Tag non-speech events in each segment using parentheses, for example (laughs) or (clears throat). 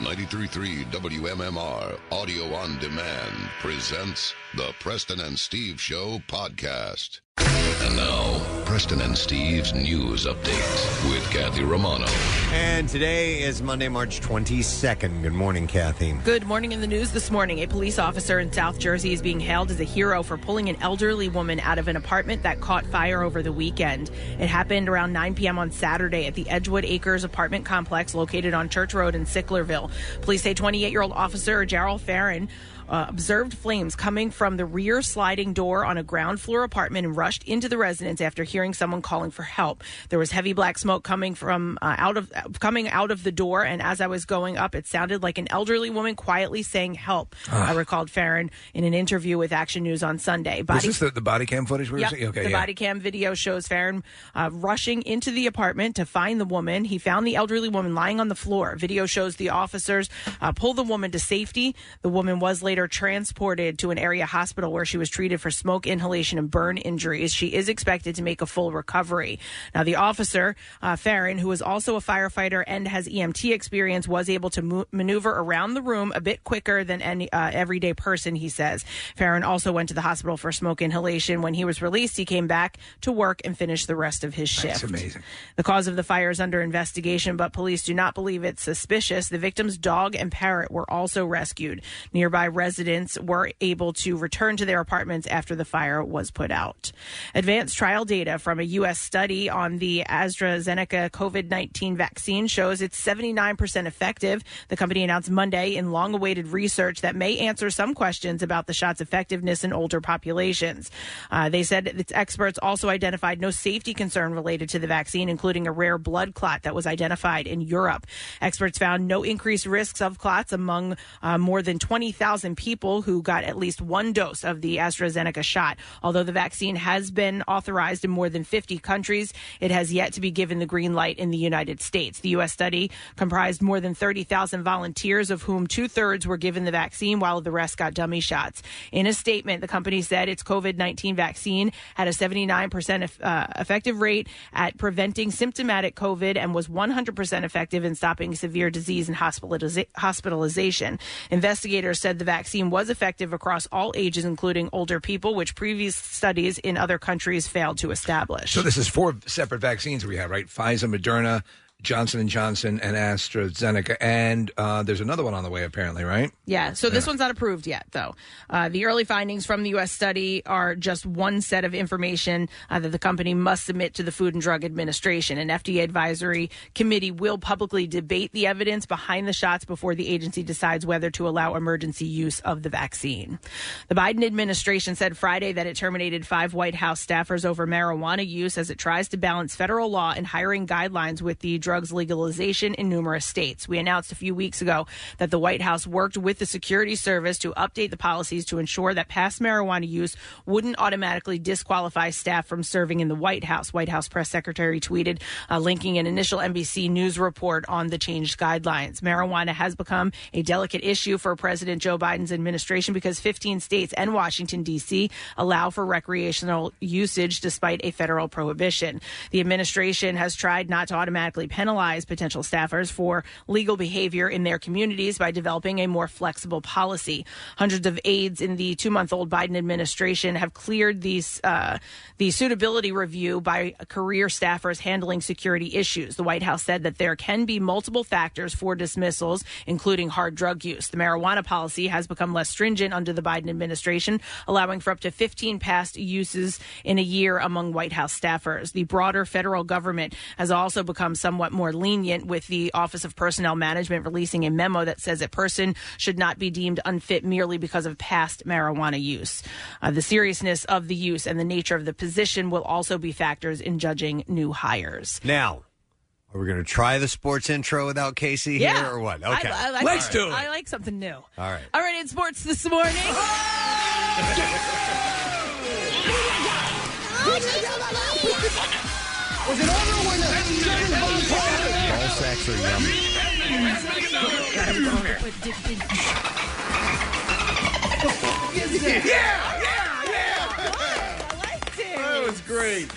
933 WMMR Audio on Demand presents the Preston and Steve Show podcast. And now, Preston and Steve's news update with Kathy Romano. And today is Monday, March 22nd. Good morning, Kathy. Good morning in the news this morning. A police officer in South Jersey is being hailed as a hero for pulling an elderly woman out of an apartment that caught fire over the weekend. It happened around 9 p.m. on Saturday at the Edgewood Acres apartment complex located on Church Road in Sicklerville. Police say 28 year old officer Gerald Farron uh, observed flames coming from the rear sliding door on a ground floor apartment and rushed into the residence after hearing someone calling for help. There was heavy black smoke coming from uh, out of coming out of the door, and as I was going up, it sounded like an elderly woman quietly saying "help." I recalled Farron in an interview with Action News on Sunday. Was this the, the body cam footage we were Yep. seeing? Okay, the yeah. body cam video shows Farron uh, rushing into the apartment to find the woman. He found the elderly woman lying on the floor. Video shows the officers uh, pull the woman to safety. The woman was later transported to an area hospital where she was treated for smoke inhalation and burn injuries. She is expected to make a full recovery. Now, the officer, uh, Farron, who is also a firefighter and has EMT experience, was able to mo- maneuver around the room a bit quicker than any uh, everyday person, he says. Farron also went to the hospital for smoke inhalation. When he was released, he came back to work and finished the rest of his shift. That's amazing. The cause of the fire is under investigation, but police do not believe it's suspicious. The victim's dog and parrot were also rescued. Nearby residents were able to return to their apartments after the fire was put out. Advanced trial data from a U.S. study on the AstraZeneca COVID 19 vaccine shows it's 79% effective. The company announced Monday in long awaited research that may answer some questions about the shot's effectiveness in older populations. Uh, they said its experts also identified no safety concern related to the vaccine, including a rare blood clot that was identified in Europe. Experts found no increased risks of clots among uh, more than 20,000 people who got at least one dose of the AstraZeneca shot. Although the vaccine has been authorized in more than 50 countries, it has yet to be given the green light in the United States. The U.S. study comprised more than 30,000 volunteers, of whom two thirds were given the vaccine, while the rest got dummy shots. In a statement, the company said its COVID 19 vaccine had a 79% eff- uh, effective rate at preventing symptomatic COVID and was 100% effective in stopping severe disease and hospitaliza- hospitalization. Investigators said the vaccine was effective across all ages, including older people, which previous studies in other countries failed to establish. So this is four separate vaccines we have, right? Pfizer, Moderna, Johnson and Johnson, and AstraZeneca, and uh, there's another one on the way apparently, right? Yeah, so this one's not approved yet, though. Uh, the early findings from the U.S. study are just one set of information uh, that the company must submit to the Food and Drug Administration. An FDA advisory committee will publicly debate the evidence behind the shots before the agency decides whether to allow emergency use of the vaccine. The Biden administration said Friday that it terminated five White House staffers over marijuana use as it tries to balance federal law and hiring guidelines with the drugs legalization in numerous states. We announced a few weeks ago that the White House worked with the Security Service to update the policies to ensure that past marijuana use wouldn't automatically disqualify staff from serving in the White House. White House press secretary tweeted, uh, linking an initial NBC News report on the changed guidelines. Marijuana has become a delicate issue for President Joe Biden's administration because 15 states and Washington, D.C. allow for recreational usage despite a federal prohibition. The administration has tried not to automatically penalize potential staffers for legal behavior in their communities by developing a more flexible policy. Hundreds of aides in the two-month-old Biden administration have cleared these uh, the suitability review by career staffers handling security issues. The White House said that there can be multiple factors for dismissals, including hard drug use. The marijuana policy has become less stringent under the Biden administration, allowing for up to 15 past uses in a year among White House staffers. The broader federal government has also become somewhat more lenient with the Office of Personnel Management releasing a memo that says a person should not be deemed unfit merely because of past marijuana use. Uh, the seriousness of the use and the nature of the position will also be factors in judging new hires. Now, are we going to try the sports intro without Casey here or what? Okay. I, I like, All right. I like something new. All right. All right, in sports this (laughs) morning. Ball sacks are yummy. Yeah, yeah, yeah. I liked it. That was great.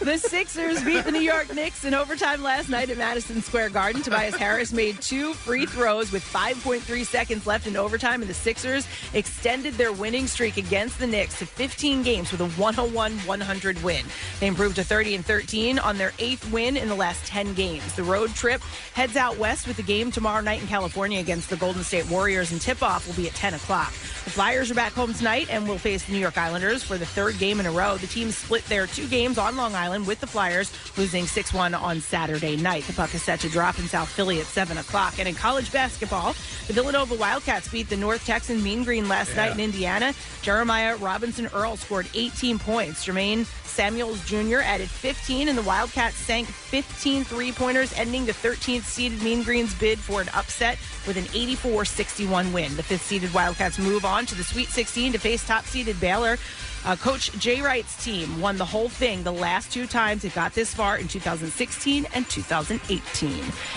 The Sixers beat the New York Knicks in overtime last night at Madison Square Garden. Tobias Harris made two free throws with 5.3 seconds left in overtime, and the Sixers extended their winning streak against the Knicks to 15 games with a 101 100 win. They improved to 30 and 13 on their eighth win in the last 10 games. The road trip heads out west with the game tomorrow night in California against the Golden State Warriors, and tip off will be at 10 o'clock. The Flyers are back home tonight and will face the New York Islanders for the third game in a row. The team split their two games on Long Island with the Flyers, losing 6 1 on Saturday night. The puck is set to drop in South Philly at 7 o'clock. And in college basketball, the Villanova Wildcats beat the North Texan Mean Green last Yeah. night in Indiana. Jeremiah Robinson Earl scored 18 points. Jermaine Samuels Jr. added 15, and the Wildcats sank 15 three pointers, ending the 13th seeded Mean Green's bid for an upset with an 84 61 win. The fifth seeded Wildcats move on to the Sweet 16 to face top seeded Baylor. Uh, Coach Jay Wright's team won the whole thing the last two times it got this far in 2016 and 2018.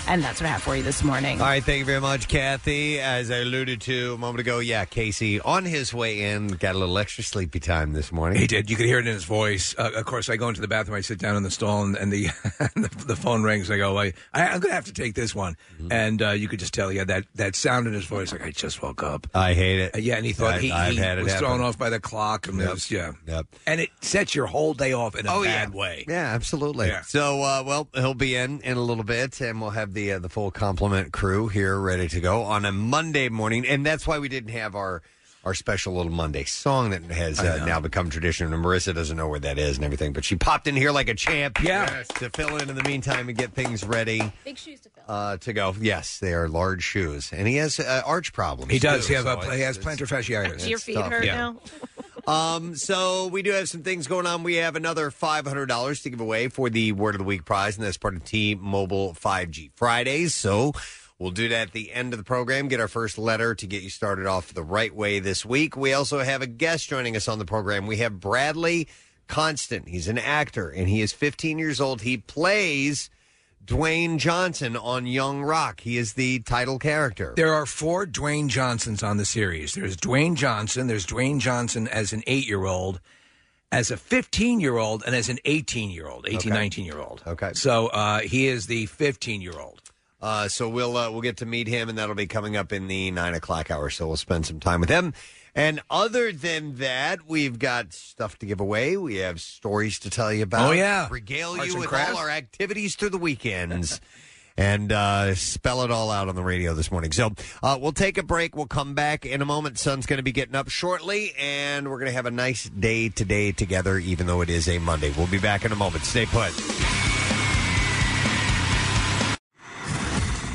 And that's what I have for you this morning. All right, thank you very much, Kathy. As I alluded to a moment ago, yeah, Casey on his way in got a little extra sleepy time this morning. He did. You could hear it in his voice. Uh, of course, I go into the bathroom. I sit down in the stall, and, and the, (laughs) the the phone rings. I go, I, I I'm gonna have to take this one. Mm-hmm. And uh, you could just tell he had that that sound in his voice. Like I just woke up. I hate it. Uh, yeah, and he thought I- he, I've he had it was happen. thrown off by the clock. And it Yep. was- yeah, Yep. and it sets your whole day off in a Oh, bad way. Yeah, absolutely. Yeah. So, uh, well, he'll be in in a little bit, and we'll have the uh, the full complement crew here ready to go on a Monday morning, and that's why we didn't have our our special little Monday song that has uh, now become tradition. And Marissa doesn't know where that is and everything, but she popped in here like a champ, Yeah. to fill in in the meantime and get things ready. Big shoes to fill. Uh, to go, yes, they are large shoes, and he has uh, arch problems. He does. too, He, have so a, he it's- has plantar fasciitis. Do your It's feet tough. hurt Yeah. now? Um, so we do have some things going on. We have another five hundred dollars to give away for the Word of the Week prize, and that's part of T-Mobile 5G Fridays. So we'll do that at the end of the program. Get our first letter to get you started off the right way this week. We also have a guest joining us on the program. We have Bradley Constant. He's an actor, and he is fifteen years old. He plays. Dwayne Johnson on Young Rock. He is the title character. There are four Dwayne Johnsons on the series. There's Dwayne Johnson. There's Dwayne Johnson as an eight year old, as a 15 year old, and as an 18 year old, 18, 19 year old. Okay. So uh, he is the 15 year old. Uh, so we'll uh, we'll get to meet him, and that'll be coming up in the nine o'clock hour. So we'll spend some time with him. And other than that, we've got stuff to give away. We have stories to tell you about. Oh, yeah. regale Arts you and with crafts. all our activities through the weekends. (laughs) And uh, spell it all out on the radio this morning. So uh, we'll take a break. We'll come back in a moment. Sun's going to be getting up shortly, and we're going to have a nice day today together, even though it is a Monday. We'll be back in a moment. Stay put.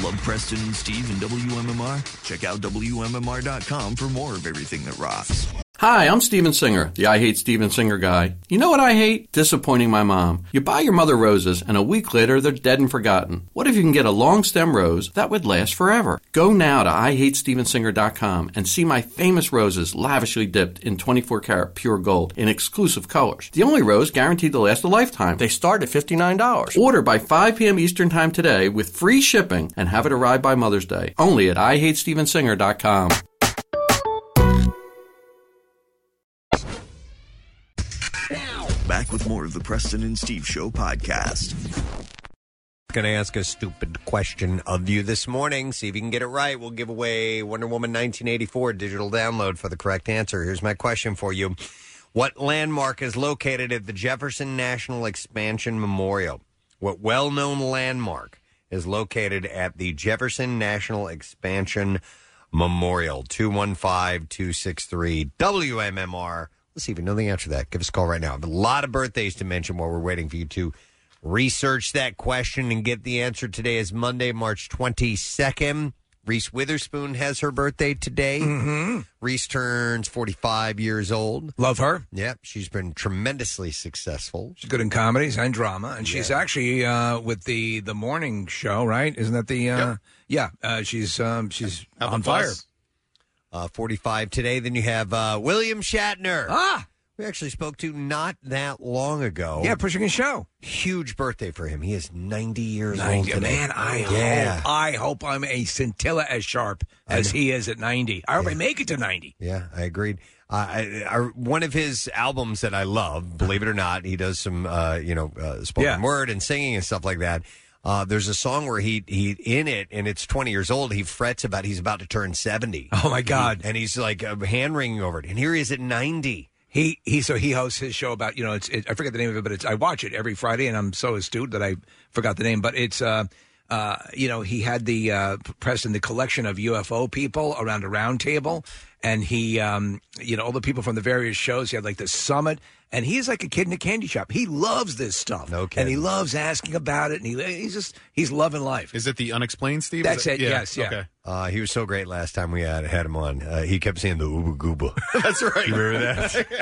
Love Preston and Steve and WMMR? Check out WMMR.com for more of everything that rocks. Hi, I'm Steven Singer, the I Hate Steven Singer guy. You know what I hate? Disappointing my mom. You buy your mother roses, and a week later they're dead and forgotten. What if you can get a long stem rose that would last forever? Go now to IHateStevenSinger.com and see my famous roses lavishly dipped in 24 karat pure gold in exclusive colors. The only rose guaranteed to last a lifetime. They start at $59. Order by 5 p.m. Eastern Time today with free shipping and have it arrive by Mother's Day. Only at IHateStevenSinger.com. Back with more of the Preston and Steve Show podcast. Going to ask a stupid question of you this morning. See if you can get it right. We'll give away Wonder Woman 1984 digital download for the correct answer. Here's my question for you What landmark is located at the Jefferson National Expansion Memorial? What well known landmark is located at the Jefferson National Expansion Memorial? 215 263 WMMR. Let's see if you know the answer to that. Give us a call right now. I have a lot of birthdays to mention while we're waiting for you to research that question and get the answer today is monday march 22nd reese witherspoon has her birthday today reese turns 45 years old Mm-hmm. love her yep she's been tremendously successful She's good in comedies and drama, and she's actually uh, with the the morning show, right? Isn't that the uh, yeah? Uh, she's um, she's on fire. uh, 45 today then you have uh, william shatner ah we actually spoke to not that long ago Yeah, pushing a show. huge birthday for him he is 90 years old 90, today. man, I yeah hope I hope I'm a scintilla as sharp as he is at 90. I hope I make it to 90. Yeah, I agreed. Uh, I, I, one of his albums that I love, believe it or not, he does some uh, you know uh, spoken Yeah. word and singing and stuff like that. Uh, there's a song where he he in it, and it's 20 years old. He frets about he's about to turn 70. Oh my God! and he's like uh, hand wringing over it. And here he is at 90. He he. So he hosts his show about you know it's it, I forget the name of it, but it's I watch it every Friday, and I'm so astute that I forgot the name. But it's uh uh you know he had the uh press in the collection of UFO people around a round table, and he um you know all the people from the various shows. He had like the summit. And he's like a kid in a candy shop. He loves this stuff. No And he loves asking about it. And he, he's just, he's loving life. Is it the unexplained, Steve? Is That's it, yes, yeah. Okay. Uh, he was so great last time we had, had him on. Uh, he kept saying the ooba gooba. (laughs) That's right. You remember that?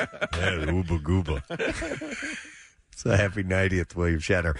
(laughs) yeah, the ooba gooba. so happy 90th, William Shatner.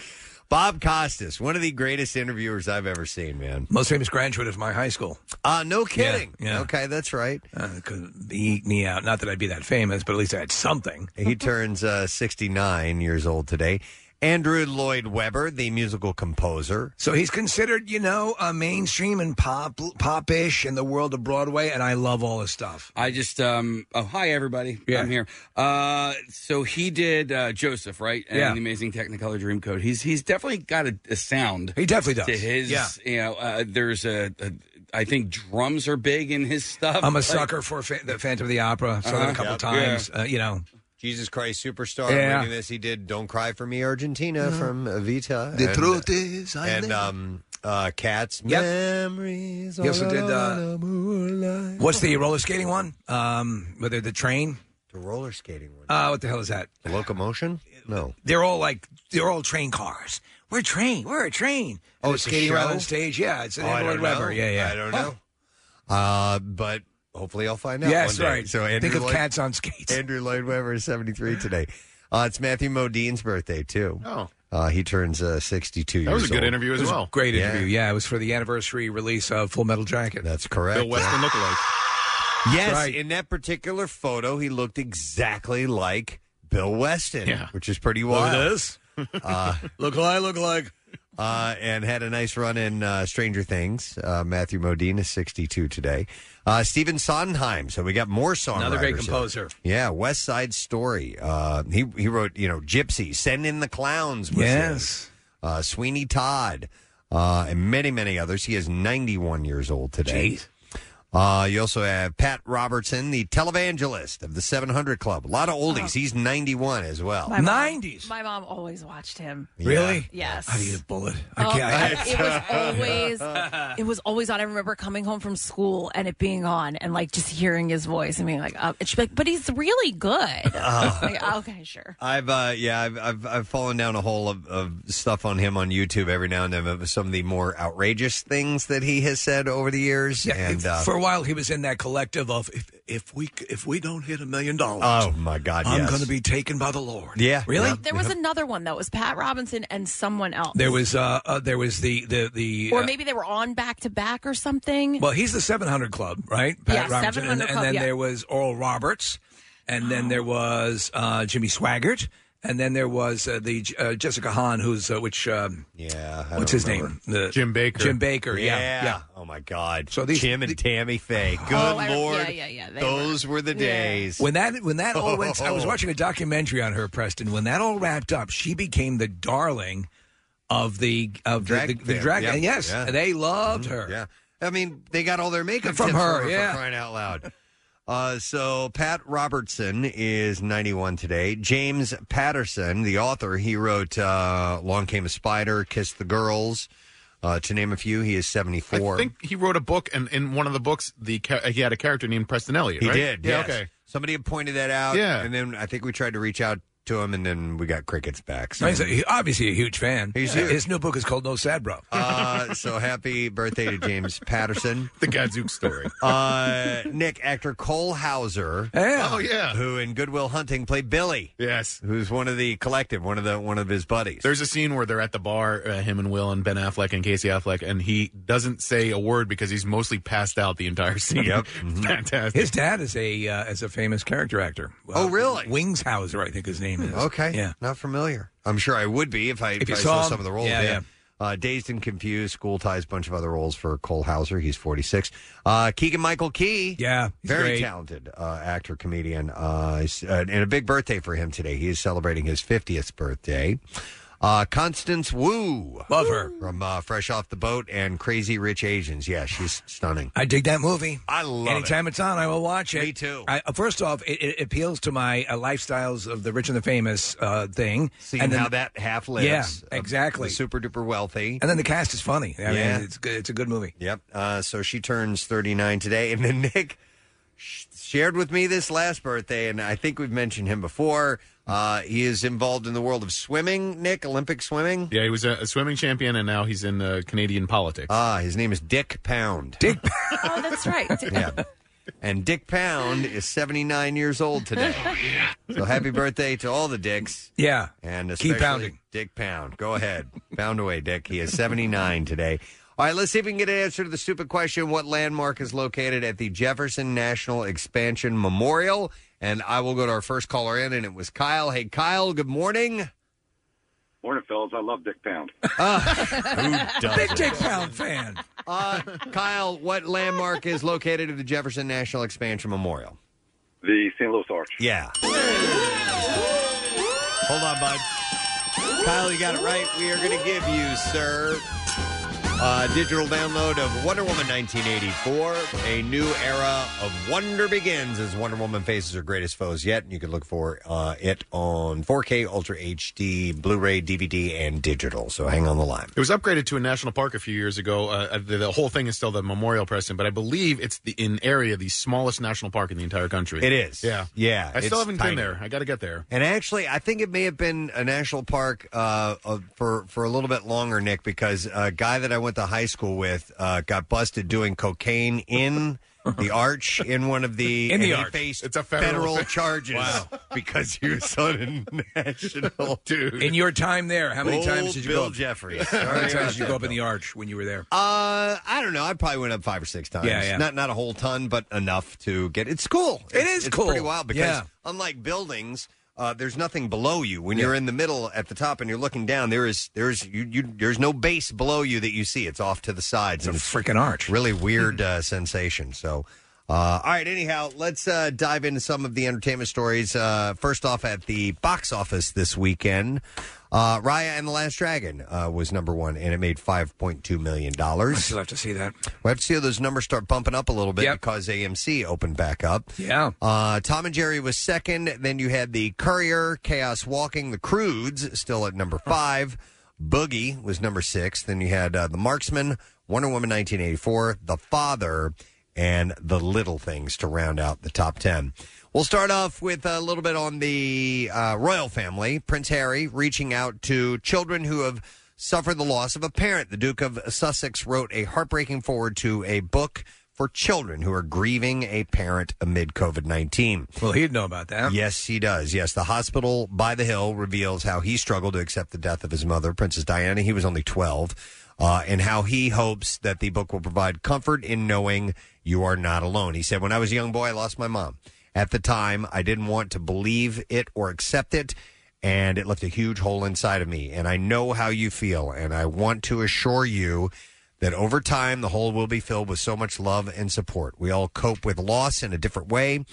Bob Costas, one of the greatest interviewers I've ever seen, man. Most famous graduate of my high school. Uh, no kidding. Yeah, yeah. Okay, that's right. Uh, could eat me out. Not that I'd be that famous, but at least I had something. (laughs) He turns uh, 69 years old today. Andrew Lloyd Webber, the musical composer. So he's considered, you know, uh, mainstream and pop, popish in the world of Broadway, and I love all his stuff. I just um oh hi everybody Yeah. I'm here. Uh so he did uh Joseph right and Yeah. the amazing Technicolor Dreamcoat. He's he's definitely got a, a sound. He definitely does. To his Yeah. you know uh, there's a, a I think drums are big in his stuff. I'm a Like- sucker for fa- the Phantom of the Opera. Saw that Uh-huh. a couple Yep. times. Yeah. Uh, you know, Jesus Christ Superstar. Yeah. reading this, he did "Don't Cry for Me, Argentina" from Evita. The and, truth is I and live. um, uh, Cats. Memories. He also all did, uh, alone. what's the roller skating one? Um, whether the train. The roller skating one. Uh, what the hell is that? Locomotion? No. They're all like they're all train cars. We're a train. We're a train. Oh, And it's a skating around show? on stage. Yeah, it's an Oh, I Android don't know. Webber. Yeah, yeah. I don't know. Uh, but hopefully I'll find out. Yes, one day. right. So Andrew Think of Lloyd, cats on skates. Andrew Lloyd Webber is 73 today. Uh, it's Matthew Modine's birthday, too. Oh. Uh, he turns uh, 62 That years was a good old. interview as It was a well. great interview. Yeah. Yeah, it was for the anniversary release of Full Metal Jacket. That's correct. Bill Weston lookalike. Yes, Right. in that particular photo, he looked exactly like Bill Weston, Yeah. which is pretty Look at wild. this. (laughs) Uh, (laughs) look what I look like. Uh, and had a nice run in uh, Stranger Things. Uh, Matthew Modine is 62 today. Uh, Stephen Sondheim. So we got more songwriters. Another great here. composer. Yeah, West Side Story. Uh, he he wrote you know Gypsy, Send in the Clowns. Was Yes. him. Uh, Sweeney Todd, uh, and many many others. He is 91 years old today. Uh, you also have Pat Robertson, the televangelist of the 700 Club. A lot of oldies. He's 91 as well. Oh. My mom- My mom always watched him. Really? Yes. How do you bullet? Oh, can't- it was (laughs) always it was always on. I remember coming home from school and it being on, and like just hearing his voice and being like, oh. and she'd be like, "But he's (laughs) really good." Uh. Oh. Like, okay, sure. I've uh, yeah, I've, I've I've fallen down a hole of, of stuff on him on YouTube every now and then of some of the more outrageous things that he has said over the years. and uh, for a while, he was in that collective of if if we if we don't hit a million dollars, oh my god, I'm yes. going to be taken by the Lord. yeah, Really? yeah. There was another one though. It was Pat Robinson and someone else. There was uh, uh there was the the the or uh, maybe they were on back to back or something. Well, he's the 700 Club, right? Yeah, Robertson. 700 and, Club, and then yeah. there was Oral Roberts, and then there was uh, Jimmy Swaggart, and then there was uh, the uh, Jessica Hahn, who's uh, which um, yeah, I don't what's his remember. name? The- Jim Baker. Jim Baker. Yeah, Yeah. yeah. Oh my God. So these- Jim and Tammy Faye. Good Oh, I- yeah, lord. yeah, yeah, they Those were, the days. Oh. When that when that all went, I was watching a documentary on her, Preston. When that all wrapped up, she became the darling of the of the- Drag the, the, fam, drag. yeah, and yes, yeah. Mm-hmm. they loved her. Yeah. I mean, they got all their makeup From tips her, for yeah. for crying out loud. Uh, so Pat Robertson is 91 today. James Patterson, the author, he wrote uh, "Long Came a Spider," "Kiss the Girls," uh, to name a few. He is 74. I think he wrote a book, and in one of the books, the ca- he had a character named Preston Elliott. he right? did. Yeah. yes. Okay. Somebody had pointed that out. Yeah. And then I think we tried to reach out to him, and then we got crickets back. So He's a- he- obviously a huge fan. He's Uh, huge. His new book is called No Sad Bro. Uh, so happy birthday to James Patterson. (laughs) The Gadzook story. (laughs) Uh, Nick, actor Cole Hauser. Yeah. Oh, yeah. Who in Goodwill Hunting played Billy, yes. who's one of the collective, one of the one of his buddies. There's a scene where they're at the bar, uh, him and Will and Ben Affleck and Casey Affleck, and he doesn't say a word because he's mostly passed out the entire scene. Yep. Fantastic. His dad is a (laughs) uh, is a famous character actor. Uh, Oh, really? Wingshauser, I think his name is. okay. Yeah. Not familiar. I'm sure I would be if I, if you I saw saw him. some of the roles. Yeah, yeah. Uh, Dazed and Confused, School Ties, bunch of other roles for Cole Hauser. He's 46. Uh, Keegan Michael Key. Yeah. he's Very great. talented uh, actor, comedian. Uh, he's- uh, and a big birthday for him today. He is celebrating his 50th birthday. Uh, Constance Wu. Love her. From uh, Fresh Off the Boat and Crazy Rich Asians. Yeah, she's stunning. I dig that movie. I love it. Anytime it's on, I will watch it. Me too. I, uh, first off, it, it appeals to my uh, lifestyles of the rich and the famous uh, thing. Seeing and then- how that half lives. Yeah, of exactly. the super duper wealthy. And then the cast is funny. I mean, Yeah. it's good. It's a good movie. Yep. Uh, so she turns 39 today. And then (laughs) Nick sh- shared with me this last birthday, and I think we've mentioned him before. Uh, he is involved in the world of swimming, Nick, Olympic swimming. Yeah, he was a, a swimming champion, and now he's in uh, Canadian politics. Ah, his name is Dick Pound. Dick Oh, that's right. (laughs) Yeah. And Dick Pound is 79 years old today. So happy birthday to all the dicks. Yeah. And Keep especially pounding. Dick Pound. Go ahead. Pound away, Dick. He is 79 today. All right, let's see if we can get an answer to the stupid question what landmark is located at the Jefferson National Expansion Memorial? And I will go to our first caller in, and it was Kyle. Hey, Kyle, good morning. Morning, fellas. I love Dick Pound. (laughs) Big Dick Pound fan. Uh, Kyle, what landmark is located at the Jefferson National Expansion Memorial? The St. Louis Arch. Yeah. Hold on, bud. Kyle, you got it right. We are going to give you, sir, a digital download of Wonder Woman 1984. A new era of wonder begins as Wonder Woman faces her greatest foes yet. And you can look for uh, it on 4K, Ultra HD, Blu ray, DVD, and digital. So hang on the line. It was upgraded to a national park a few years ago. Uh, the, the whole thing is still the memorial, Preston, but I believe it's the, in area the smallest national park in the entire country. It is. Yeah, Yeah, I it's still haven't tiny. been there. I got to get there. And actually, I think it may have been a national park uh, uh, for for a little bit longer, Nick, because a guy that I went to high school with uh, got busted doing cocaine in (laughs) the arch in one of the In the and he arch. faced It's a federal federal, thing. charges (laughs) Wow. because he was on a national (laughs) dude. In your time there, how many times did you Bill go? Jeffries. How Sorry many times about did you that, go up in Bill. the arch when you were there? Uh, I don't know. I probably went up five or six times. Yeah, yeah. Not not a whole ton, but enough to get. It's cool. It It's- is it's cool. Pretty wild because Yeah. unlike buildings, uh, there's nothing below you. When you're in the middle at the top and you're looking down, there is there's you, you there's no base below you that you see. It's off to the sides. and It's a freaking arch. Mm-hmm. Really weird uh, sensation. So. Uh, all right. Anyhow, let's uh, dive into some of the entertainment stories. Uh, first off, at the box office this weekend, uh, Raya and the Last Dragon uh, was number one, and it made five point two million I dollars. still have to see that. We have to see how those numbers start bumping up a little bit Yep. because AMC opened back up. Yeah. Uh, Tom and Jerry was second. Then you had the Courier, Chaos Walking, the Crudes still at number five. Boogie was number six. Then you had uh, the Marksman, Wonder Woman 1984, The Father, and The Little Things to round out the top ten. We'll start off with a little bit on the uh, royal family. Prince Harry reaching out to children who have suffered the loss of a parent. The Duke of Sussex wrote a heartbreaking forward to a book for children who are grieving a parent amid COVID 19. Well, he'd know about that. Yes, he does. Yes, the hospital by the hill reveals how he struggled to accept the death of his mother, Princess Diana. He was only 12, uh, and how he hopes that the book will provide comfort in knowing you are not alone. He said, When I was a young boy, I lost my mom. At the time, I didn't want to believe it or accept it, and it left a huge hole inside of me. And I know how you feel, and I want to assure you that over time the hole will be filled with so much love and support. We all cope with loss in a different way,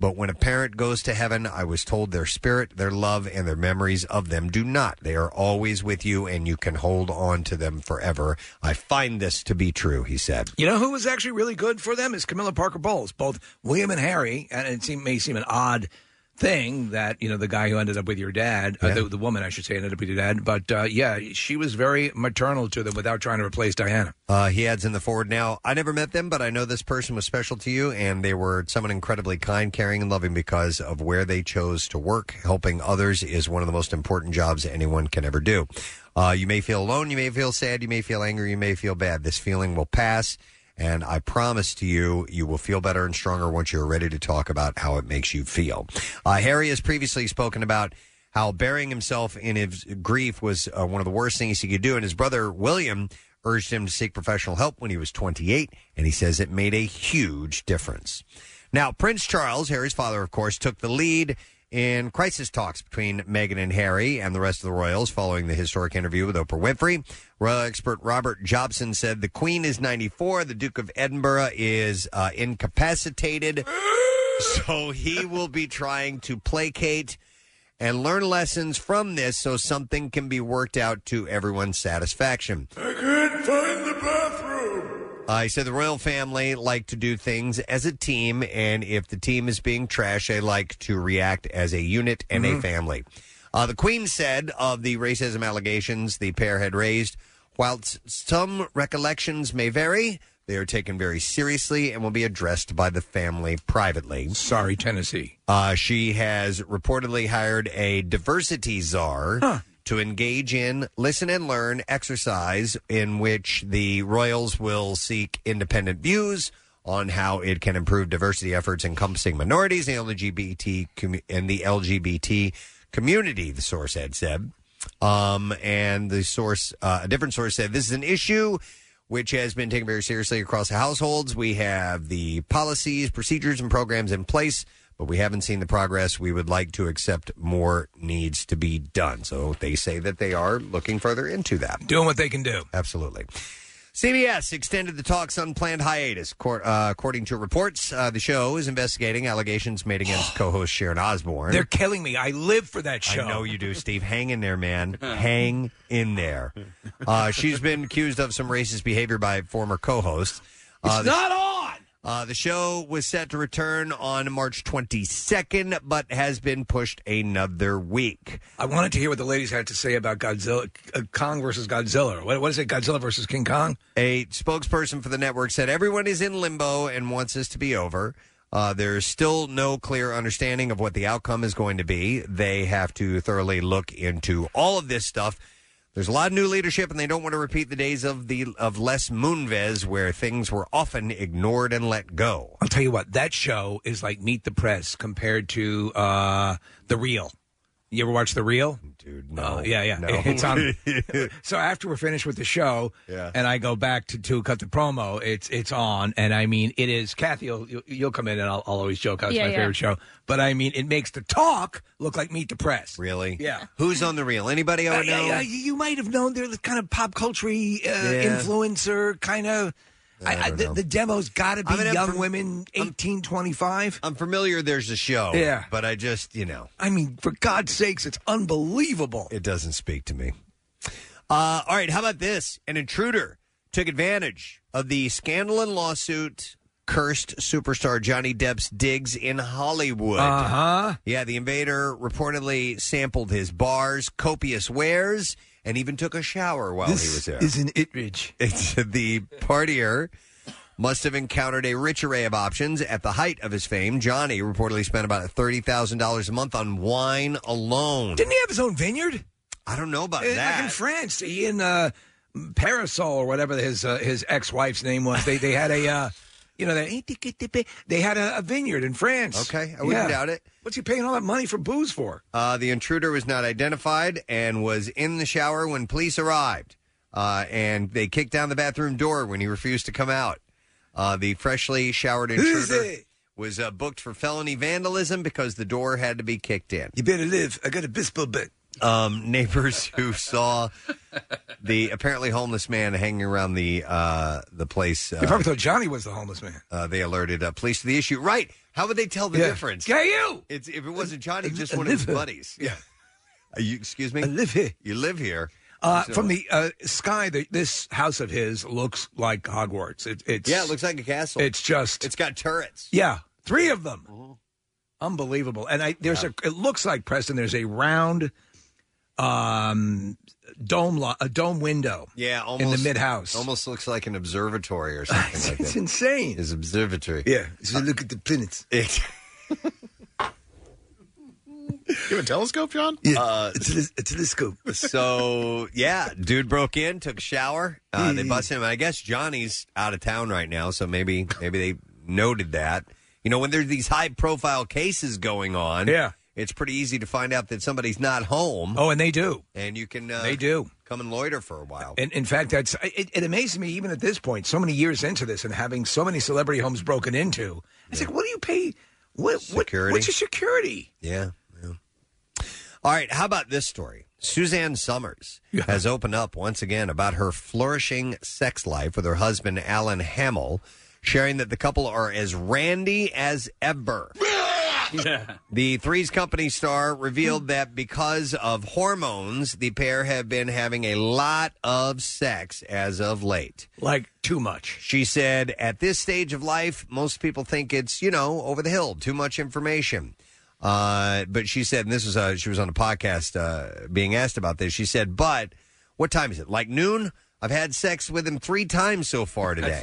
but when a parent goes to heaven, I was told their spirit, their love, and their memories of them do not. They are always with you, and you can hold on to them forever. I find this to be true, he said. You know who was actually really good for them is Camilla Parker Bowles. Both William and Harry, and it seem, may seem an odd thing that you know the guy who ended up with your dad, uh, the, the woman I should say, ended up with your dad. But uh, yeah, she was very maternal to them without trying to replace Diana. Uh, he adds in the forward now, I never met them, but I know this person was special to you, and they were someone incredibly kind, caring, and loving because of where they chose to work. Helping others is one of the most important jobs anyone can ever do. Uh, you may feel alone, you may feel sad, you may feel angry, you may feel bad. This feeling will pass, and I promise to you, you will feel better and stronger once you're ready to talk about how it makes you feel. Uh, Harry has previously spoken about how burying himself in his grief was uh, one of the worst things he could do. And his brother, William, urged him to seek professional help when he was 28, and he says it made a huge difference. Now, Prince Charles, Harry's father, of course, took the lead in crisis talks between Meghan and Harry and the rest of the royals following the historic interview with Oprah Winfrey. Royal expert Robert Jobson said the Queen is 94, the Duke of Edinburgh is uh, incapacitated, so he will be trying to placate and learn lessons from this so something can be worked out to everyone's satisfaction. Uh, he said the royal family like to do things as a team, and if the team is being trash, they like to react as a unit and a Mm-hmm. family. Uh, the Queen said of the racism allegations the pair had raised, whilst some recollections may vary, they are taken very seriously and will be addressed by the family privately. Sorry, Tennessee. Uh, she has reportedly hired a diversity czar to engage in listen and learn exercise in which the royals will seek independent views on how it can improve diversity efforts encompassing minorities and LGBT commu- and the LGBT community. The source had said, um, and the source, uh, a different source said, this is an issue which has been taken very seriously across the households. We have the policies, procedures, and programs in place, but we haven't seen the progress. We would like to accept more needs to be done. So they say that they are looking further into that. Doing what they can do. Absolutely. CBS extended the talk's unplanned hiatus. Cor- uh, according to reports, uh, the show is investigating allegations made against (gasps) co host Sharon Osbourne. They're killing me. I live for that show. I know (laughs) you do, Steve. Hang in there, man. Hang (laughs) in there. Uh, she's been accused of some racist behavior by former co-hosts. Uh, the, not on. uh, the show was set to return on March 22nd, but has been pushed another week. I wanted to hear what the ladies had to say about Godzilla, uh, Kong versus Godzilla. What, what is it? Godzilla versus King Kong? A spokesperson for the network said everyone is in limbo and wants this to be over. Uh, there's still no clear understanding of what the outcome is going to be. They have to thoroughly look into all of this stuff. There's a lot of new leadership, and they don't want to repeat the days of the of Les Moonves, where things were often ignored and let go. I'll tell you what. That show is like Meet the Press compared to uh, The Real. You ever watch The Real? Dude, Oh, yeah, yeah. no. It's on. (laughs) so after we're finished with the show, Yeah. and I go back to, to cut the promo, it's it's on, and I mean it is. Kathy, you'll, you'll- you'll come in, and I'll, I'll always joke how it's Yeah, my yeah. favorite show, but I mean it makes the talk look like Meet the Press. Really? Yeah. Who's on the reel? Anybody I Uh, would yeah, know? yeah, you might have known they're the kind of pop culture uh, Yeah. influencer kind of. I, I, don't the, know. the demo's got to be I mean, I'm young from- women, eighteen twenty five. I'm familiar. There's a show. Yeah. but I just you know. I mean, for God's sakes, it's unbelievable. It doesn't speak to me. Uh, all right, how about this? An intruder took advantage of the scandal and lawsuit cursed superstar Johnny Depp's digs in Hollywood. huh. Yeah, the invader reportedly sampled his bars, copious wares, and even took a shower while he was This there. is an it ridge. It's (laughs) the partier must have encountered a rich array of options at the height of his fame. Johnny reportedly spent about thirty thousand dollars a month on wine alone. Didn't he have his own vineyard? Mm. I don't know about Uh, that. Like in France, he and uh, Parasol or whatever his uh, his ex wife's name was. They they had a uh, you know they they had a, a vineyard in France. Okay, I wouldn't doubt it. What's he paying all that money for booze for? Uh, the intruder was not identified and was in the shower when police arrived. Uh, and they kicked down the bathroom door when he refused to come out. Uh, the freshly showered intruder was uh, booked for felony vandalism because the door had to be kicked in. You better live. I got a bispo bit. Um, (laughs) neighbors who saw the apparently homeless man hanging around the uh, the place, They uh, probably thought Johnny was the homeless man. uh, they alerted uh, police to the issue. Right? How would they tell the Yeah. difference? Yeah, you. It's if it wasn't Johnny, just one of his buddies. Yeah, Uh, you, excuse me. I live here. You live here. Uh, So- from the uh, sky, the, this house of his looks like Hogwarts. It, it's Yeah, it looks like a castle. it's just it's got turrets. Yeah, three of them. Mm-hmm. Unbelievable. And I there's a it looks like Preston there's a round um dome lo- a dome window. Yeah, almost in the mid house. (laughs) Almost looks like an observatory or something like It's that. insane. His observatory. yeah. So look at the planets. (laughs) It- You have a telescope, John? Yeah. it's a, it's a telescope. uh, (laughs) so yeah, dude broke in, took a shower. Uh, they busted him. I guess Johnny's out of town right now, so maybe maybe they noted that. You know, when there's these high profile cases going on, Yeah. it's pretty easy to find out that somebody's not home, Oh, and they do. and you can uh, They do. come and loiter for a while. And in fact, that's it, it amazes me even at this point, so many years into this and having so many celebrity homes broken into. It's like, what do you pay? What, what Security. what's your security? yeah. All right, how about this story? Suzanne Summers has opened up once again about her flourishing sex life with her husband, Alan Hamill, sharing that the couple are as randy as ever. (laughs) The Three's Company star revealed that because of hormones, the pair have been having a lot of sex as of late. Like, too much. She said, at this stage of life, most people think it's, you know, over the hill, too much information. Uh, but she said, and this was, uh, she was on a podcast uh, being asked about this. She said, but what time is it? Like noon? I've had sex with him three times so (laughs) far today.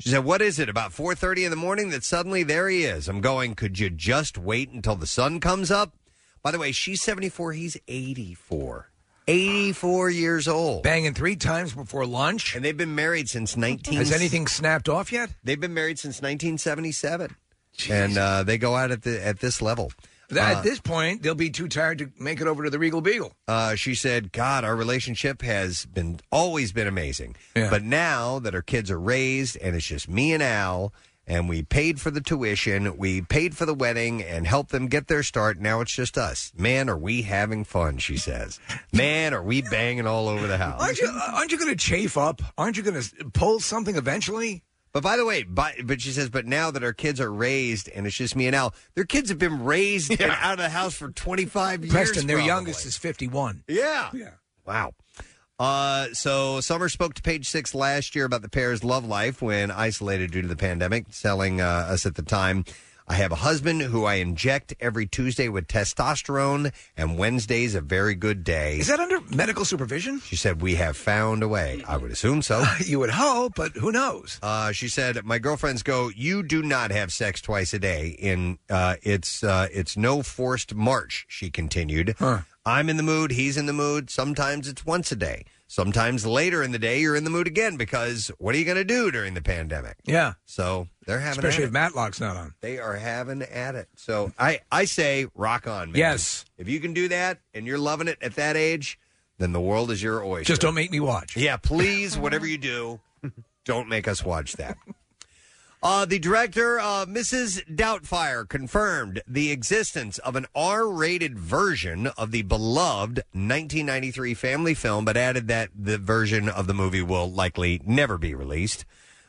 She said, "What is it about 4:30 in the morning that suddenly there he is?" I'm going, "Could you just wait until the sun comes up?" By the way, she's 74, he's 84. 84 years old. Banging three times before lunch. And they've been married since 19 Has anything snapped off yet? They've been married since 1977. And uh, they go out at the at this level. That, Uh, at this point, they'll be too tired to make it over to the Regal Beagle. Uh, she said, "God, our relationship has been always been amazing, but now that our kids are raised and it's just me and Al, and we paid for the tuition, we paid for the wedding, and helped them get their start. Now it's just us. Man, are we having fun?" She (laughs) says, "Man, are we banging all over the house?" Aren't you? Aren't you going to chafe up? Aren't you going to pull something eventually? But by the way, by, but she says, but now that our kids are raised and it's just me and Al, their kids have been raised and out of the house for 25 years. Preston, their probably. youngest is fifty-one. Yeah. Yeah. Wow. Uh, so Summer spoke to Page Six last year about the pair's love life when isolated due to the pandemic, telling uh, us at the time, "I have a husband who I inject every Tuesday with testosterone, and Wednesday's a very good day." Is that under medical supervision? She said, "We have found a way." I would assume so. (laughs) you would hope, but who knows? Uh, she said, "My girlfriends go. You do not have sex twice a day. In uh, it's uh, it's no forced march." She continued. I'm in the mood. He's in the mood. Sometimes it's once a day. Sometimes later in the day, you're in the mood again because what are you going to do during the pandemic? Yeah, So uh, they're having at especially it. if Matlock's not on. They are having at it. So I, I say rock on, man. Yes. If you can do that and you're loving it at that age, then the world is your oyster. Just don't make me watch. Yeah, please, whatever you do, don't make us watch that. Uh, the director, uh, Mrs. Doubtfire, confirmed the existence of an R rated version of the beloved 1993 family film, but added that the version of the movie will likely never be released.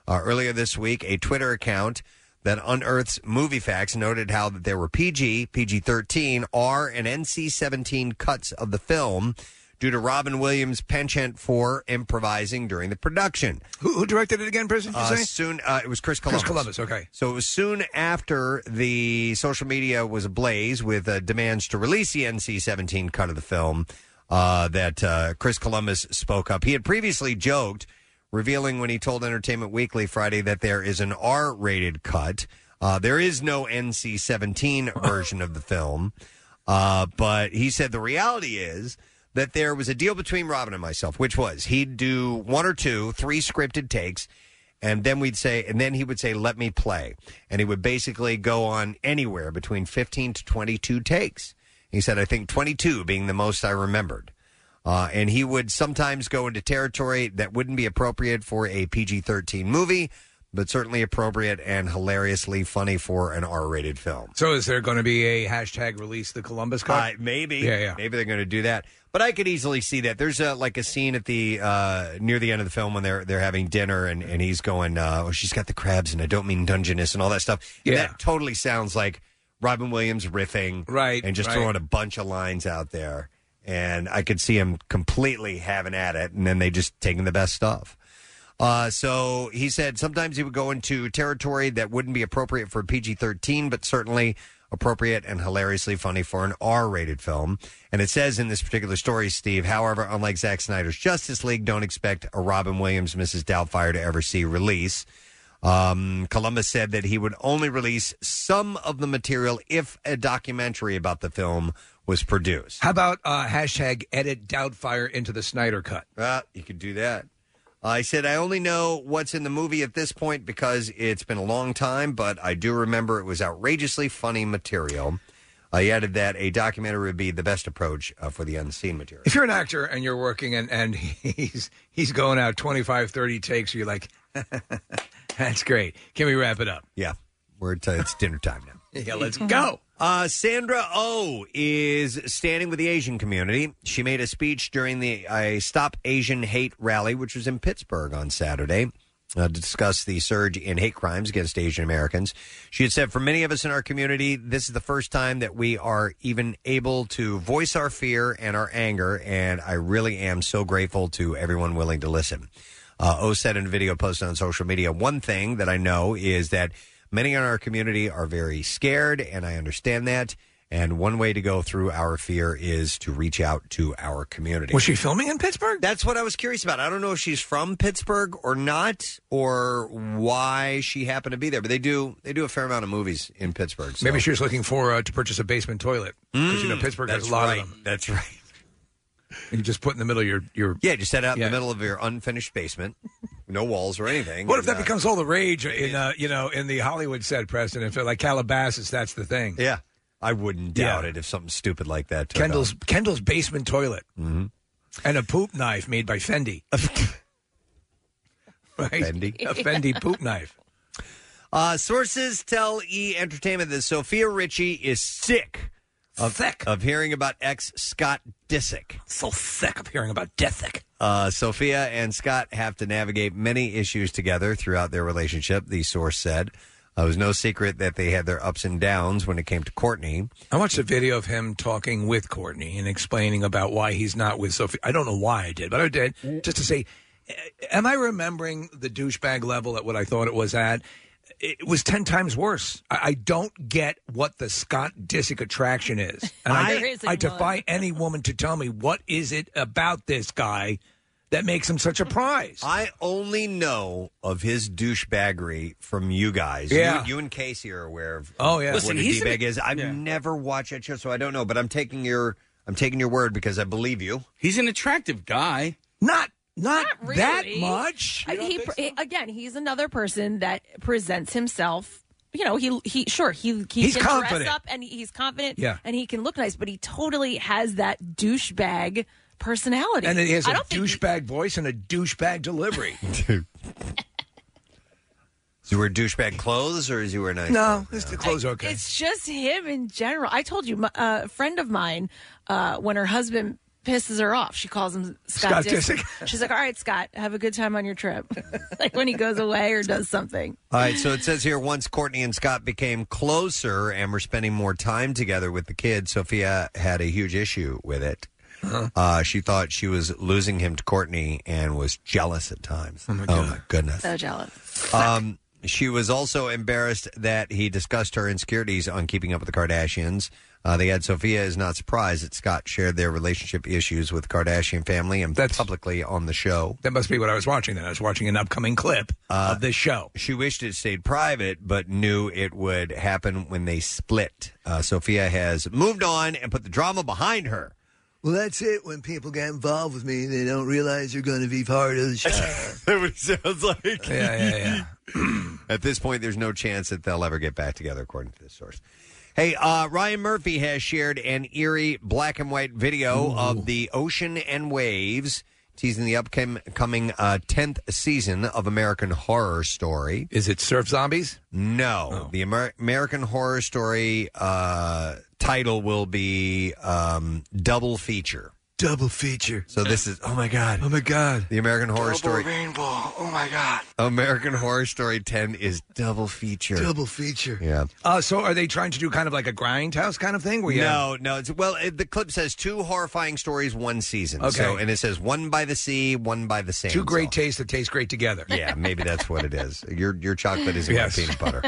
Uh, earlier this week, a Twitter account that unearths movie facts noted how that there were PG, PG 13, R, and NC 17 cuts of the film due to Robin Williams' penchant for improvising during the production. Who, who directed it again, Preston? did you Uh, say? soon, uh, it was Chris Columbus. Columbus, okay. So it was soon after the social media was ablaze with uh, demands to release the NC-17 cut of the film uh, that uh, Chris Columbus spoke up. He had previously joked, revealing when he told Entertainment Weekly Friday that there is an R-rated cut. Uh, there is no (laughs) NC-17 version of the film. Uh, but he said the reality is that there was a deal between Robin and myself, which was he'd do one or two, three scripted takes, and then we'd say, and then he would say, "Let me play," and he would basically go on anywhere between fifteen to twenty-two takes. He said, "I think twenty-two being the most I remembered." Uh, and he would sometimes go into territory that wouldn't be appropriate for a PG 13 movie, but certainly appropriate and hilariously funny for an R rated film. So is there going to be a hashtag release the Columbus Uh, cut? maybe. Yeah, yeah. Maybe they're going to do that. But I could easily see that. There's a like a scene at the uh, near the end of the film when they're they're having dinner and, and he's going, uh, oh, she's got the crabs and I don't mean Dungeness and all that stuff. And Yeah. that totally sounds like Robin Williams riffing, Right, and just right. throwing a bunch of lines out there. And I could see him completely having at it, and then they just taking the best stuff. Uh, so he said sometimes he would go into territory that wouldn't be appropriate for PG 13, but certainly appropriate and hilariously funny for an R rated film. And it says in this particular story, Steve, however, unlike Zack Snyder's Justice League, don't expect a Robin Williams Mrs. Doubtfire to ever see release. Um, Columbus said that he would only release some of the material if a documentary about the film was produced. How about uh, hashtag edit Doubtfire into the Snyder cut? Uh, you could do that. I said, I only know what's in the movie at this point because it's been a long time, but I do remember it was outrageously funny material. I added that a documentary would be the best approach uh, for the unseen material. If you're an actor and you're working and, and (laughs) he's he's going out 25, 30 takes, you're like, (laughs) that's great. Can we wrap it up? Yeah, we're t- it's dinner time now. Yeah, let's go. Uh, Sandra O oh is standing with the Asian community. She made a speech during the I Stop Asian Hate rally, which was in Pittsburgh on Saturday, uh, to discuss the surge in hate crimes against Asian Americans. She had said, "For many of us in our community, this is the first time that we are even able to voice our fear and our anger, and I really am so grateful to everyone willing to listen." Uh, o said in a video posted on social media, "One thing that I know is that." Many in our community are very scared, and I understand that. And one way to go through our fear is to reach out to our community. Was she filming in Pittsburgh? That's what I was curious about. I don't know if she's from Pittsburgh or not, or why she happened to be there. But they do they do a fair amount of movies in Pittsburgh. so- Maybe she was looking for uh, to purchase a basement toilet because you know Mm, Pittsburgh has that's a lot right. of them. That's right. And you just put in the middle of your your yeah, just set it out in Yeah. the middle of your unfinished basement, no walls or anything. What if that And, uh, becomes all the rage in uh, you know in the Hollywood set, Preston? If like Calabasas, that's the thing. Yeah, I wouldn't doubt it if something stupid like that. Mm-hmm. Took Kendall's Kendall's basement toilet and a poop knife made by Fendi. right? Fendi? a Fendi poop knife. Uh, sources tell E Entertainment that Sophia Ritchie is sick of, of hearing about ex Scott Disick. So sick of hearing about Disick. Uh, Sophia and Scott have to navigate many issues together throughout their relationship, the source said. Uh, it was no secret that they had their ups and downs when it came to Courtney. I watched a video of him talking with Courtney and explaining about why he's not with Sophie. I don't know why I did, but I did just to say, eh, am I remembering the douchebag level at what I thought it was at? It was ten times worse. I, I don't get what the Scott Disick attraction is, and (laughs) There I, isn't I defy any woman to tell me what is it about this guy that makes him such a prize. I only know of his douchebaggery from you guys. Yeah. You, you and Casey are aware of. Oh, Listen, yeah. Listen, what a he's d-bag an- is. I've yeah. never watched that show, so I don't know. But I'm taking your I'm taking your word because I believe you. He's an attractive guy. Not not, (laughs) Really? I- he, he- again, he's another person that presents himself. You know, he he sure he, he He's can confident. dress up and he's confident. Yeah. and he can look nice, but he totally has that douchebag personality. and it has I a don't think he- douchebag voice and a douchebag (laughs) delivery. Does he wear douchebag clothes or is he wear nice? no, this the clothes are okay. It's just him in general. I told you, my- uh, a friend of mine, uh, when her husband pisses her off, she calls him Scott, Scott Disick. (laughs) She's like, "All right, Scott, have a good time on your trip." (laughs) like when he goes away or does something. All right, so it says here once Courtney and Scott became closer and were spending more time together with the kids, Sophia had a huge issue with it. Uh, she thought she was losing him to Courtney and was jealous at times. Oh my, goodness. So jealous. Um, she was also embarrassed that he discussed her insecurities on Keeping Up with the Kardashians. Uh, they had Sophia is not surprised that Scott shared their relationship issues with the Kardashian family and publicly on the show. Uh, That must be what I was watching. Then I was watching an upcoming clip of this show. She wished it stayed private, but knew it would happen when they split. Uh, Sophia has moved on and put the drama behind her. Well, that's it. When people get involved with me, they don't realize they're going to be part of the (laughs) show. That's what it sounds like. Yeah, At this point, there's no chance that they'll ever get back together, according to this source. Hey, uh, Ryan Murphy has shared an eerie black and white video of the ocean and waves, teasing the upcoming uh, 10th season of American Horror Story. Is it Surf Zombies? Oh. No. The Amer- American Horror Story uh, title will be um, Double Feature. Double feature. So this is, oh my God. Oh my God. (laughs) The American Horror Story. rainbow. Oh my God. American Horror Story 10 is double feature. Double feature. Yeah. Uh, so are they trying to do kind of like a grindhouse kind of thing? Where you No, no. It's, well, it, the clip says two horrifying stories, one season. Okay. So, and it says one by the sea, one by the sand. two great tastes that taste great together. Yeah, (laughs) maybe that's what it is. (laughs) Your your chocolate is Yes. my peanut butter.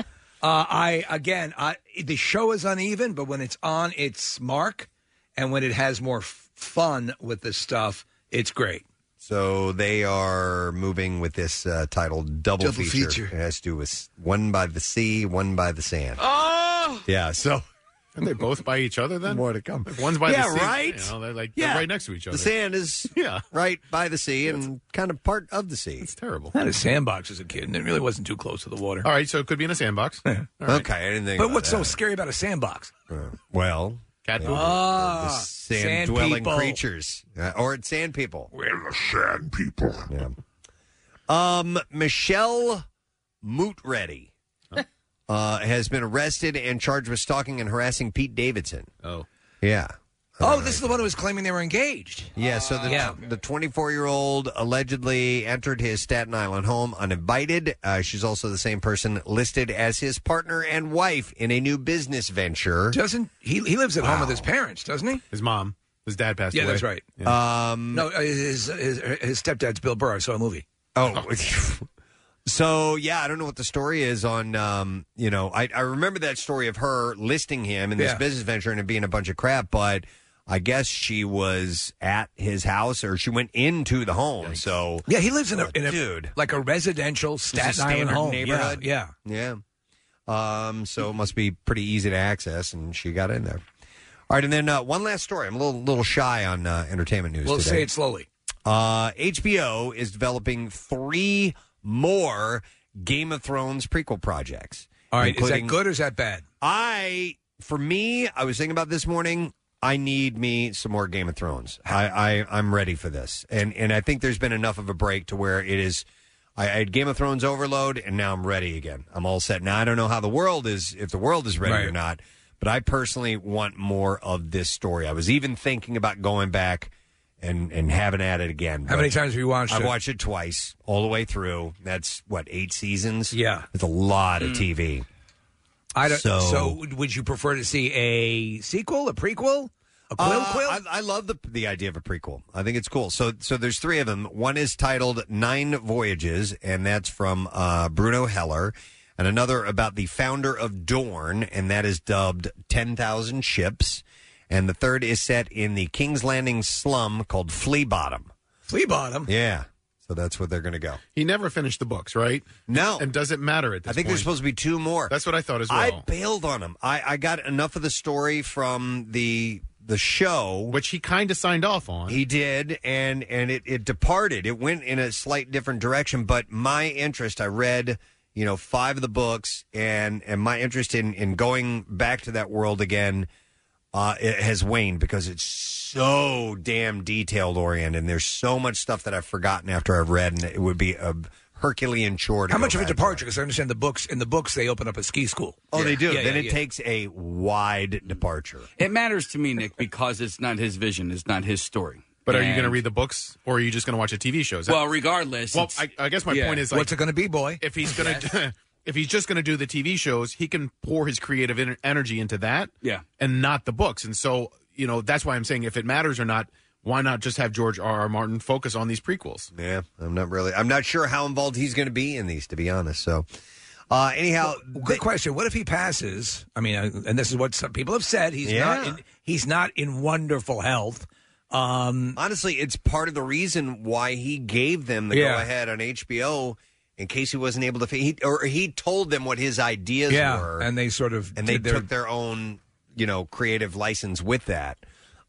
Uh, I again, I, the show is uneven, but when it's on, it's mark, and when it has more f- fun with this stuff, it's great. (laughs) So they are moving with this uh, title, double, Double feature. It has to do with s- one by the sea, one by the sand. Oh! Yeah. So (laughs) And they both by each other then? More to come. Like, one's by Yeah, the sea. right? You know, they're like they're Yeah. right next to each other. the sand (laughs) is yeah. right by the sea and kind of part of the sea. It's terrible. I had a sandbox as a kid, and it really wasn't too close to the water. All right, so it could be in a (laughs) sandbox. Okay, I didn't think. But about what's so that. scary about a sandbox? well? Cat poop. Ah, sand sand dwelling people. creatures uh, or it's sand people. We're the sand people. Yeah. Um, Michelle Mootready uh, has been arrested and charged with stalking and harassing Pete Davidson. Oh. Yeah. Oh, this is the one who was claiming they were engaged. Yeah, so the Yeah. the 24 year old allegedly entered his Staten Island home uninvited. Uh, she's also the same person listed as his partner and wife in a new business venture. Doesn't he? He lives at home with his parents, doesn't he? His mom, his dad passed yeah, away. that's right. Um, no, uh, his, his his stepdad's Bill Burr. I saw a movie. Oh, (laughs) so yeah, I don't know what the story is on. Um, you know, I, I remember that story of her listing him in this Yeah. business venture and it being a bunch of crap, but I guess she was at his house or she went into the home. So Yeah, he lives in a, in a dude like a residential Staten Island standard home. neighborhood. Yeah, yeah, yeah. Um, so it must be pretty easy to access, and she got in there. All right, and then uh, one last story. I'm a little little shy on uh, entertainment yeah. news. We'll today. say it slowly. Uh, HBO is developing three more Game of Thrones prequel projects. All right, is that including- good or is that bad? I, for me, I was thinking about this morning. I need me some more Game of Thrones. I, I I'm ready for this, and and I think there's been enough of a break to where it is. I, I had Game of Thrones overload, and now I'm ready again. I'm all set. Now I don't know how the world is, if the world is ready or Right. not, but I personally want more of this story. I was even thinking about going back and and having at it again. How but many times have you watched I've it? watched it twice, all the way through. That's what eight seasons. Yeah. it's a lot of Mm. TV. I don't. So- So, would you prefer to see a sequel, a prequel, a quill Uh, quill? I, I love the the idea of a prequel. I think it's cool. So so there's three of them. One is titled Nine Voyages, and that's from uh, Bruno Heller, and another about the founder of Dorne, and that is dubbed Ten Thousand Ships, and the third is set in the King's Landing slum called Flea Bottom. Flea Bottom. Yeah. So that's where they're going to go. He never finished the books, right? No. And does it matter at this I think there's point? supposed to be two more. That's what I thought as well. I bailed on him. I, I got enough of the story from the the show, which he kind of signed off on. He did, and and it it departed. It went in a slight different direction. But my interest, I read you know five of the books, and and my interest in in going back to that world again. Uh, it has waned because it's so damn detailed oriented, and there's so much stuff that I've forgotten after I've read, and it would be a Herculean chore. To How go much of a back. departure? Because I understand the books. In the books, they open up a ski school. Oh, they do. Yeah, then yeah, it yeah. takes a wide departure. It matters to me, Nick, because it's not his vision. It's not his story. But are you And- going to read the books, or are you just going to watch a TV show? Is that- Well, regardless. Well, it's- I, I guess my yeah. point is, like, What's it going to be, boy? if he's going to, (laughs) if he's just going to do the TV shows, he can pour his creative en- energy into that, Yeah. and not the books. And so, you know, that's why I'm saying if it matters or not, why not just have George R. R. Martin focus on these prequels? Yeah, I'm not really. I'm not sure how involved he's going to be in these, to be honest. So, uh, anyhow, Good question. What if he passes? I mean, uh, and this is what some people have said. He's not. Yeah. In, he's not in wonderful health. Um, honestly, it's part of the reason why he gave them the Yeah. go ahead on HBO in case he wasn't able to, fi- he, or he told them what his ideas yeah, were, and they sort of and they did their- took their own, you know, creative license with that.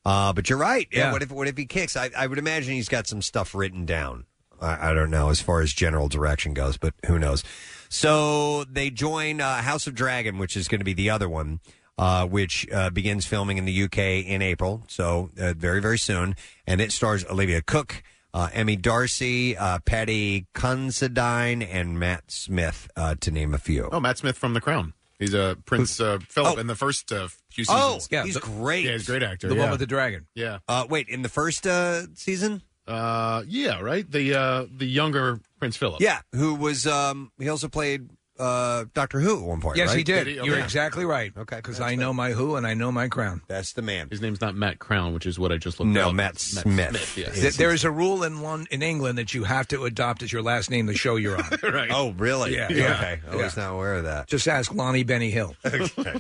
Uh, but you're right. Yeah. Yeah. What if what if he kicks? I, I would imagine he's got some stuff written down. I, I don't know as far as general direction goes, but who knows? So they join uh, House of Dragon, which is going to be the other one, uh, which uh, begins filming in the UK in April, so uh, very very soon, and it stars Olivia Cook. Uh, Emmy Darcy, uh, Patty Considine, and Matt Smith, uh, to name a few. Oh, Matt Smith from The Crown. He's a uh, Prince uh, Philip in the first uh, few Oh, seasons. Yeah, he's the- great. Yeah, he's a great actor. the yeah. one with the dragon. yeah. Uh, wait, in the first uh, season? Uh, yeah, right. The uh, the younger Prince Philip. Yeah, who was um he also played uh Doctor Who at one point, Yes, right? he did. Did he? You're Okay. exactly right. Okay, because I know my who and I know my crown. That's the man. His name's not Matt Crown, which is what I just looked No, up. Matt Smith. yes. Th- there is a rule in Lon- in England that you have to adopt as your last name the show you're on. (laughs) right. Oh, really? Yeah. Okay. I was Yeah. not aware of that. Just ask Lonnie (laughs) Benny Hill. All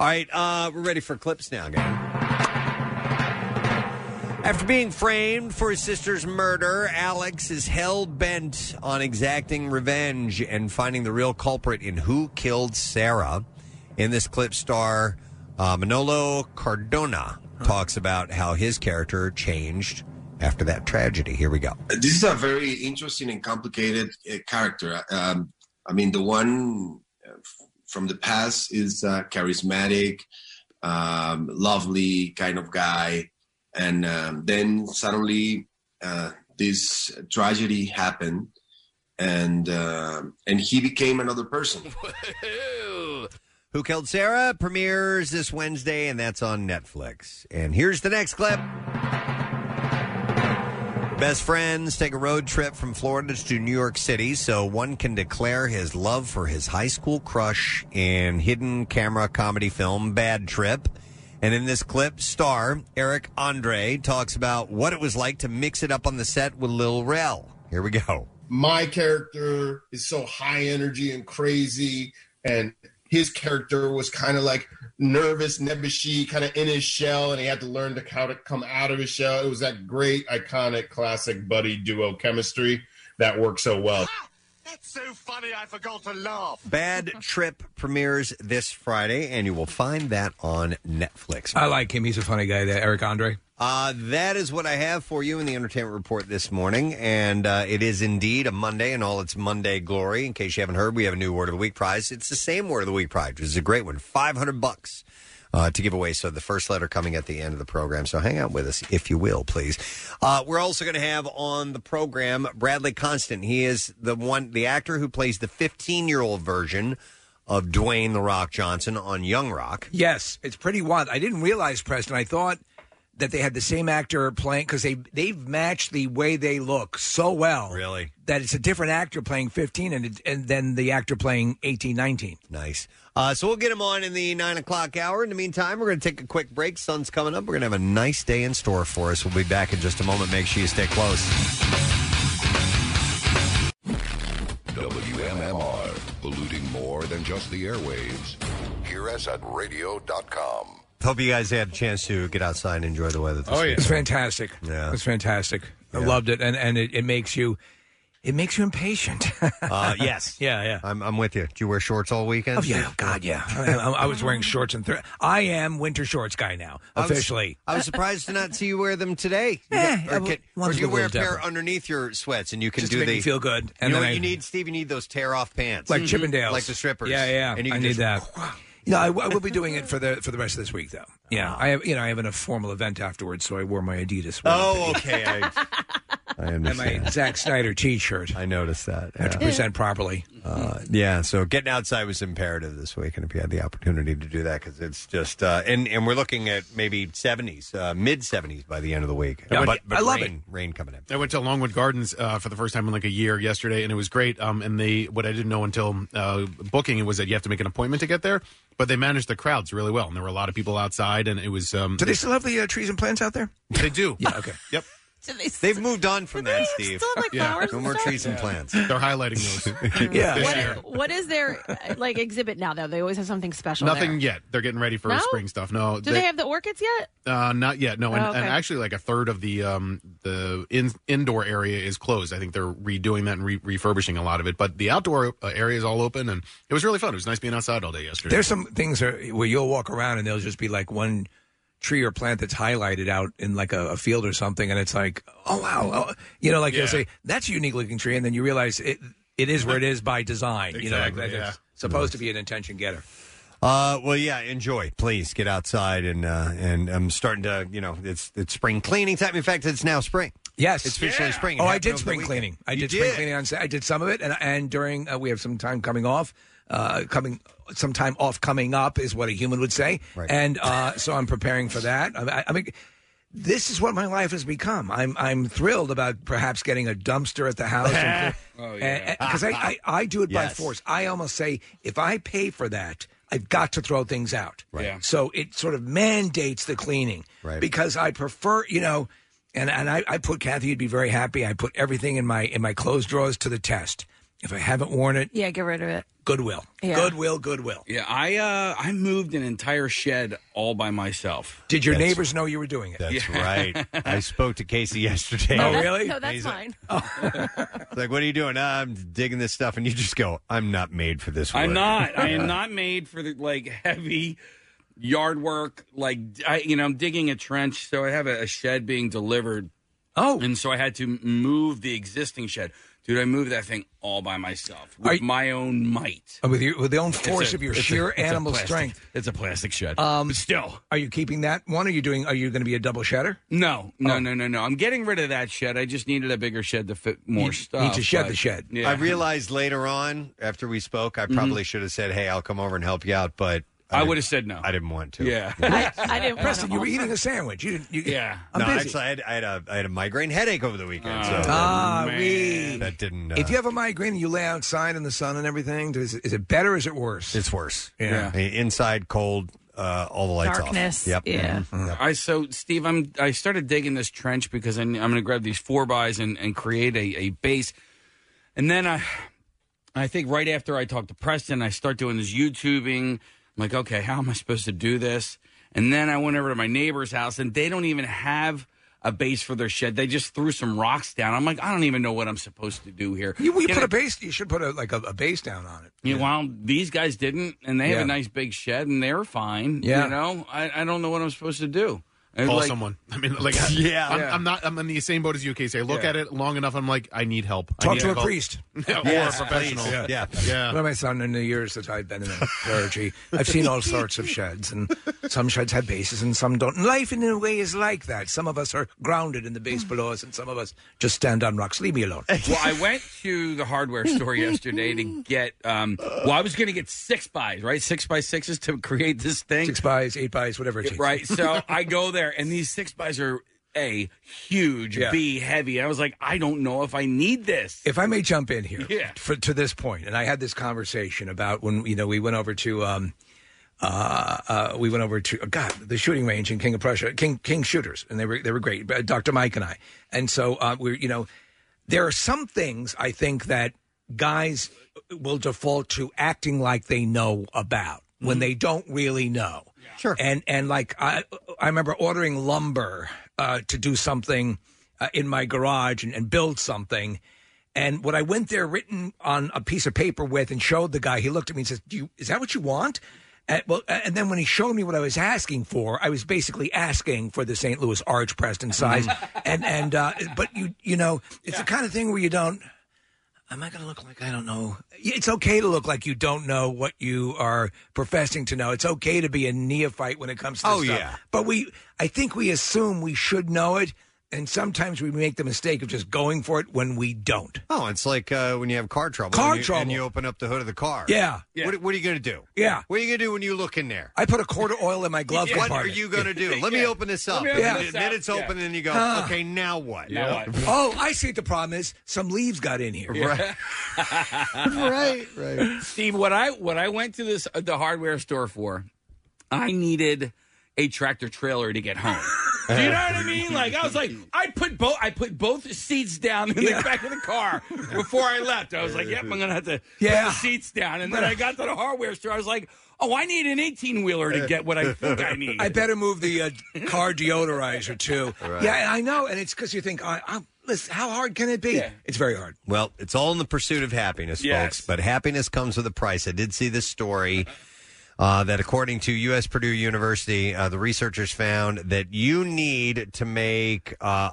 right, uh, we're ready for clips now, gang. After being framed for his sister's murder, Alex is hell bent on exacting revenge and finding the real culprit in Who Killed Sarah. In this clip, star uh, Manolo Cardona talks about how his character changed after that tragedy. Here we go. this is a very interesting and complicated uh, character. Um, I mean, the one uh, f- from the past is uh, charismatic, um, lovely kind of guy, and um, then suddenly uh, this tragedy happened, and um and he became another person. Who Killed Sarah premieres this Wednesday, and that's on Netflix. And here's the next clip. Best friends take a road trip from Florida to New York City so one can declare his love for his high school crush in hidden camera comedy film Bad Trip. And in this clip, star Eric Andre talks about what it was like to mix it up on the set with Lil Rel. Here we go. my character is so high energy and crazy and his character was kind of like nervous nebbishy kind of in his shell and he had to learn to kind of come out of his shell it was that great iconic classic buddy duo chemistry that worked so well That's so funny, I forgot to laugh. (laughs) Bad Trip premieres this Friday, and you will find that on Netflix. I like him. He's a funny guy, there, Eric Andre. Uh, that is what I have for you in the entertainment report this morning. And uh, it is indeed a Monday and all its Monday glory. In case you haven't heard, we have a new Word of the Week prize. It's the same Word of the Week prize, which is a great one 500 bucks uh, to give away. So the first letter coming at the end of the program. So hang out with us, if you will, please. Uh, we're also going to have on the program Bradley Constant. He is the one, the actor who plays the 15 year old version of Dwayne The Rock Johnson on Young Rock. Yes, it's pretty wild. I didn't realize, Preston. I thought that they had the same actor playing because they they've matched the way they look so well. Really? That it's a different actor playing 15 and it, and then the actor playing 18, 19. Nice. Uh, so we'll get him on in the nine o'clock hour. In the meantime, we're going to take a quick break. Sun's coming up. We're going to have a nice day in store for us. We'll be back in just a moment. Make sure you stay close. WMMR, polluting more than just the airwaves. Hear us at radio.com. Hope you guys had a chance to get outside and enjoy the weather. This weekend. Oh, it's fantastic. Yeah. it's fantastic. I Yeah. loved it, and and it, it makes you it makes you impatient. (laughs) Uh, yes. yeah, yeah. I'm, I'm with you. Do you wear shorts all weekend? Oh, yeah. Oh, God, yeah. I, I, I was wearing shorts and thr- I am winter shorts guy now I was- officially. I was, surprised to not see you wear them today. You got- Eh, I or will- can, or one's you a wear a little pair different. underneath your sweats and you can Just to do make the me feel good. And you And know then what I- you need, Steve? You need those tear off pants. Mm-hmm. like Chippendales, Like the strippers. Yeah, yeah. And you I can need just- that. You know, I, I will be doing it for the for the rest of this week, though. Uh-huh. Yeah, I have you know I have a formal event afterwards, so I wore my Adidas. Oh, okay. I, I (laughs) and understand. my Zack Snyder T-shirt. I noticed that. I have to yeah. present properly. Uh, yeah, so getting outside was imperative this week, and if you had the opportunity to do that, because it's just uh, and and we're looking at maybe seventies, uh, mid seventies by the end of the week. Yeah, but, but- I love rain, Rain coming in. I went to Longwood Gardens uh, for the first time in like a year yesterday, and it was great. Um, and they what I didn't know until uh, booking it was that you have to make an appointment to get there, but they managed the crowds really well, and there were a lot of people outside, and it was. Um, Do they still have the uh, trees and plants out there? They do. (laughs) yeah. Okay. Yep. They've moved on from that, Steve. no more trees and plants. They're highlighting (laughs) those. Yeah. This What- year. what is their uh, like exhibit now? Though they always have something special. Nothing there. yet. They're getting ready for No? spring stuff. No. Do they, have the orchids yet? Uh, not yet. No, and, Oh, okay. and actually, like a third of the um the in, indoor area is closed. I think they're redoing that and re- refurbishing a lot of it. But the outdoor uh, area is all open, and it was really fun. It was nice being outside all day yesterday. There's some things are, where you'll walk around and there'll just be like one tree or plant that's highlighted out in like a, a field or something, and it's like, oh wow, oh, you know, like Yeah. you'll say that's a unique looking tree, and then you realize it it is where it is by design. you know, like Exactly, that yeah. it's supposed to be an intention getter. Uh, well, yeah, enjoy. Please get outside and uh, and I'm starting to, you know, it's it's spring cleaning time. In fact, it's now spring. Yes, it's officially spring. It Oh, I happened did over the spring weekend. cleaning. I You did, spring cleaning on. Sa- I did some of it, and and during uh, we have some time coming off, uh, coming some time off coming up is what a human would say, Right. and uh, so I'm preparing for that. I, I, I mean. This is what my life has become. I'm I'm thrilled about perhaps getting a dumpster at the house because Oh, I, I I do it by Yes. force. I almost say if I pay for that, I've got to throw things out. Right. Yeah. So it sort of mandates the cleaning Right. because I prefer, you know, and and I, I put Kathy, you'd be very happy. I put everything in my in my clothes drawers to the test. If I haven't worn it, Yeah, get rid of it. Goodwill, Yeah. Goodwill, Goodwill. Yeah, I uh, I moved an entire shed all by myself. Did your (laughs) neighbors Oh, know you were doing it? That's (laughs) right. I spoke to Casey yesterday. (laughs) Oh, No, that's- No, that's He's fine. (laughs) It's like, what are you doing? "Ah, I'm digging this stuff, and you just go, I'm not made for this. I'm wood." not. (laughs) (laughs) I Yeah. am not made for the like heavy yard work. Like I, you know, I'm digging a trench, so I have a, a shed being delivered. Oh, and so I had to move the existing shed. Dude, I moved that thing all by myself with my own might. Uh, (laughs) With your with the own force It's a- of your it's a- sheer it's a animal plastic- strength. It's a plastic shed. Um, But still, are you keeping that one? Are you doing? Are you going to be a double shedder? oh. No, no, no, no, no. I'm getting rid of that shed. I just needed a bigger shed to fit more You stuff. need to shed but- the shed. Yeah. I realized later on after we spoke, I Mhm. probably should have said, "Hey, I'll come over and help you out," but I, would have said no. I didn't want to. Yeah. I, (laughs) I didn't. Preston, you were eating a sandwich. You didn't. You, yeah. Oh, I'm no, busy. actually, I had, I had a I had a migraine headache over the weekend. so Ah, that- we- that didn't. Uh, if you have a migraine and you lay outside in the sun and everything, does, is it better or is it worse? It's worse. Yeah. I mean, inside, cold, uh, all the lights Darkness, off. Yep. yeah. Mm-hmm. Mhm. Yep. I so Steve, I'm I started digging this trench because I, am going to grab these four bys and, and create a, a base, and then I, I think right after I talk to Preston, I start doing this YouTubing. I'm like, okay, how am I supposed to do this? And then I went over to my neighbor's house, and they don't even have a base for their shed. They just threw some rocks down. I'm like, I don't even know what I'm supposed to do here. You, you Get put a- a base. You should put a, like a, a base down on it. yeah, well, these guys didn't, and they have Yeah. a nice big shed, and they're fine. Yeah. You know, I, I don't know what I'm supposed to do. And, Call like- someone. (laughs) I mean, (laughs) like, I- yeah. I'm, I'm not. I'm in the same boat as you, Casey. I look Yeah. at it long enough. I'm like, I need help. I Talk need to a help. priest. (laughs) Yeah, or Yes, a professional. please. Yeah, Well, my son, in the years that I've been in a clergy, I've seen all sorts of sheds, and some sheds have bases and some don't. And life, in a way, is like that. Some of us are grounded in the base below us, and some of us just stand on rocks. Leave (laughs) me alone. well, I went to the hardware store yesterday to get. Um, well, I was going to get six buys, right? Six by sixes to create this thing. Six buys, eight buys, whatever it takes. Right. (laughs) So I go there, and these six buys are a huge, Yeah. b heavy. I was like, I don't know if I need this. If I may jump in here, Yeah. for, to this point, and I had this conversation about when you know we went over to, um, uh, uh, we went over to oh, God the shooting range in King of Prussia, King King shooters, and they were they were great, but Dr. Mike and I, and so uh, we're you know there are some things I think that guys will default to acting like they know about when they don't really know. Sure. And and like I I remember ordering lumber uh, to do something uh, in my garage and, and build something. And what I went there written on a piece of paper with and showed the guy, he looked at me and says, "Do you is that what you want?" And, well, and then when he showed me what I was asking for, I was basically asking for the St. Louis Arch Preston size, and and uh, but you you know it's the kind of thing where you don't. Am I going to look like I don't know? It's okay to look like you don't know what you are professing to know. It's okay to be a neophyte when it comes to this Oh, stuff. yeah. But we, I think we assume we should know it, and sometimes we make the mistake of just going for it when we don't. Oh, it's like uh, when you have car trouble. Car and you, And trouble. you open up the hood of the car. Yeah. What, what are you going to do? Yeah. What are you going to do when you look in there? I put a quart of oil (laughs) in my glove what are compartment. you going to do? Let me open this Let up. me open And this then up. it's Yeah. open, and you go, Ah. okay, now what? oh, I see what the problem is. Some leaves got in (laughs) here. (laughs) Right. right, right. Steve, what I what I went to this uh, the hardware store for, I needed a tractor trailer to get (laughs) home. Do you know what I mean? Like I was like, I put both I put both seats down in the back of the car before I left. I was like, Yep, I'm gonna have to Yeah. put the seats down. And then I got to the hardware store. I was like, Oh, I need an 18 wheeler to get what I (laughs) think I need. I better move the uh, car deodorizer too. Yeah, and I know, and it's because you think, I, I'm, listen, how hard can it be? It's very hard. Well, it's all in the pursuit of happiness, Yes. folks. But happiness comes with a price. I did see this story uh, that, according to U.S. Purdue University, uh, the researchers found that you need to make uh,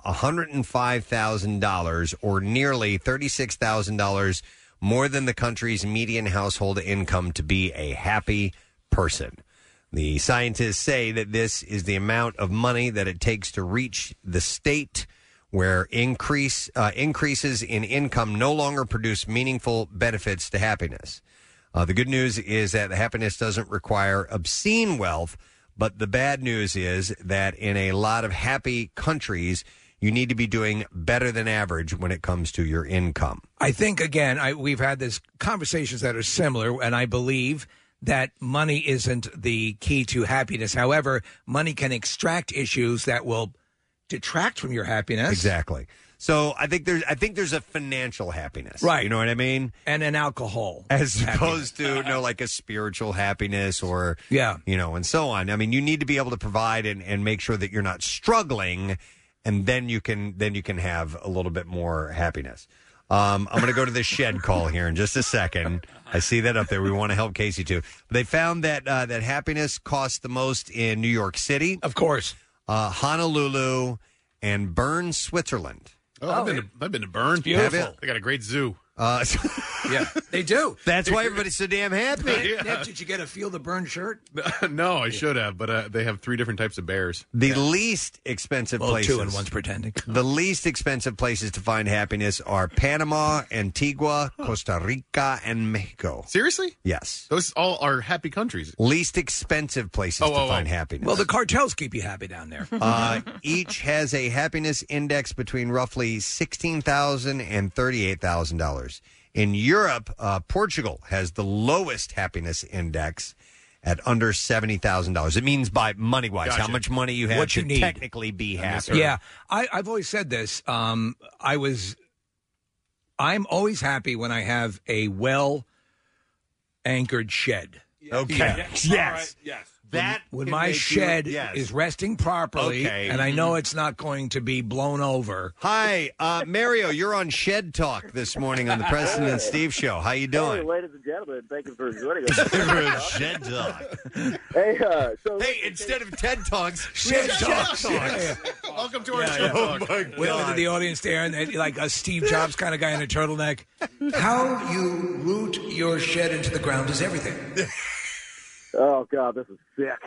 $105,000 or nearly $36,000 more than the country's median household income to be a happy person. The scientists say that this is the amount of money that it takes to reach the state where increase uh, increases in income no longer produce meaningful benefits to happiness. Uh, the good news is that happiness doesn't require obscene wealth, but the bad news is that in a lot of happy countries, you need to be doing better than average when it comes to your income. I think again, I, we've had this conversations that are similar, and I believe that money isn't the key to happiness. However, money can extract issues that will detract from your happiness. Exactly. So I think there's I think there's a financial happiness, Right. You know what I mean? And an alcohol, as happiness. opposed to you know like a spiritual happiness or Yeah. you know and so on i mean you need to be able to provide and, and make sure that you're not struggling and then you can then you can have a little bit more happiness um, i'm going to go to the shed call here in just a second i see that up there we want to help casey too they found that uh, that happiness costs the most in new york city of course uh, honolulu and bern switzerland Oh, I've been to I've been to Burn. beautiful. Have you? They got a great zoo. Uh, (laughs) yeah, they do. That's why everybody's so (laughs) damn happy. Nick, Nick, did you get a feel the burn shirt? no, I should have, but uh, they have three different types of bears. The least expensive Well, two places. and one's pretending. The least expensive places to find happiness are Panama, Antigua, Costa Rica, and Mexico. Seriously? Yes. Those all are happy countries. Least expensive places to find happiness. Well, the cartels keep you happy down there. uh, (laughs) each has a happiness index between roughly sixteen thousand and thirty-eight thousand dollars. In Europe, uh, Portugal has the lowest happiness index at under seventy thousand dollars. It means by money wise, how Gotcha. much money you have What to you need. technically be happy. Yeah, I, I've always said this. Um, I was, I'm always happy when I have a well anchored shed. Okay. Yes. Yes. That when, can my make you- shed yes. is resting properly, Okay. Mm-hmm. and I know it's not going to be blown over. Hi, uh, Mario. You're on Shed Talk this morning on the President and Steve Show. How you Hey, doing? ladies and gentlemen, thank you for joining (laughs) us. Shed Talk. hey, uh, so hey, instead of TED Talks, Shed Talks. Yeah. Welcome to Yeah, yeah. we look into the audience there, and they- like a Steve Jobs kind of guy in a turtleneck. How you root your shed into the ground is everything. (laughs) oh god, this is sick.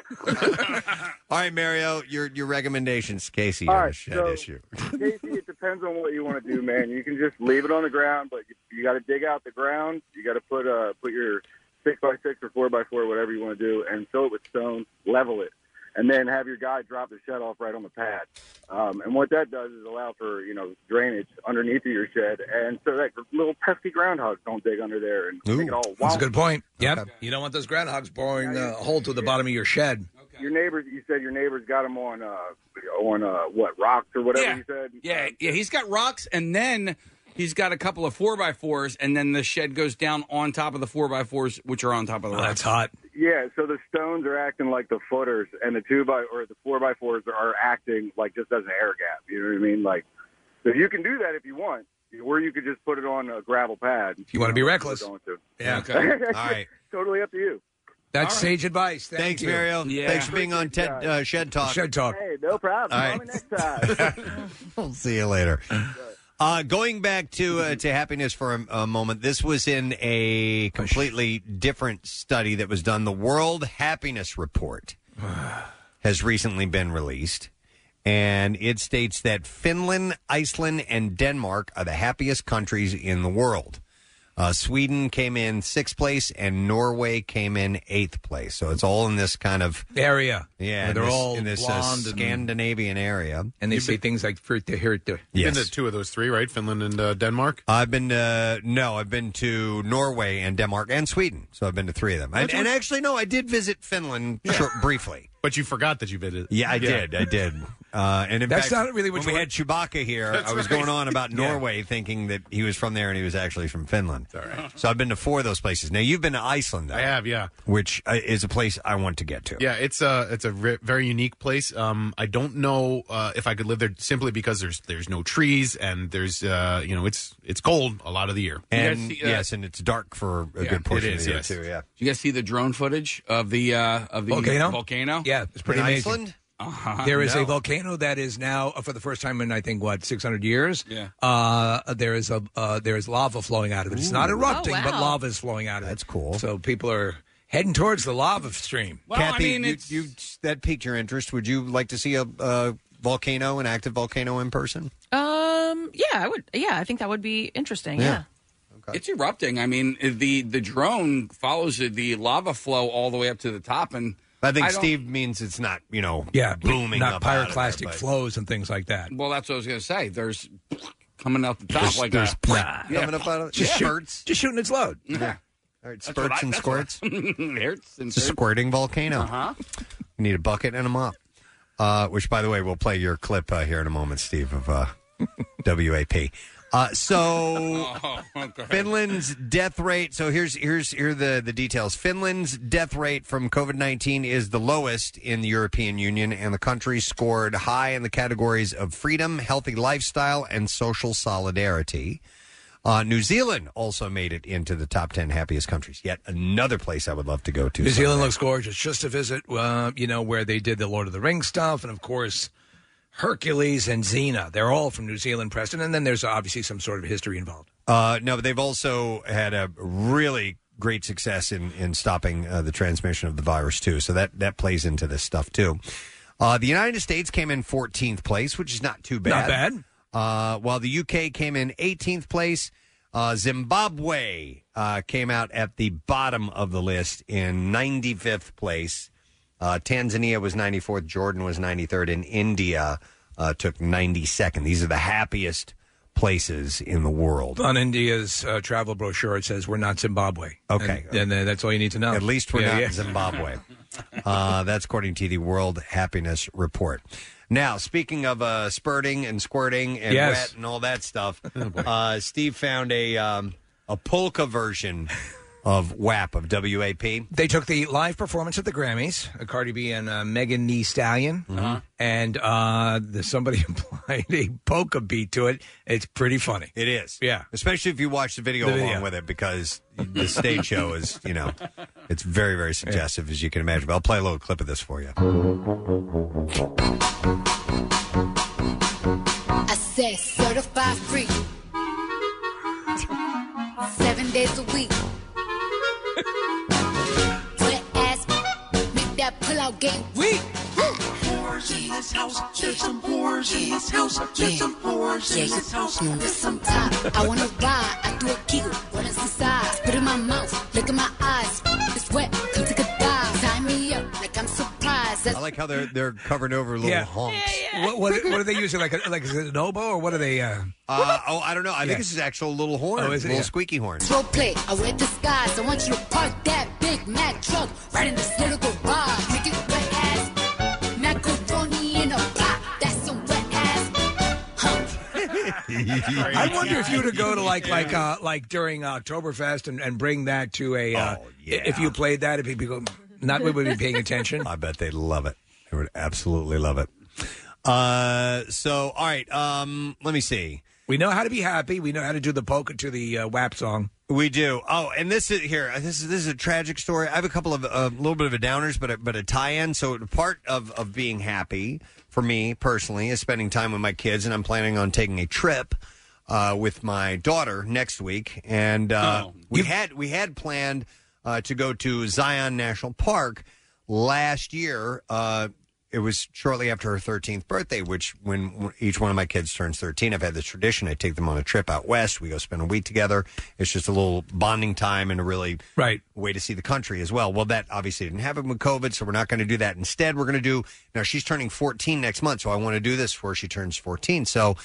(laughs) All right, Mario. Your your recommendations, Casey, All on the right, shed so- issue. (laughs) Casey, it depends on what you want to do, man. You can just leave it on the ground, but you, you got to dig out the ground. You got to put uh put your six by six or four by four, whatever you want to do, and fill it with stone, level it, and then have your guy drop the shed off right on the pad. Um, and what that does is allow for you know drainage underneath of your shed, and so that little pesky groundhogs don't dig under there and make it all That's a wonky. good point. Yep. You don't want those groundhogs boring the hole to the bottom of your shed. Your neighbors, you said your neighbors got them on uh, on uh, what rocks or whatever Yeah. you said. Yeah, yeah, he's got rocks, and then he's got a couple of four by fours, and then the shed goes down on top of the four by fours, which are on top of the rocks. Oh, that's hot. Yeah, so the stones are acting like the footers, and the two by or the four by fours are acting like just as an air gap. You know what I mean? Like, so you can do that if you want, or you could just put it on a gravel pad. You wanna be know, reckless. if you're going to. Yeah. (laughs) Okay. All right. totally up to you. That's All right. sage advice. Thank Thanks, you. Mario. Thanks for being on TED uh, Shed Talk. Shed Talk. Hey, no problem. All (sighs) Call me next time. (laughs) We'll see you later. Uh, going back to uh, to happiness for a, a moment, this was in a completely different study that was done. The World Happiness Report has recently been released, and it states that Finland, Iceland, and Denmark are the happiest countries in the world. Uh, Sweden came in sixth place, and Norway came in eighth place. So it's all in this kind of Area. yeah, Where in they're this- all in this uh, blonde and- Scandinavian area, And they say things like fruit to hear it to. You've Yes. been to two of those three, right? Finland and uh, Denmark. I've been to no, I've been to Norway and Denmark and Sweden, so I've been to three of them. And, and actually, no, I did visit Finland short, briefly. But you forgot that you visited. Yeah, I did. I did. Uh, and in That's fact, not really what when we had Chewbacca here, That's I was right. going on (laughs) about Yeah. Norway, thinking that he was from there and he was actually from Finland. All right. So I've been to four of those places. Now you've been to Iceland, though, I have, yeah. which uh, is a place I want to get to. Yeah, it's a it's a re- very unique place. Um, I don't know uh, if I could live there simply because there's there's no trees and there's uh, you know it's it's cold a lot of the year. And uh, yes, and it's dark for a Yeah, good portion it is, of the year yes. too. Yeah. Did you guys see the drone footage of the uh, of the Volcano? Volcano? Yeah, it's pretty In amazing. Iceland? Uh-huh. There is No. a volcano that is now uh, for the first time in I think what 600 years. Yeah. Uh, there is a uh, there is lava flowing out of it. It's not Ooh. erupting, Oh, but wow. lava is flowing out of it. That's cool. So people are heading towards the lava stream. Well, I Kathy, mean, you, it's- you that piqued your interest. Would you like to see a, a volcano, an active volcano, in person? Um, yeah, I would. Yeah, I think that would be interesting. Yeah. Yeah. It's erupting. I mean, the the drone follows the lava flow all the way up to the top, and I think don't- Steve means it's not you know Yeah, booming not up pyroclastic flows and things like that. Well, that's what I was going to say. There's coming out the top There's- like there's a, Yeah. coming up out of Just, shoot- spurts. just shooting its load. Yeah. All right, That's what spurts I- and that's what I- (laughs) squirts. Hertz and It's a hertz. squirting volcano. Uh-huh. You need a bucket and a mop. Uh, which, by the way, we'll play your clip uh, here in a moment, Steve of uh, (laughs) WAP. Uh, so Finland's death rate. So here's here's here are the the details. Finland's death rate from COVID nineteen is the lowest in the European Union, and the country scored high in the categories of freedom, healthy lifestyle, and social solidarity. Uh, New Zealand also made it into the top ten happiest countries. Yet another place I would love to go to. New someday. Zealand looks gorgeous. Just a visit, uh, you know, where they did the Lord of the Rings stuff, and of course, Hercules, and Xena. They're all from New Zealand, Preston. And then there's obviously some sort of history involved. Uh, no, but they've also had a really great success in in stopping uh, the transmission of the virus too. So that that plays into this stuff too. Uh, the United States came in 14th place, which is not too bad. Not bad. Uh, while the UK came in 18th place, uh, Zimbabwe uh, came out at the bottom of the list in 95th place. Uh, Tanzania was 94th, Jordan was 93rd, and India uh, took 92nd. These are the happiest places in the world. On India's uh, travel brochure, it says we're not Zimbabwe. Okay. And, and, uh, that's all you need to know. At least we're Yeah, not yeah. Zimbabwe. Uh, that's according to the World Happiness Report. Now, speaking of uh, spurting and squirting and Yes. Oh, wet and all that stuff, uh, Steve found a um, a polka version of WAP of WAP. They took the live performance at the Grammys, uh, Cardi B and uh, Megan Thee Stallion, and uh, the, somebody (laughs) applied a polka beat to it. It's pretty funny. It is, yeah. Especially if you watch the video The along video. with it, because the stage show is, you know, it's very, very suggestive as you can imagine. But I'll play a little clip of this for you. I said certified free. Seven days a week. Wet ass, make that pull out game weak. Whores in this house, there's some whores in this house, there's some whores in this house, there's some top. I wanna ride, I do a giggle, wanna see size, spit in my mouth, look in my eyes, it's wet, come take a dive, tie me up like I'm surprised. That's I like how they're they're covered over little honks. What, what, what are they using? Like, a, like is it an oboe or what are they? Uh, Uh, oh, I don't know. I think Yeah. this is actual little (laughs) horn, Oh, is it? little Yeah. squeaky horn. Slow play, I wear disguise. I want you to park that Big Mac truck right in this little garage. Make it wet ass macaroni in a pot. That's some wet ass. (laughs) I wonder if you were to go to like like uh, like during Oktoberfest and, and bring that to a uh, Oh, if you played that, if people not we would be paying (laughs) attention. I bet they'd love it. They would absolutely love it. Uh, so all right, um, let me see. We know how to be happy. We know how to do the polka to the uh, WAP song. We do. Oh, and this is here. This is this is a tragic story. I have a couple of a little bit of a downers, but a, but a tie-in. So part of of being happy for me personally is spending time with my kids, and I'm planning on taking a trip uh, with my daughter next week. And uh, we had we had planned uh, to go to Zion National Park last year. Uh, it was shortly after her 13th birthday, which when each one of my kids turns 13, I've had this tradition. I take them on a trip out west. We go spend a week together. It's just a little bonding time and a really right way to see the country as well. Well, that obviously didn't happen with COVID, so we're not going to do that. Instead, we're going to do now. She's turning 14 next month, so I want to do this before she turns 14. So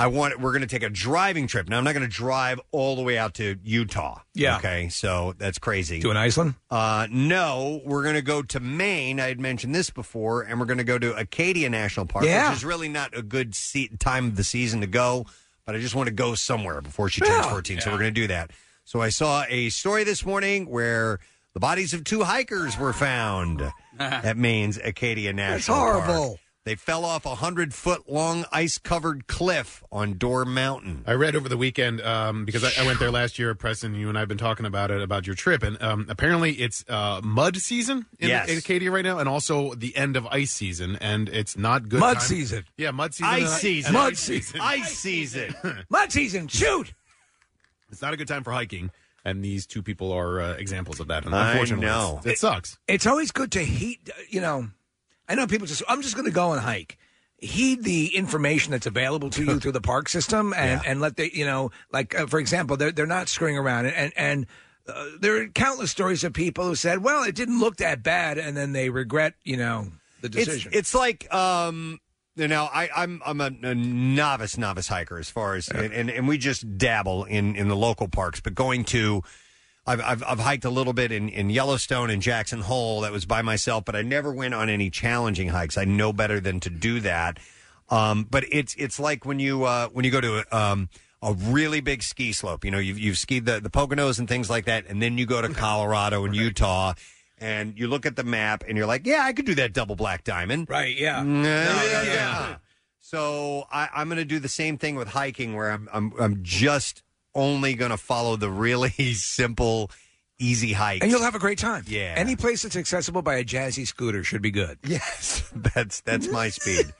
I want we're going to take a driving trip. Now I'm not going to drive all the way out to Utah. Yeah. Okay. So that's crazy. To an Iceland? Uh, no, we're going to go to Maine. I had mentioned this before, and we're going to go to Acadia National Park, Yeah. which is really not a good se- time of the season to go. But I just want to go somewhere before she turns 14, so we're going to do that. So I saw a story this morning where the bodies of two hikers were found at Maine's Acadia National Park. horrible. They fell off a hundred foot long ice covered cliff on Door Mountain. I read over the weekend um, because I, I went there last year, Preston. You and I have been talking about it about your trip, and um, apparently it's uh, mud season in, Yes. in Acadia right now, and also the end of ice season, and it's not good. Mud time- season. yeah, mud season, Ice and season. and Mud ice (laughs) season. ice season, mud season. Shoot, it's not a good time for hiking, and these two people are uh, examples of that. And I unfortunately, know. it's- it sucks. It's always good to heed. You know, I know people just. I'm just going to go and hike. Heed the information that's available to (laughs) you through the park system, and and let the you know, like uh, for example, they're they're not screwing around, and and. and uh, there are countless stories of people who said, "Well, it didn't look that bad," and then they regret, you know, the decision. It's, it's like uh, um you know, I, I'm I'm a, a novice novice hiker as far as and, and, and we just dabble in in the local parks, but going to I've, I've, I've hiked a little bit in, in Yellowstone and Jackson Hole. That was by myself, but I never went on any challenging hikes. I know better than to do that. Um, but it's it's like when you uh, when you go to a, um, a really big ski slope. You know, you've, you've skied the the Poconos and things like that, and then you go (laughs) to Colorado and Utah, and you look at the map and you're like, yeah, I could do that double black diamond. Right? Yeah. yeah. yeah. So I, I'm going to do the same thing with hiking, where I'm I'm, I'm just only going to follow the really (laughs) simple, easy hikes, and you'll have a great time. Yeah. (laughs) Any place that's accessible by a jazzy scooter should be good. Yes, that's that's my speed.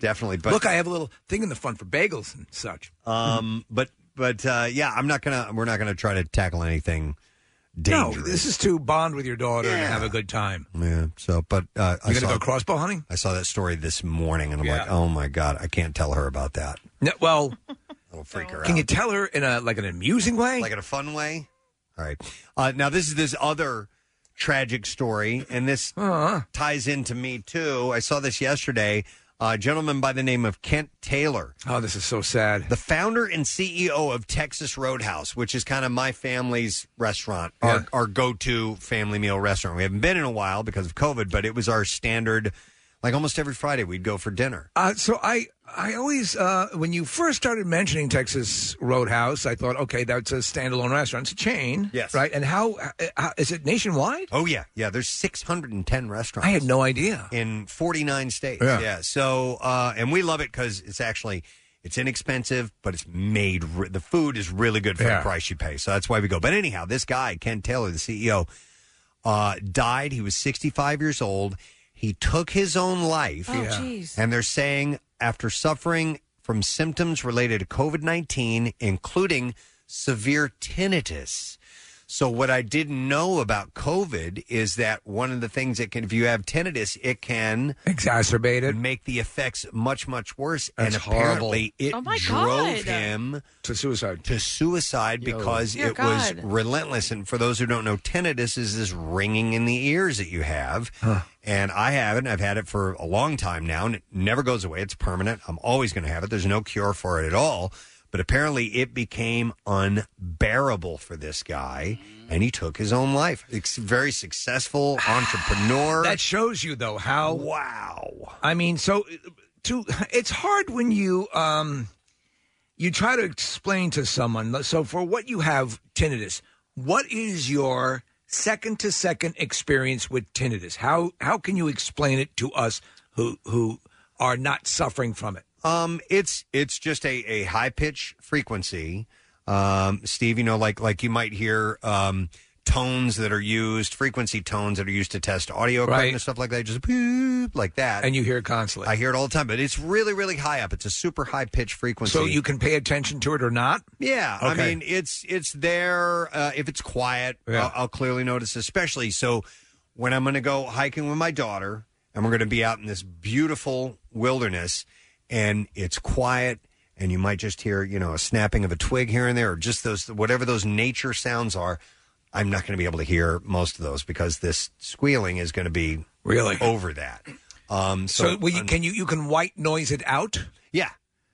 definitely. But Look, I have a little thing in the front for bagels and such. Um, but but uh, yeah, I'm not gonna. We're not gonna try to tackle anything dangerous. No, this is to bond with your daughter and have a good time. Yeah. So, but uh, I You're saw, gonna go crossbow hunting? I saw that story this morning, and I'm like, Yeah. oh my god, I can't tell her about that. No, (laughs) well, I'll freak her can out. you tell her in a like an amusing way, like in a fun way? All right. Uh, now this is this other tragic story, and this Uh-huh. ties into me too. I saw this yesterday. A gentleman by the name of Kent Taylor. Oh, this is so sad. The founder and CEO of Texas Roadhouse, which is kind of my family's restaurant, our, our go to family meal restaurant. We haven't been in a while because of COVID, but it was our standard, like almost every Friday, we'd go for dinner. Uh, so I, I always, uh, when you first started mentioning Texas Roadhouse, I thought, okay, that's a standalone restaurant. It's a chain, yes, right. And how, uh, how is it nationwide? Oh yeah, yeah. There's 610 restaurants. I had no idea. In 49 states. Yeah. Yeah. So, uh, and we love it because it's actually it's inexpensive, but it's made. Re- the food is really good for Yeah. the price you pay. So that's why we go. But anyhow, this guy Ken Taylor, the E CEO, uh, died. He was 65 years old. He took his own life. Oh, Yeah. geez. And they're saying after suffering from symptoms related to COVID 19, including severe tinnitus. So, what I didn't know about COVID is that one of the things that can, if you have tinnitus, it can exacerbate it, make the effects much, much worse. That's and horrible. apparently, it Oh, my drove God. him to suicide. To suicide because Dear it was God. relentless. And for those who don't know, tinnitus is this ringing in the ears that you have. And I have it. and I've had it for a long time now, and it never goes away. It's permanent. I'm always going to have it. There's no cure for it at all. But apparently, it became unbearable for this guy, and he took his own life. It's very (sighs) successful entrepreneur. That shows you though how wow. I mean, so to it's hard when you um you try to explain to someone. So for what you have tinnitus, what is your second to second experience with tinnitus? How how can you explain it to us who who are not suffering from it? Um, it's it's just a, a high pitch frequency. Um, Steve, you know, like like you might hear um, tones that are used, frequency tones that are used to test audio equipment Right. and stuff like that, just boop, like that. And you hear it constantly. I hear it all the time, but it's really really high up. It's a super high pitch frequency. So you can pay attention to it or not? Yeah, I Okay. mean it's it's there. Uh, if it's quiet, Yeah. I'll, I'll clearly notice. Especially so when I'm going to go hiking with my daughter, and we're going to be out in this beautiful wilderness, and it's quiet, and you might just hear you know a snapping of a twig here and there, or just those whatever those nature sounds are. I'm not going to be able to hear most of those because this squealing is going to be Really? over that. Um, So, so, will you, can you you can white noise it out? Yeah,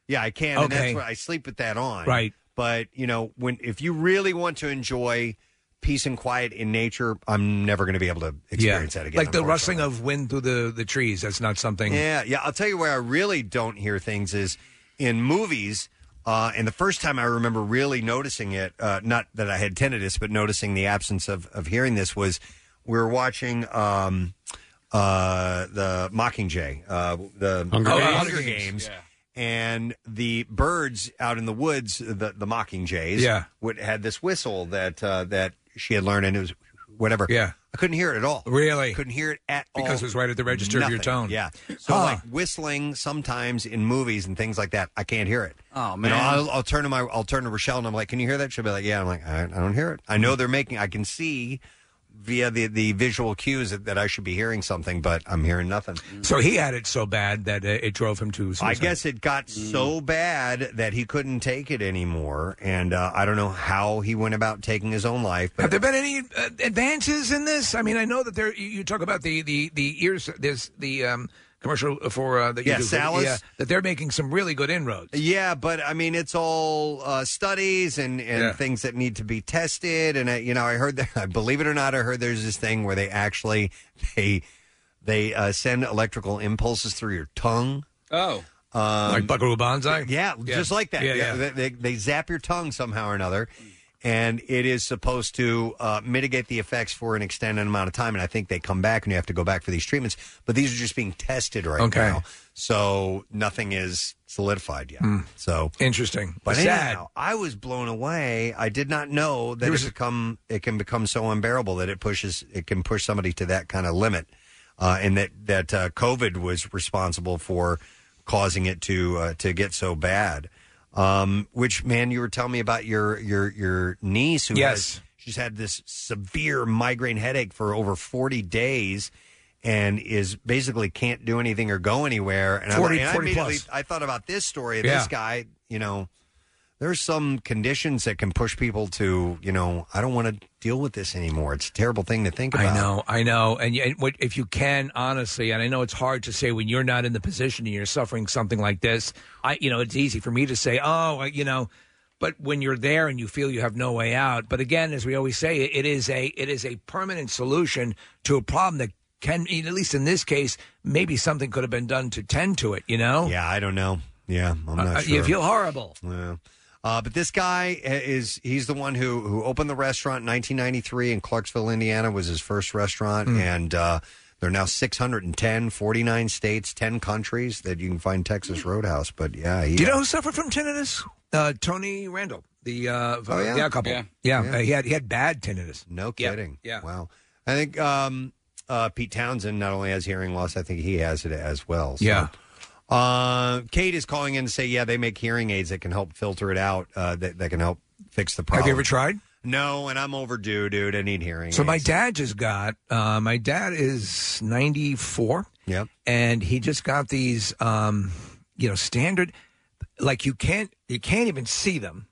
yeah, I can. And Okay. that's what I sleep with that on. Right. But you know, when if you really want to enjoy peace and quiet in nature, I'm never going to be able to experience that again. Like the unfortunately. rustling of wind through the, the trees. That's not something. Yeah, yeah. I'll tell you where I really don't hear things is in movies. Uh, and the first time I remember really noticing it, uh, not that I had tinnitus, but noticing the absence of, of hearing this was we were watching um, uh, the Mockingjay, uh, the Hunger Oh, Games. Hunger Games. And the birds out in the woods, the the mockingjays, Yeah. would had this whistle that uh, that she had learned, and it was whatever. Yeah. I couldn't hear it at all. Really? couldn't hear it at all Because it was right at the register of your Nothing. tone. Yeah. So Huh. like whistling sometimes in movies and things like that, I can't hear it. (laughs) Oh, You man. know, I'll, I'll turn to my I'll turn to Rochelle and I'm like, "Can you hear that?" She'll be like, "Yeah." I'm like, "I, I don't hear it. I Mm-hmm. know they're making. I can see via the the visual cues that, that I should be hearing something, but I'm hearing nothing." So he had it so bad that uh, it drove him to suicide. Mm. I guess it got so bad that he couldn't take it anymore, and uh, I don't know how he went about taking his own life. But Have there been any uh, advances in this? I mean, I know that there. You, you talk about the the the ears. There's the um, commercial for uh, that you Yeah, do for- Salus. Yeah, that they're making some really good inroads. Yeah, but I mean, it's all uh, studies and, and Yeah. things that need to be tested. And I, you know, I heard that. (laughs) Believe it or not, I heard there's this thing where they actually they they uh, send electrical impulses through your tongue. Oh. Um, like Buckaroo Banzai. Yeah, just like that. Yeah, yeah. They, they, they zap your tongue somehow or another, and it is supposed to uh, mitigate the effects for an extended amount of time. And I think they come back, and you have to go back for these treatments. But these are just being tested right Okay. now, so nothing is solidified yet. Mm. So interesting, But sad. anyhow, I was blown away. I did not know that There it was- become it can become so unbearable that it pushes it can push somebody to that kind of limit, uh, and that that uh, COVID was responsible for causing it to uh, to get so bad. Um, which man, you were telling me about your your your niece who Yes. has she's had this severe migraine headache for over forty days. And is basically can't do anything or go anywhere. And 40 I, and I 40 plus. immediately- I thought about this story. Yeah. This guy, you know, there's some conditions that can push people to, you know, I don't want to deal with this anymore. It's a terrible thing to think about. I know, I know. And, you- and what, if you can, honestly, and I know it's hard to say when you're not in the position and you're suffering something like this, I, you know, it's easy for me to say, oh, I- you know, but when you're there and you feel you have no way out, but again, as we always say, it is a it is a permanent solution to a problem that can, at least in this case, maybe something could have been done to tend to it. You know? Yeah, I don't know. Yeah, I'm not Uh, sure. You feel horrible. Yeah. Uh, but this guy i- is he's the one who who opened the restaurant in 1993 in Clarksville, Indiana was his first restaurant Mm. and uh they're now 610, 49 states, 10 countries that you can find Texas Roadhouse. But yeah, he, Hmm. Do you know who suffered from tinnitus? Uh, Tony Randall, the uh, Oh, yeah. couple. Yeah. Yeah, Yeah. Uh, he had he had bad tinnitus. No Oh, kidding. Yeah. Wow. I think um, uh, Pete Townsend not only has hearing loss, I think he has it as well. So. Yeah. Uh, Kate is calling in to say, yeah, they make hearing aids that can help filter it out, uh, that, that can help fix the problem. Have you ever tried? No, and I'm overdue, dude. I need hearing So my aids. dad just got. Uh, my dad is ninety four. Yep. And he just got these, um, you know, standard. Like you can't you can't even see them.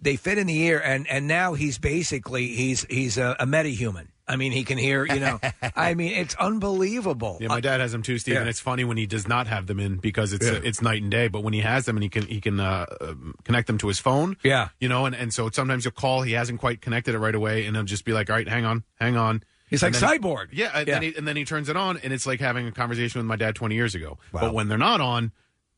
They fit in the ear, and and now he's basically he's he's a, a meta human. I mean, he can hear. (laughs) You know, I mean, it's unbelievable. Yeah, Uh, my dad has them too, Steve, Yeah. and it's funny when he does not have them in because it's uh, it's night and day. But when he has them and he can he can uh, um, connect them to his phone, yeah, you know, and, and so sometimes you'll call, he hasn't quite connected it right away, and he'll just be like, "All right, hang on, hang on." He's And like cyborg. yeah, and, Then Yeah. he, and then he turns it on, and it's like having a conversation with my dad twenty years ago. Wow. But when they're not on,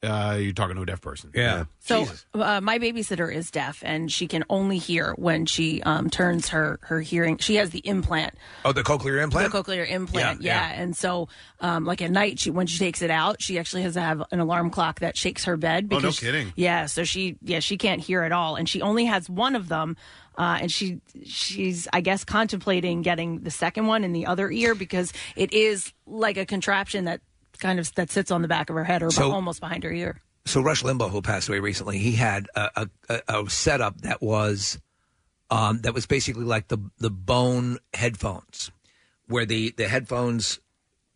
uh, you're talking to a deaf person. Yeah, So uh, my babysitter is deaf, and she can only hear when she um, turns her her hearing. She has the implant, Oh, the cochlear implant. the cochlear implant. Yeah, Yeah, and so um, like at night, she when she takes it out, she actually has to have an alarm clock that shakes her bed. Oh, no because- kidding. Yeah, so she yeah she can't hear at all, and she only has one of them. Uh, and she she's I guess contemplating getting the second one in the other ear because it is like a contraption that kind of that sits on the back of her head or So- almost behind her ear. so Rush Limbaugh, who passed away recently, he had a a, a, a setup that was um, that was basically like the the bone headphones, where the the headphones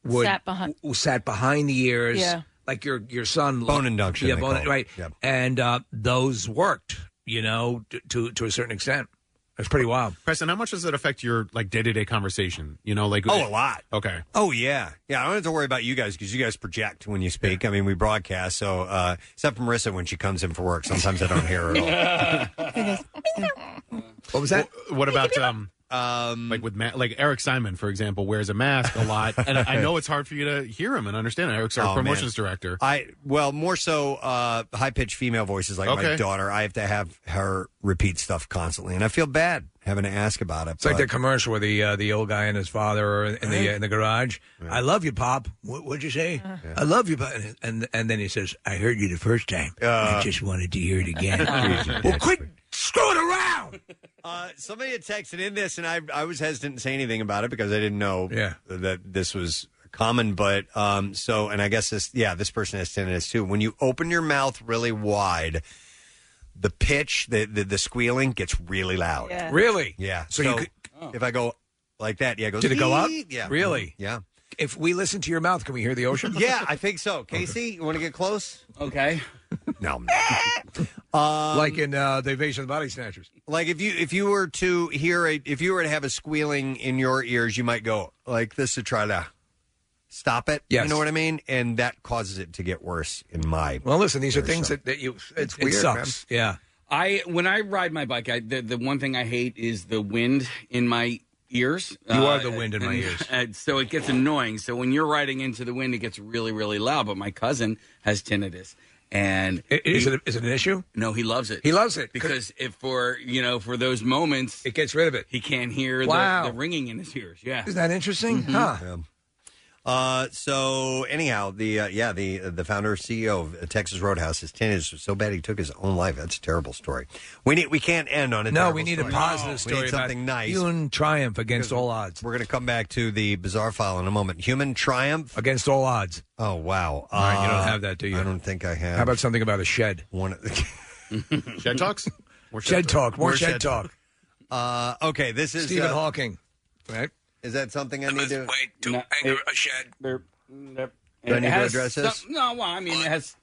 would Sat behind- sat behind the ears, Yeah. like your your son Bone induction, yeah, they bone, call it. right, Yeah. and uh, those worked, you know, t- to to a certain extent. That's pretty wild. Preston, how much does it affect your like day to day conversation? You know, like Oh, a lot. Okay, Oh yeah, yeah. I don't have to worry about you guys because you guys project when you speak. I mean, we broadcast. So uh, except for Marissa when she comes in for work, sometimes I don't hear her (laughs) at all. what was that? What, about um? Um, like with ma- like Eric Simon, for example, wears a mask a lot, and I know it's hard for you to hear him and understand. it. Eric's our Oh, man. promotions director. I well more so uh, high pitched female voices like my Okay. daughter. I have to have her repeat stuff constantly, and I feel bad having to ask about it. It's like but- that commercial where the uh, the old guy and his father are in the uh, in the garage. I love you, Pop. What, what'd you say? I love you, Pop. And, and and then he says, "I heard you the first time. I Uh. just wanted to hear (laughs) it again." well, That's quit screwing around. (laughs) Uh, somebody had texted in this, and I I was hesitant to say anything about it because I didn't know Yeah. that this was common. But um, so, and I guess this, yeah, this person has tinnitus too. When you open your mouth really wide, the pitch, the the, the squealing gets really loud. Yeah. Really? Yeah. So So, you could- if I go like that, yeah, it goes. Did it go up? "Ee!" Yeah. Really? Yeah. If we listen to your mouth, can we hear the ocean? yeah, I think so. Casey, you want to get close? Okay. (laughs) No. I'm (laughs) not. Um, like in uh, the Invasion of the Body Snatchers. like if you if you were to hear a if you were to have a squealing in your ears, you might go like this to try to stop it. Yes. You know what I mean? And that causes it to get worse in my Well, listen, these are ears, things so. that, that you. It's It's weird, it sucks. Yeah. I when I ride my bike, I, the the one thing I hate is the wind in my ears. Uh, You are the wind in my ears. (laughs) and so it gets annoying. So when you're riding into the wind, it gets really really loud. But my cousin has tinnitus, and I- Is it, is it an issue? no, he loves it. He loves it because if for you know for those moments, it gets rid of it. He can't hear Wow. the, the ringing in his ears. Yeah, Mm-hmm. Isn't that interesting? Huh. Uh, so anyhow, the uh, yeah the the founder CEO of Texas Roadhouse, his teenage was so bad he took his own life. That's a terrible story. We need we can't end on a No, terrible we need story. a positive Oh, We story. need something about nice. Human triumph against Because all odds. We're going to come back to the bizarre file in a moment. Human triumph against all odds. Oh wow! Uh, All right, you don't have that, do you? I don't think I have. How about something about a shed? One. shed talks. More shed talk. More shed talk. Uh, okay, this is Stephen uh, Hawking. Right? Is that something I need to? Wait No, it- a shed. Do Do I need to address this? No, well, I mean, it has.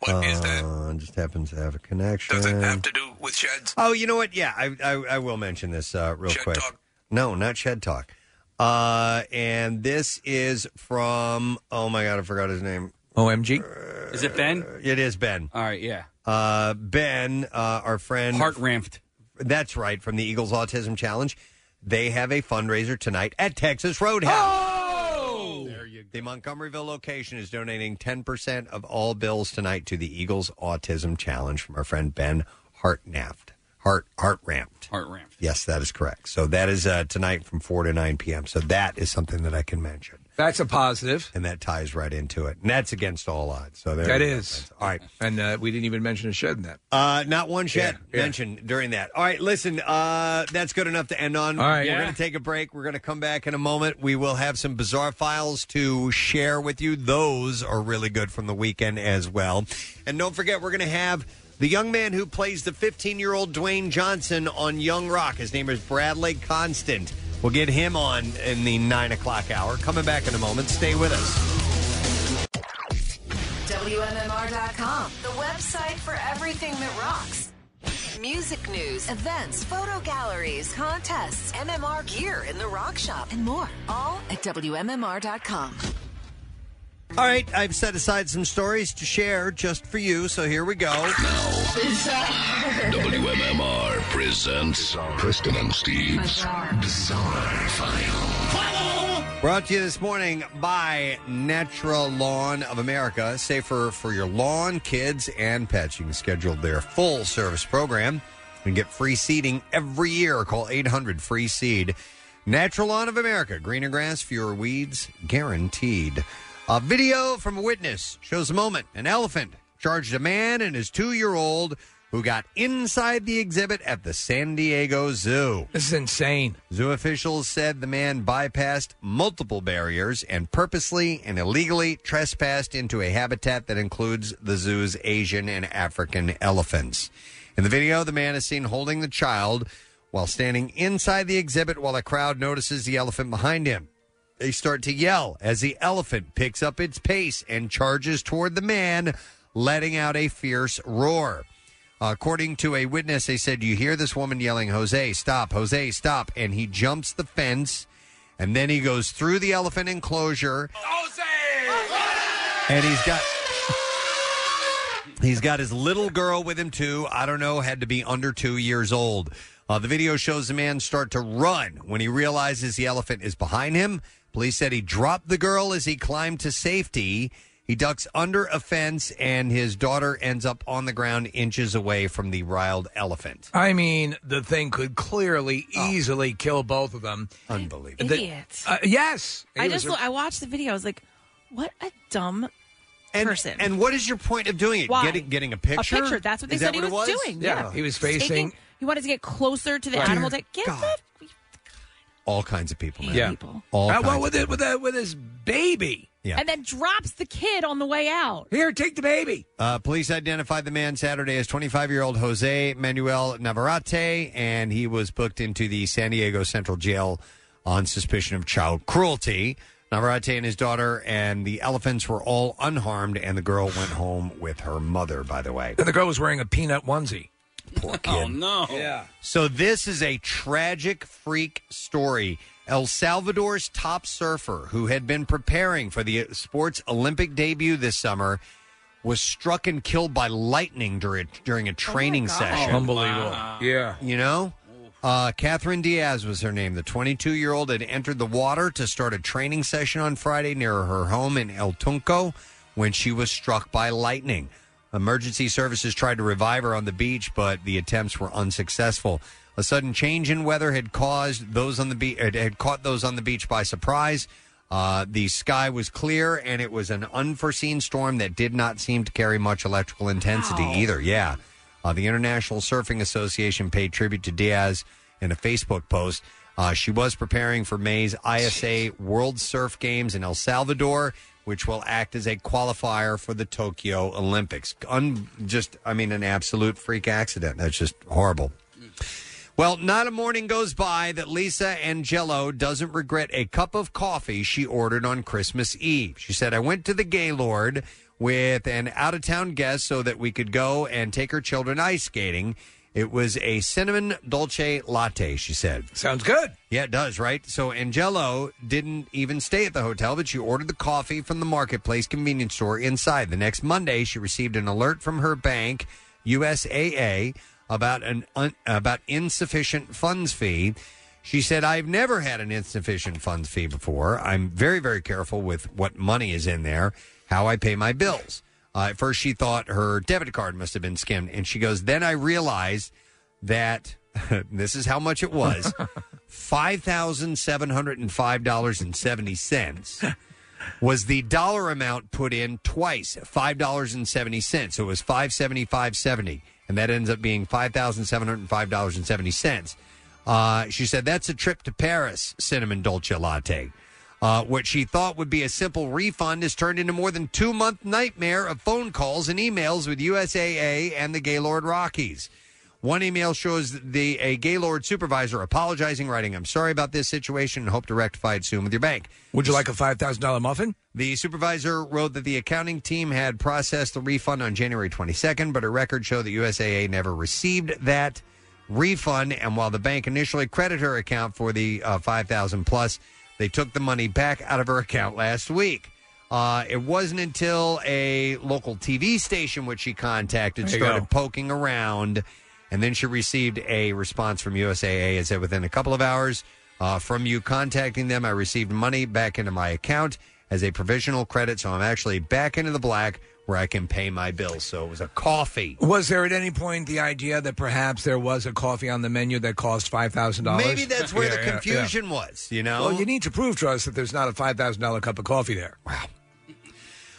What is that? Uh, Just happens to have a connection. Does it have to do with sheds? Oh, you know what? Yeah, I I, I will mention this uh, real quick. No, not shed talk. Uh, and this is from. Oh my god, I forgot his name. Uh, OMG. Is it Ben? It is Ben. All right, yeah. Uh, ben, uh, our friend. Heart ramped. That's right, from the Eagles Autism Challenge. They have a fundraiser tonight at Texas Oh! Roadhouse. Oh! The Montgomeryville location is donating 10% of all bills tonight to the Eagles Autism Challenge from our friend Ben Hartnaft. Heart, heart ramped. Heart ramped. Yes, that is correct. So that is uh, tonight from 4 to 9 p.m. So that is something that I can mention. That's a positive. And that ties right into it. And that's against all odds. So there That we go. is. All right. And uh, we didn't even mention a shed in that. Uh, not one shed Yeah, yeah. mentioned during that. All right, listen, uh, that's good enough to end on. All right. we're Yeah. going to take a break. We're going to come back in a moment. We will have some bizarre files to share with you. Those are really good from the weekend as well. And don't forget, we're going to have the young man who plays the 15 year old Dwayne Johnson on Young Rock. His name is Bradley Constant. We'll get him on in the nine o'clock hour. Coming back in a moment. Stay with us. WMMR.com, the website for everything that rocks. Music news, events, photo galleries, contests, MMR gear in the rock shop, and more. All at WMMR.com. All right, I've set aside some stories to share just for you, so here we go. WMMR presents Preston and Steve's Bizarre, File. Brought to you this morning by Natural Lawn of America, safer for your lawn, kids, and pets. You can schedule their full service program and get free seeding every year. Call 800 Free Seed. Natural Lawn of America, greener grass, fewer weeds, guaranteed. A video from a witness shows a moment an elephant charged a man and his two year old who got inside the exhibit at the San Diego Zoo. This is insane. Zoo officials said the man bypassed multiple barriers and purposely and illegally trespassed into a habitat that includes the zoo's Asian and African elephants. In the video, the man is seen holding the child while standing inside the exhibit while a crowd notices the elephant behind him. They start to yell as the elephant picks up its pace and charges toward the man, letting out a fierce roar. According to a witness, they said, You hear this woman yelling, Jose, stop, Jose, stop. And he jumps the fence, and then he goes through the elephant enclosure, and he's got. He's got his little girl with him too. I don't know, had to be under two years old. Uh, the video shows the man start to run when he realizes the elephant is behind him. Police said he dropped the girl as he climbed to safety. He ducks under a fence, and his daughter ends up on the ground inches away from the riled elephant. I mean, the thing could clearly, easily kill both of them. Oh. Unbelievable. Idiots. Uh, yes. I It just was a- lo- I watched the video. I was like, what a dumb and, person. And what is your point of doing it? Why? Getting getting a picture? A picture. That's what they Is said that he what was, it doing. Yeah. he was Taking- facing he wanted to get closer to the Right. animal. Dear That get that. all kinds of people. Man. Yeah. All Uh, kinds well, of with it, people. with that, with his baby. Yeah. And then drops the kid on the way out. Here, take the baby. Uh, police identified the man Saturday as 25 year old Jose Manuel Navarrete, and he was booked into the San Diego Central Jail on suspicion of child cruelty. Navarrete and his daughter and the elephants were all unharmed, and the girl went home with her mother, by the way. And the girl was wearing a peanut onesie. Poor kid. Oh, no. Yeah. So this is a tragic freak story. El Salvador's top surfer, who had been preparing for the sports Olympic debut this summer, was struck and killed by lightning during during a training session. Unbelievable. Yeah. You know? Uh, Catherine Diaz was her name. The 22 year old had entered the water to start a training session on Friday near her home in El Tunco when she was struck by lightning. Emergency services tried to revive her on the beach, but the attempts were unsuccessful. A sudden change in weather had caused those on the beach had caught those on the beach by surprise. Uh, the sky was clear, and it was an unforeseen storm that did not seem to carry much electrical intensity either. Yeah. Uh, the International Surfing Association paid tribute to Diaz in a Facebook post. Uh, she was preparing for May's ISA World Surf Games in El Salvador, which will act as a qualifier for the Tokyo Olympics. Un- just, I mean, an absolute freak accident. That's just horrible. Well, not a morning goes by that Lisa Angelo doesn't regret a cup of coffee she ordered on Christmas Eve. She said, I went to the Gaylord with an out of town guest so that we could go and take her children ice skating. It was a cinnamon dolce latte, she said. Sounds good. Yeah, it does, right? So Angelo didn't even stay at the hotel, but she ordered the coffee from the marketplace convenience store inside. The next Monday, she received an alert from her bank, USAA, about an un, about insufficient funds fee. She said, "I've never had an insufficient funds fee before. I'm very, very careful with what money is in there, how I pay my bills." Uh, at first, she thought her debit card must have been skimmed, and she goes, "Then I realized that (laughs) this is how much it was: five thousand seven hundred and five dollars and seventy cents." was the dollar amount put in twice, five dollars and seventy cents. So it was five seventy five seventy, and that ends up being five thousand seven hundred five dollars and seventy cents. Uh, she said that's a trip to Paris, cinnamon dolce latte. Uh, what she thought would be a simple refund is turned into more than two month nightmare of phone calls and emails with USAA and the Gaylord Rockies. One email shows the a Gaylord supervisor apologizing, writing, "I'm sorry about this situation and hope to rectify it soon with your bank." Would you like a five thousand dollar muffin? The supervisor wrote that the accounting team had processed the refund on January 22nd, but her records show that USAA never received that refund. And while the bank initially credited her account for the uh, 5000 plus, they took the money back out of her account last week. Uh, it wasn't until a local TV station which she contacted There you started go. poking around, and then she received a response from USAA. It said within a couple of hours uh, from you contacting them, I received money back into my account as a provisional credit, so I'm actually back into the black where I can pay my bills. So it was a coffee. Was there at any point the idea that perhaps there was a coffee on the menu that cost five thousand dollars? Maybe that's (laughs) where the confusion was. You know, Well, you need to prove to us that there's not a five thousand dollar cup of coffee there.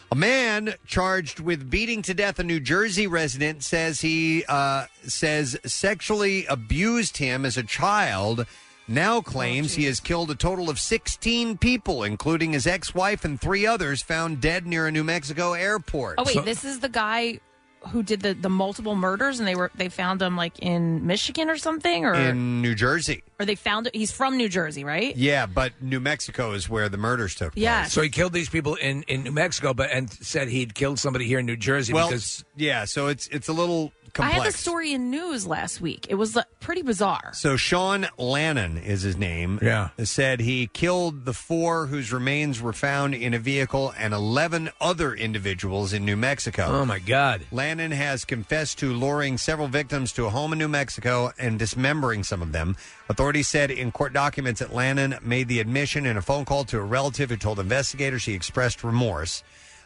A man charged with beating to death a New Jersey resident says he uh, says sexually abused him as a child. Now claims he has killed a total of 16 people, including his ex-wife and three others, found dead near a New Mexico airport. Oh wait, this is the guy who did the, the multiple murders, and they were they found him like in Michigan or something, or in New Jersey. or they found he's from New Jersey, right? Yeah, but New Mexico is where the murders took place. Yes. So he killed these people in, in New Mexico, but and said he'd killed somebody here in New Jersey Well, because yeah. So it's it's a little I had the complex. story in news last week. It was like, pretty bizarre. So Sean Lannon is his name. Yeah. Said he killed the four whose remains were found in a vehicle and 11 other individuals in New Mexico. Oh, my God. Lannon has confessed to luring several victims to a home in New Mexico and dismembering some of them. Authorities said in court documents that Lannon made the admission in a phone call to a relative who told investigators he expressed remorse.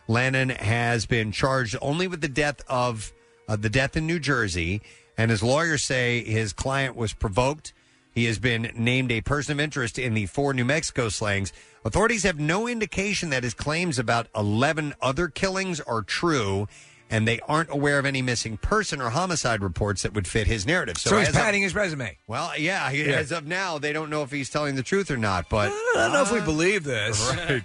Lannon has been charged only with the death of uh, the death in New Jersey, and his lawyers say his client was provoked. He has been named a person of interest in the four New Mexico slangs. Authorities have no indication that his claims about 11 other killings are true, and they aren't aware of any missing person or homicide reports that would fit his narrative. so, So, he's as of- padding his resume. well, Uh, yeah, he- Yeah. as of now, they don't know if he's telling the truth or not, but Uh, I don't know if we believe this. (laughs) Right.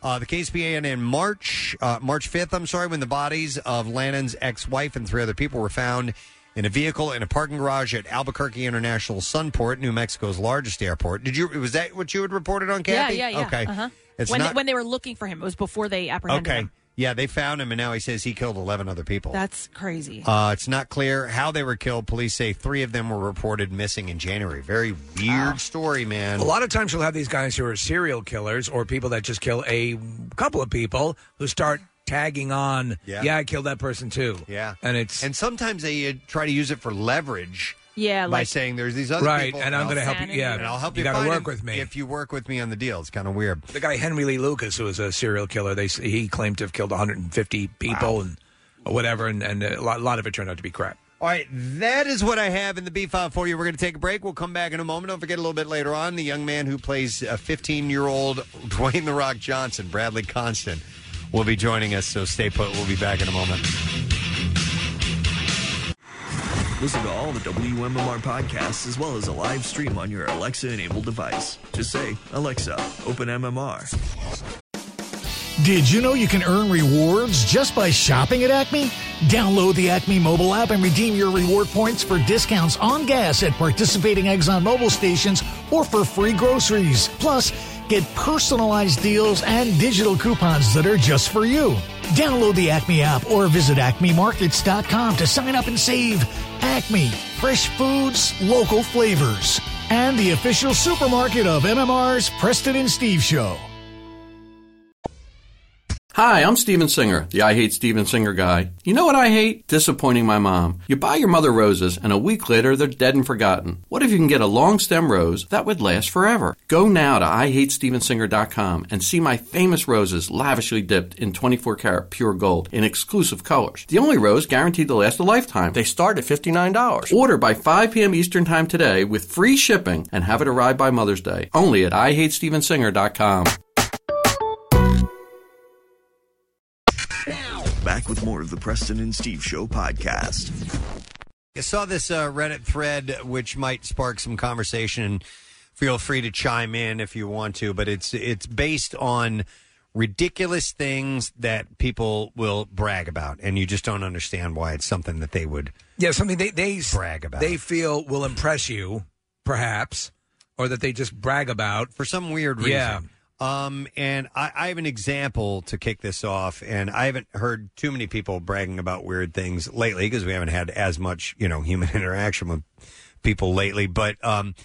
Uh, the case began in March, uh, March 5th, I'm sorry, when the bodies of Lannon's ex wife and three other people were found in a vehicle in a parking garage at Albuquerque International Sunport, New Mexico's largest airport. Did you, was that what you had reported on, yeah, Kathy? yeah, yeah. Okay. Uh-huh. It's when not, they, when they were looking for him, it was before they apprehended okay. him. Yeah, they found him, and now he says he killed 11 other people. That's crazy. Uh, it's not clear how they were killed. Police say three of them were reported missing in January. Very weird story, man. A lot of times you'll have these guys who are serial killers or people that just kill a couple of people who start tagging on. Yeah. I killed that person too. Yeah, and it's and sometimes they uh, try to use it for leverage. Yeah, by like- saying there's these other Right, people, and I'm I'll- gonna help you- yeah, and I'll help you you. gotta find work them with me. if you work with me on the deal. It's kind of weird. The guy Henry Lee Lucas, who was a serial killer, they he claimed to have killed 150 people and whatever, and, and a, lot, a lot of it turned out to be crap. All right, that is what I have in the B file for you. We're going to take a break. We'll come back in a moment. Don't forget a little bit later on the young man who plays a 15 year old (laughs) Dwayne the Rock Johnson, Bradley Constant, will be joining us. So stay put. We'll be back in a moment. Listen to all the WMMR podcasts as well as a live stream on your Alexa enabled device. Just say, Alexa, open MMR. Did you know you can earn rewards just by shopping at Acme? Download the Acme mobile app and redeem your reward points for discounts on gas at participating Exxon Mobil stations or for free groceries. Plus, get personalized deals and digital coupons that are just for you. Download the Acme app or visit acmemarkets.com to sign up and save. Acme, fresh foods, local flavors, and the official supermarket of MMR's Preston and Steve Show. Hi, I'm Steven Singer, the I Hate Steven Singer guy. You know what I hate? Disappointing my mom. You buy your mother roses, and a week later they're dead and forgotten. What if you can get a long stem rose that would last forever? Go now to IHateStevenSinger.com and see my famous roses lavishly dipped in 24 karat pure gold in exclusive colors. The only rose guaranteed to last a lifetime. They start at $59. Order by 5 p.m. Eastern Time today with free shipping and have it arrive by Mother's Day. Only at IHateStevenSinger.com. Back with more of the Preston and Steve Show podcast. I saw this uh, Reddit thread which might spark some conversation. Feel free to chime in if you want to, but it's it's based on ridiculous things that people will brag about, and you just don't understand why it's something that they would Yeah, something they they brag about. They feel will impress you, perhaps, or that they just brag about for some weird Yeah, reason. Um, and I, I have an example to kick this off, and I haven't heard too many people bragging about weird things lately because we haven't had as much, you know, human (laughs) interaction with people lately. But um,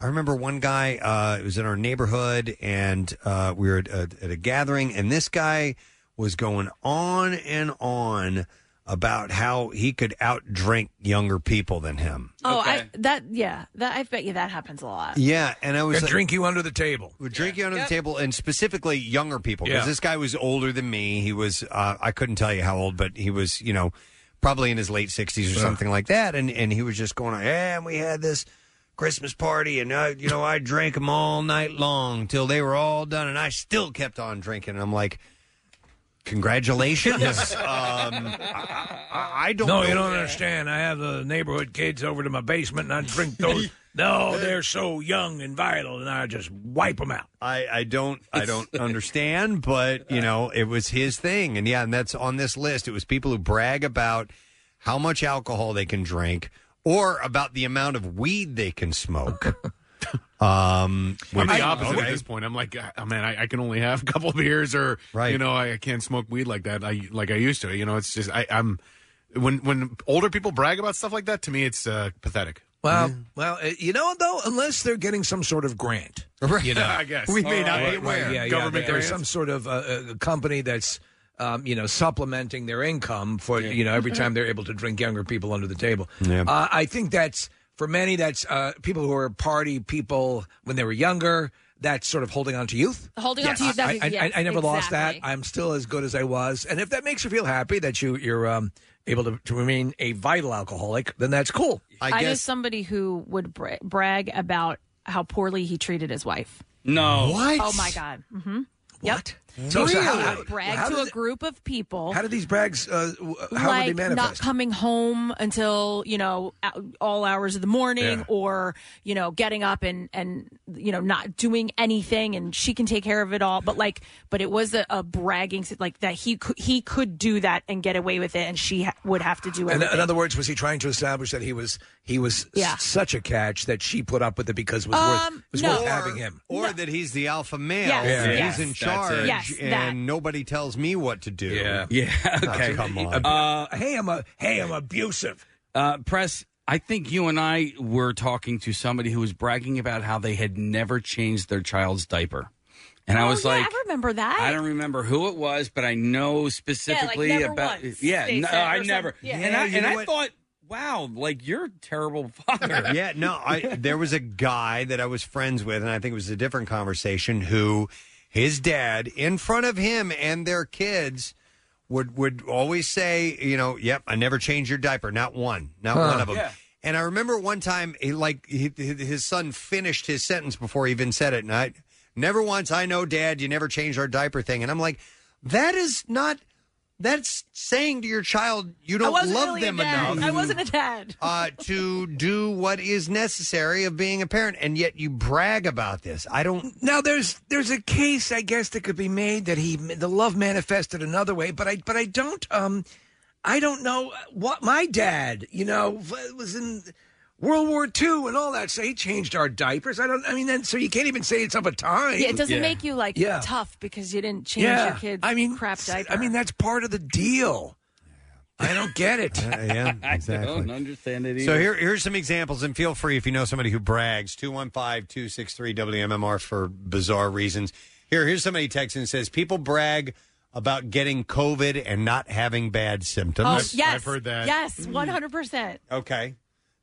I remember one guy. Uh, it was in our neighborhood, and uh, we were at, at, at a gathering, and this guy was going on and on about how he could outdrink younger people than him. Oh, I that yeah. That I bet you that happens a lot. Yeah, and I was Could like- drink you under the table. would drink you under Yep. the table, and specifically younger people. Because Yeah. this guy was older than me. He was, uh, I couldn't tell you how old, but he was, you know, probably in his late 60s or Ugh. something like that. And, and he was just going, yeah, and we had this Christmas party, and, I, you know, I drank them all night long till they were all done, and I still kept on drinking. And I'm like, (laughs) congratulations. (laughs) um, I, I don't No, know you don't that. understand. I have the neighborhood kids over to my basement, and I drink (laughs) those. no, they're so young and vital, and I just wipe them out. I, I don't I (laughs) don't understand, but you know, it was his thing. And yeah, and that's on this list. It was people who brag about how much alcohol they can drink or about the amount of weed they can (laughs) smoke. um I'm which- the opposite at this point. I'm like, oh, man, I, I can only have a couple of beers, or Right. you know, I, I can't smoke weed like that. I like I used to. You know, it's just I, I'm when when older people brag about stuff like that to me, it's uh, pathetic. Well, well, uh, you know though, unless they're getting some sort of grant, Right. (laughs) You know, (laughs) I guess. We may not be aware. yeah, Government yeah, that there's grants. some sort of uh, uh, company that's. Um, you know, supplementing their income for you know every time they're able to drink younger people under the table. (laughs) Yeah. Uh, I think that's for many. That's uh, people who are party people when they were younger. That's sort of holding on to youth. Holding on to youth, I, that's- I, yes, I, I never lost that. exactly. I'm still as good as I was. And if that makes you feel happy that you you're um, able to, to remain a vital alcoholic, then that's cool. I, know somebody who would bra- brag about how poorly he treated his wife. No. Oh my god. Mm-hmm. What? Yep. So- so how- Really? how- brag how to did a group of people. How do these brags? Uh, w- how like do they not manifest? coming home until you know ou- all hours of the morning, Yeah. or you know getting up and and you know not doing anything, and she can take care of it all. But like, but it was a, a bragging si- like that he could, he could do that and get away with it, and she ha- would have to do in, everything. in other words, was he trying to establish that he was he was Yeah. s- such a catch that she put up with it because it was worth Um, it was no. (laughs) worth having him? or that he's the alpha male Yes, and yes. he's in That's charge it. Yes, and that. nobody tells me what to do. Yeah. Yeah. Okay. come on. Uh, hey, I'm a hey, I'm abusive. Uh, press. I think you and I were talking to somebody who was bragging about how they had never changed their child's diaper, and I Oh, was yeah, like, I remember that. I don't remember who it was, but I know specifically never about. once, yeah, they no, said, I or never. something. Yeah. And I, Yeah, you and know I what? thought, wow, like you're a terrible (laughs) (laughs) father. yeah, no, I there was a guy that I was friends with, and I think it was a different conversation. Who his dad, in front of him and their kids, would would always say, you know, yep, I never changed your diaper, not one, not Huh. one of them. Yeah. And I remember one time, he, like he, his son finished his sentence before he even said it, and I never once I know, Dad, you never changed our diaper thing, and I'm like, that is not. That's saying to your child you I don't wasn't love really them a dad. enough I wasn't a dad. (laughs) uh, to do what is necessary of being a parent, and yet you brag about this. I don't. Now there's there's a case I guess that could be made that he the love manifested another way, but I but I don't um I don't know what my dad you know v- was in World War II and all that, so he changed our diapers. I don't I mean then so you can't even say it's up a time. Yeah, it doesn't make you like Yeah. tough because you didn't change your Yeah. kid's I mean, crap diaper. I mean that's part of the deal. I don't get (laughs) it. yeah, I exactly. don't understand it either. So here, here's some examples, and feel free if you know somebody who brags. 215 263 WMMR for bizarre reasons. Here, here's somebody texting and says people brag about getting COVID and not having bad symptoms. oh, yes, Yes, Mm. one hundred percent. Okay.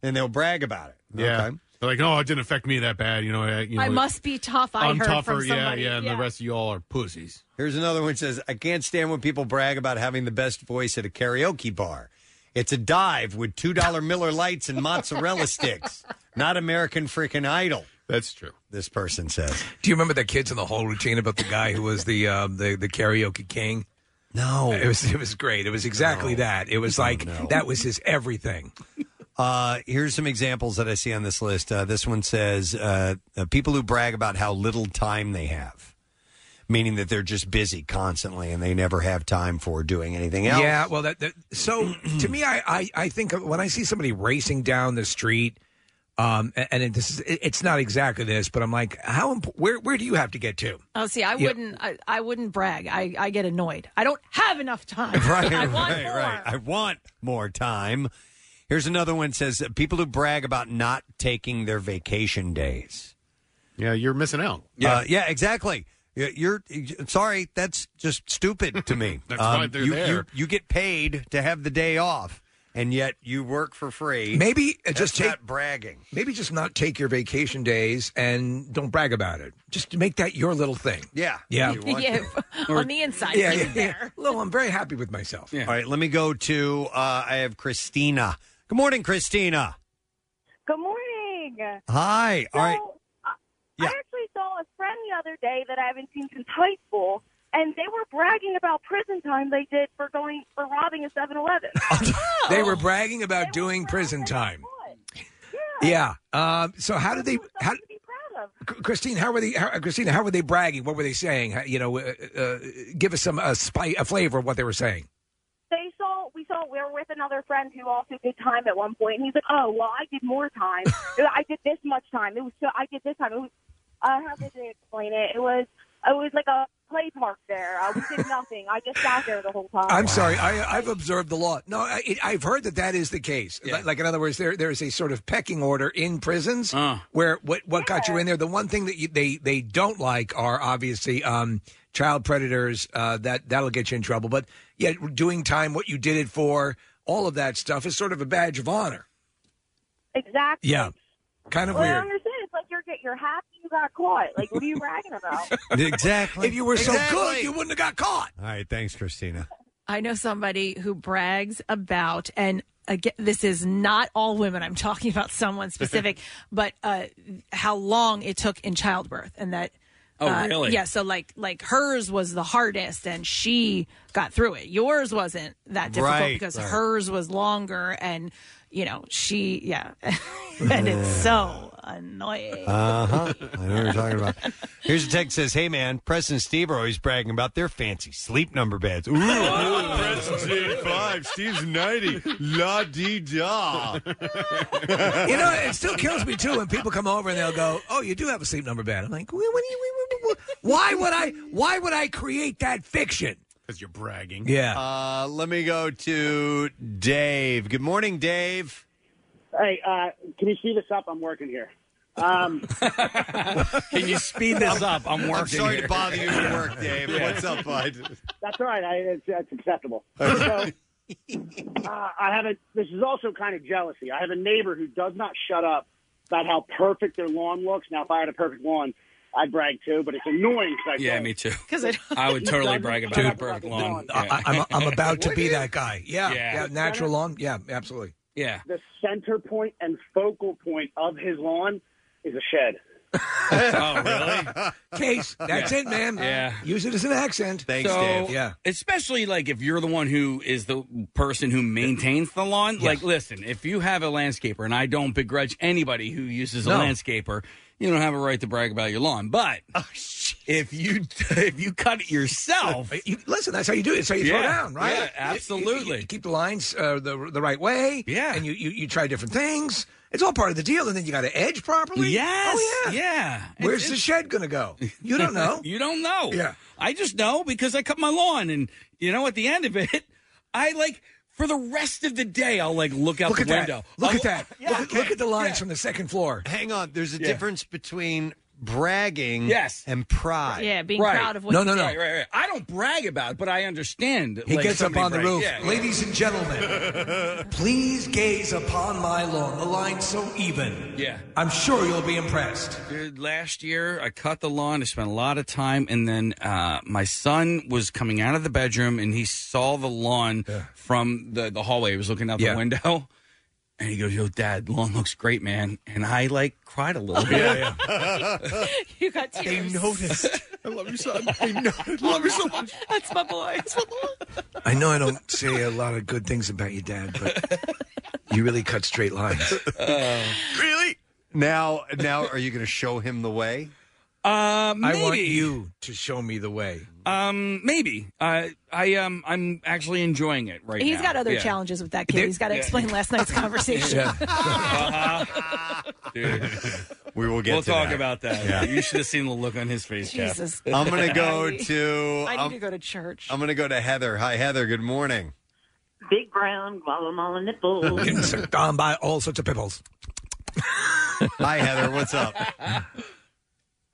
And they'll brag about it. Yeah. Okay. They're like, oh, it didn't affect me that bad. You know, I, you know, I must be tough. I I'm heard tougher. from somebody. Yeah, yeah, and the rest of y'all are pussies. Here's another one that says, I can't stand when people brag about having the best voice at a karaoke bar. It's a dive with $2 Miller lights and mozzarella sticks, not American freaking idol. That's true. This person says. Do you remember the kids in the whole routine about the guy who was the um, the the karaoke king? No, it was it was great. It was exactly that. It was like that was his everything. Uh, here's some examples that I see on this list. Uh, this one says uh, uh, people who brag about how little time they have, meaning that they're just busy constantly and they never have time for doing anything else. Yeah, well, that, that so to me, I, I I think when I see somebody racing down the street, um, and, and it- this is it- it's not exactly this, but I'm like, how imp- where where do you have to get to? Oh, see, I Yeah. wouldn't. I, I wouldn't brag. I, I get annoyed. I don't have (laughs) enough time. right, I want right, right. I want more time. Here's another one says uh, people who brag about not taking their vacation days. Yeah, you're missing out. Yeah, yeah, exactly. Y- You're, y- sorry. That's just stupid to me. (laughs) Um, That's why they're you, there. You, you get paid to have the day off, and yet you work for free. Maybe uh, That's just take, not bragging. maybe just not take your vacation days and don't brag about it. Just make that your little thing. Yeah, yeah, yeah, Or- on the inside. Yeah, keep yeah, it yeah. there. Well, I'm very happy with myself. All right, let me go to. Uh, I have Christina. Good morning, Christina. Good morning. Hi. All right. I actually saw a friend the other day that I haven't seen since high school, and they were bragging about prison time they did for going for robbing a (laughs) 7-Eleven. They were bragging about doing prison time. Yeah. Um, so how did they? How, Christine, how were they? How, Christina, how were they bragging? What were they saying? How- You know, uh, uh, give us some uh, spy, a flavor of what they were saying. they saw we saw we were with another friend who also did time at one point, and he's like, "Oh, well, I did (laughs) more time. I did this much time. It was so I did this time. It was uh, how did they explain it? It was it was like a play park there. Uh, we did nothing. I just sat there the whole time. I'm sorry, I, I've observed the law. No, I, it, I've heard that that is the case. Li- Like in other words, there there is a sort of pecking order in prisons where what what got you in there. The one thing that you, they they don't like are obviously um, child predators. Uh, that that'll get you in trouble. But yeah, doing time, what you did it for, all of that stuff is sort of a badge of honor. Exactly. Yeah, kind of Well, I weird. understand. It's like you're get you're happy you got caught. Like, what are you bragging about? Exactly. If you were so Exactly. good, you wouldn't have got caught. All right. Thanks, Christina. I know somebody who brags about, and again, this is not all women. I'm talking about someone specific, (laughs) but uh, how long it took in childbirth, and that. Oh, uh, really? Yeah. So, like, like hers was the hardest, and she got through it. Yours wasn't that difficult Right, because right. hers was longer, and you know, she, yeah, (laughs) and it's so annoying. Uh huh. I know what you're talking about. Here's a text that says, "Hey man, Preston and Steve are always bragging about their fancy sleep number beds. (laughs) Ooh, Preston's 85, Steve's 90. La di da. you know, it still kills me too when people come over and they'll go, "Oh, you do have a sleep number bed." I'm like, "Wh- what do you- wh- wh- wh- "Why would I? Why would I create that fiction?" Because you're bragging. Yeah. Uh, let me go to Dave. Good morning, Dave. Hey, uh, can you speed this up? I'm working here. Um, Can you speed this up? I'm working. sorry to here. bother you at work, Dave. Yeah. What's up, bud? that's all right. I, it's, (laughs) it's acceptable. So, uh, I have a. This is also kind of jealousy. I have a neighbor who does not shut up about how perfect their lawn looks. Now, if I had a perfect lawn, I brag too, but it's annoying. 'cause I Yeah, me (laughs) too. I would totally brag about a broke lawn. I, I'm, I'm about to be Would you? that guy. Yeah, Yeah. yeah, natural lawn. Yeah, absolutely. Yeah. The center point and focal point of his lawn is a shed. (laughs) oh, really? (laughs) Case, that's it, man. Yeah. Use it as an accent. so, Yeah. Especially like if you're the one who is the person who maintains the lawn. Like, listen, if you have a landscaper, and I don't begrudge anybody who uses a No. landscaper, you don't have a right to brag about your lawn. But Oh, if you (laughs) if you cut it yourself, You- listen, that's how you do it. It's how you throw Yeah. down, right? Yeah, You- you- absolutely. you keep the lines uh, the the right way. Yeah. And you, you you try different things. It's all part of the deal. And then you got to edge properly. Yes. Oh, yeah. Yeah. Where's It's- the shed going to go? You don't know. (laughs) you don't know. Yeah. I just know because I cut my lawn, and you know, at the end of it, (laughs) I like for the rest of the day, I'll like look out Look the at that. window. Look I'll- at that. (laughs) Yeah. Look, look at the lines from the second floor. Hang on. There's a Yeah. difference between bragging Yes. and pride. Yeah, being Right. proud of what No, you no, no. Right, right, right. I don't brag about it, but I understand. He like, gets up somebody on the brag- roof. Yeah. Ladies and (laughs) gentlemen, please gaze upon my lawn. The line's so even. Yeah. I'm sure you'll be impressed. Dude, last year I cut the lawn. I spent a lot of time, and then uh, my son was coming out of the bedroom, and he saw the lawn from the the hallway. He was looking out the Yeah. window, and he goes, "Yo, Dad, lawn looks great, man." And I like cried a (laughs) little bit. Yeah, (laughs) you got tears. They (laughs) noticed. I love your son. I know. I love you so much. That's my boy. That's my boy. I know I don't say a lot of good things about you, Dad, (laughs) but you really cut straight lines. Uh, really? Now, now, are you going to show him the way? Uh, I want maybe. you to show me the way. Um, maybe. Uh, I um, I'm actually enjoying it right He's now. got other Yeah. challenges with that kid. There- He's got to yeah. (laughs) explain last night's conversation. (laughs) Dude. We will get Uh-huh. We'll to talk that. about that. Yeah. You should have seen the look on his face. Jeff. Jesus. I'm going to go I- to. I need I'm, to go to church. I'm going to go to Heather. Hi, Heather. Good morning. Big brown guacamole nipples. Getting sucked on by all sorts of pimples. Hi, Heather. What's up?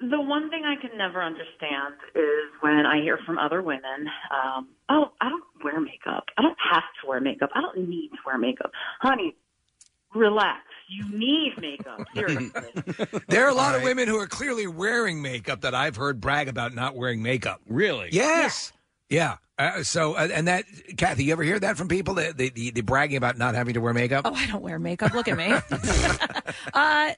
the one thing I can never understand is when I hear from other women, um, oh, I don't wear makeup. I don't have to wear makeup. I don't need to wear makeup. Honey, relax. You need makeup. Seriously. There are a lot of women who are clearly wearing makeup that I've heard brag about not wearing makeup. Really? Yes. Yeah. Uh, so, uh, and that, Kathy, you ever hear that from people? The, the, the, the bragging about not having to wear makeup? (laughs) Oh, I don't wear makeup. (laughs) Look at me. (laughs) uh, no, I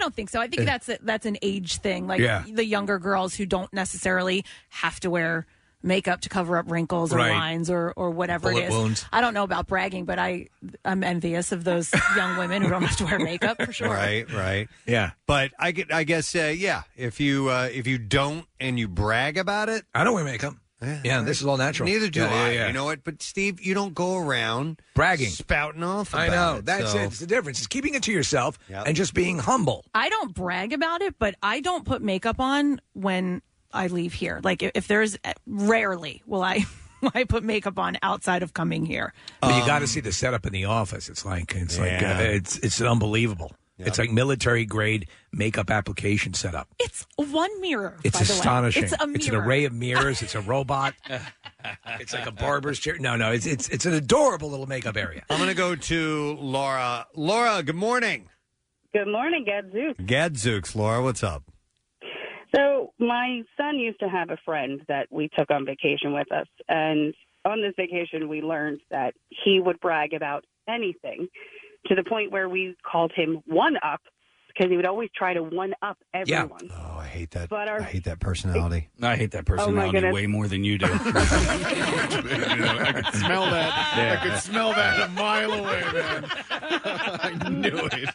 don't think so. I think that's a, that's an age thing. Like Yeah. the younger girls who don't necessarily have to wear makeup to cover up wrinkles or Right. lines or, or whatever Bullet it is. wounds. I don't know about bragging, but I I'm envious of those young women who don't have to wear makeup for (laughs) sure. Right, right. Yeah. But I get I guess uh, yeah, if you uh, if you don't and you brag about it, I don't wear makeup. Yeah, this is all natural. Neither do Yeah, yeah, I. yeah. You know what? But Steve, you don't go around bragging, spouting off. I about know. That's so- it. It's the difference. It's keeping it to yourself and just being humble. I don't brag about it, but I don't put makeup on when I leave here. Like if- if there's eh, rarely will I (laughs) I put makeup on outside of coming here. But Um, you got to see the setup in the office. It's like it's like Yeah. uh, it's it's unbelievable. It's like military grade makeup application setup. It's one mirror. It's by the way. astonishing. It's a mirror. an array of mirrors. It's a (laughs) robot. it's like a barber's chair. No, no. It's it's it's an adorable little makeup area. I'm gonna go to Laura. Laura, good morning. Good morning, Gadzoo. Gadzooks, Laura, what's up? So my son used to have a friend that we took on vacation with us, and on this vacation we learned that he would brag about anything, to the point where we called him one up because he would always try to one up everyone. Oh, I hate that. But our I hate that (laughs) personality. I hate that Oh, my personality goodness. way more than you do. I could smell that. I could smell that a mile away, man. (laughs) I knew it.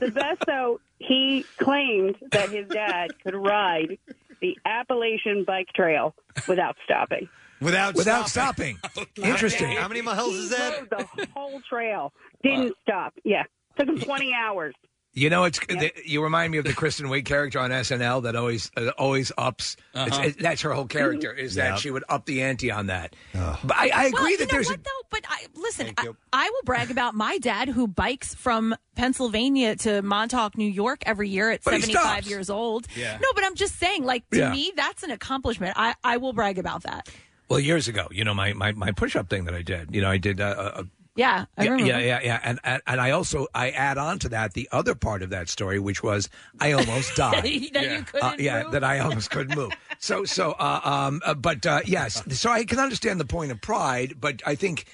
the best though, he claimed that his dad could ride the Appalachian bike trail without stopping. Without without stopping. (laughs) stopping. Interesting. How many miles is that? Rode the whole trail. Didn't stop. Yeah. Took him 20 hours. You know, it's the, you remind me of the Kristen Wiig character on SNL that always uh, always ups. It's, Uh-huh. it, that's her whole character is Yeah. that she would up the ante on that. But I, I agree well, you that know there's what, a though. But I, listen, I, I will brag about my dad who bikes from Pennsylvania to Montauk, New York, every year at But he seventy-five stops. years old. Yeah. No, but I'm just saying, like to Yeah. me, that's an accomplishment. I, I will brag about that. Well, years ago, you know, my my, my push up thing that I did, you know, I did uh, a, a Yeah, I yeah, remember. yeah, yeah, yeah. And, and and I also I add on to that the other part of that story, which was I (laughs) almost died. That you couldn't Uh, yeah, move? that I almost couldn't move. So so uh, um, uh, but uh, yes, so I can understand the point of pride, but I think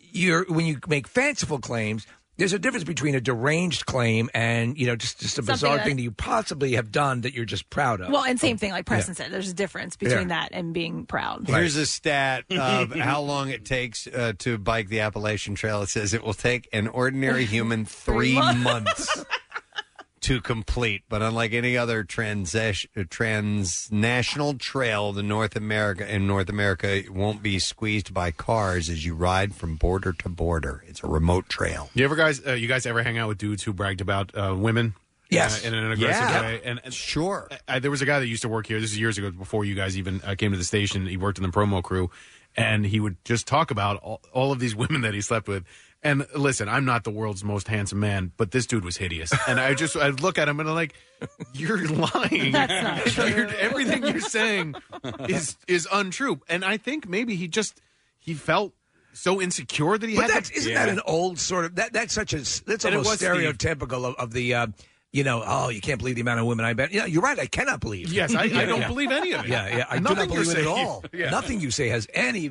you're when you make fanciful claims. There's a difference between a deranged claim and you know just just a Something bizarre that- thing that you possibly have done that you're just proud of. Well, and same thing like Yeah. Preston said. There's a difference between Yeah. that and being proud. Here's a stat (laughs) of how long it takes uh, to bike the Appalachian Trail. It says it will take an (laughs) ordinary human three months to complete, but unlike any other transes- uh, transnational trail, the North America in North America it won't be squeezed by cars as you ride from border to border. It's a remote trail. You ever guys, uh, you guys ever hang out with dudes who bragged about uh, women? Yes. uh, in an aggressive Yeah. way. And, and sure, I, there was a guy that used to work here. This is years ago, before you guys even uh, came to the station. He worked in the promo crew, and he would just talk about all, all of these (laughs) women that he slept with. And listen, I'm not the world's most handsome man, but this dude was hideous. And I just, I'd look at him and I'm like, "You're (laughs) lying. That's not (laughs) You're- Everything you're saying is is untrue." And I think maybe he just he felt so insecure that he But had. that's isn't that an old sort of that that's such a s- that's And it was almost Steve. stereotypical of, of the uh, you know oh you can't believe the amount of women I bet yeah you're right I cannot believe Yes, (laughs) I- I Yeah, don't yeah. believe any of it. yeah yeah I do not Nothing you're believe it at saying. all Yeah. nothing you say has any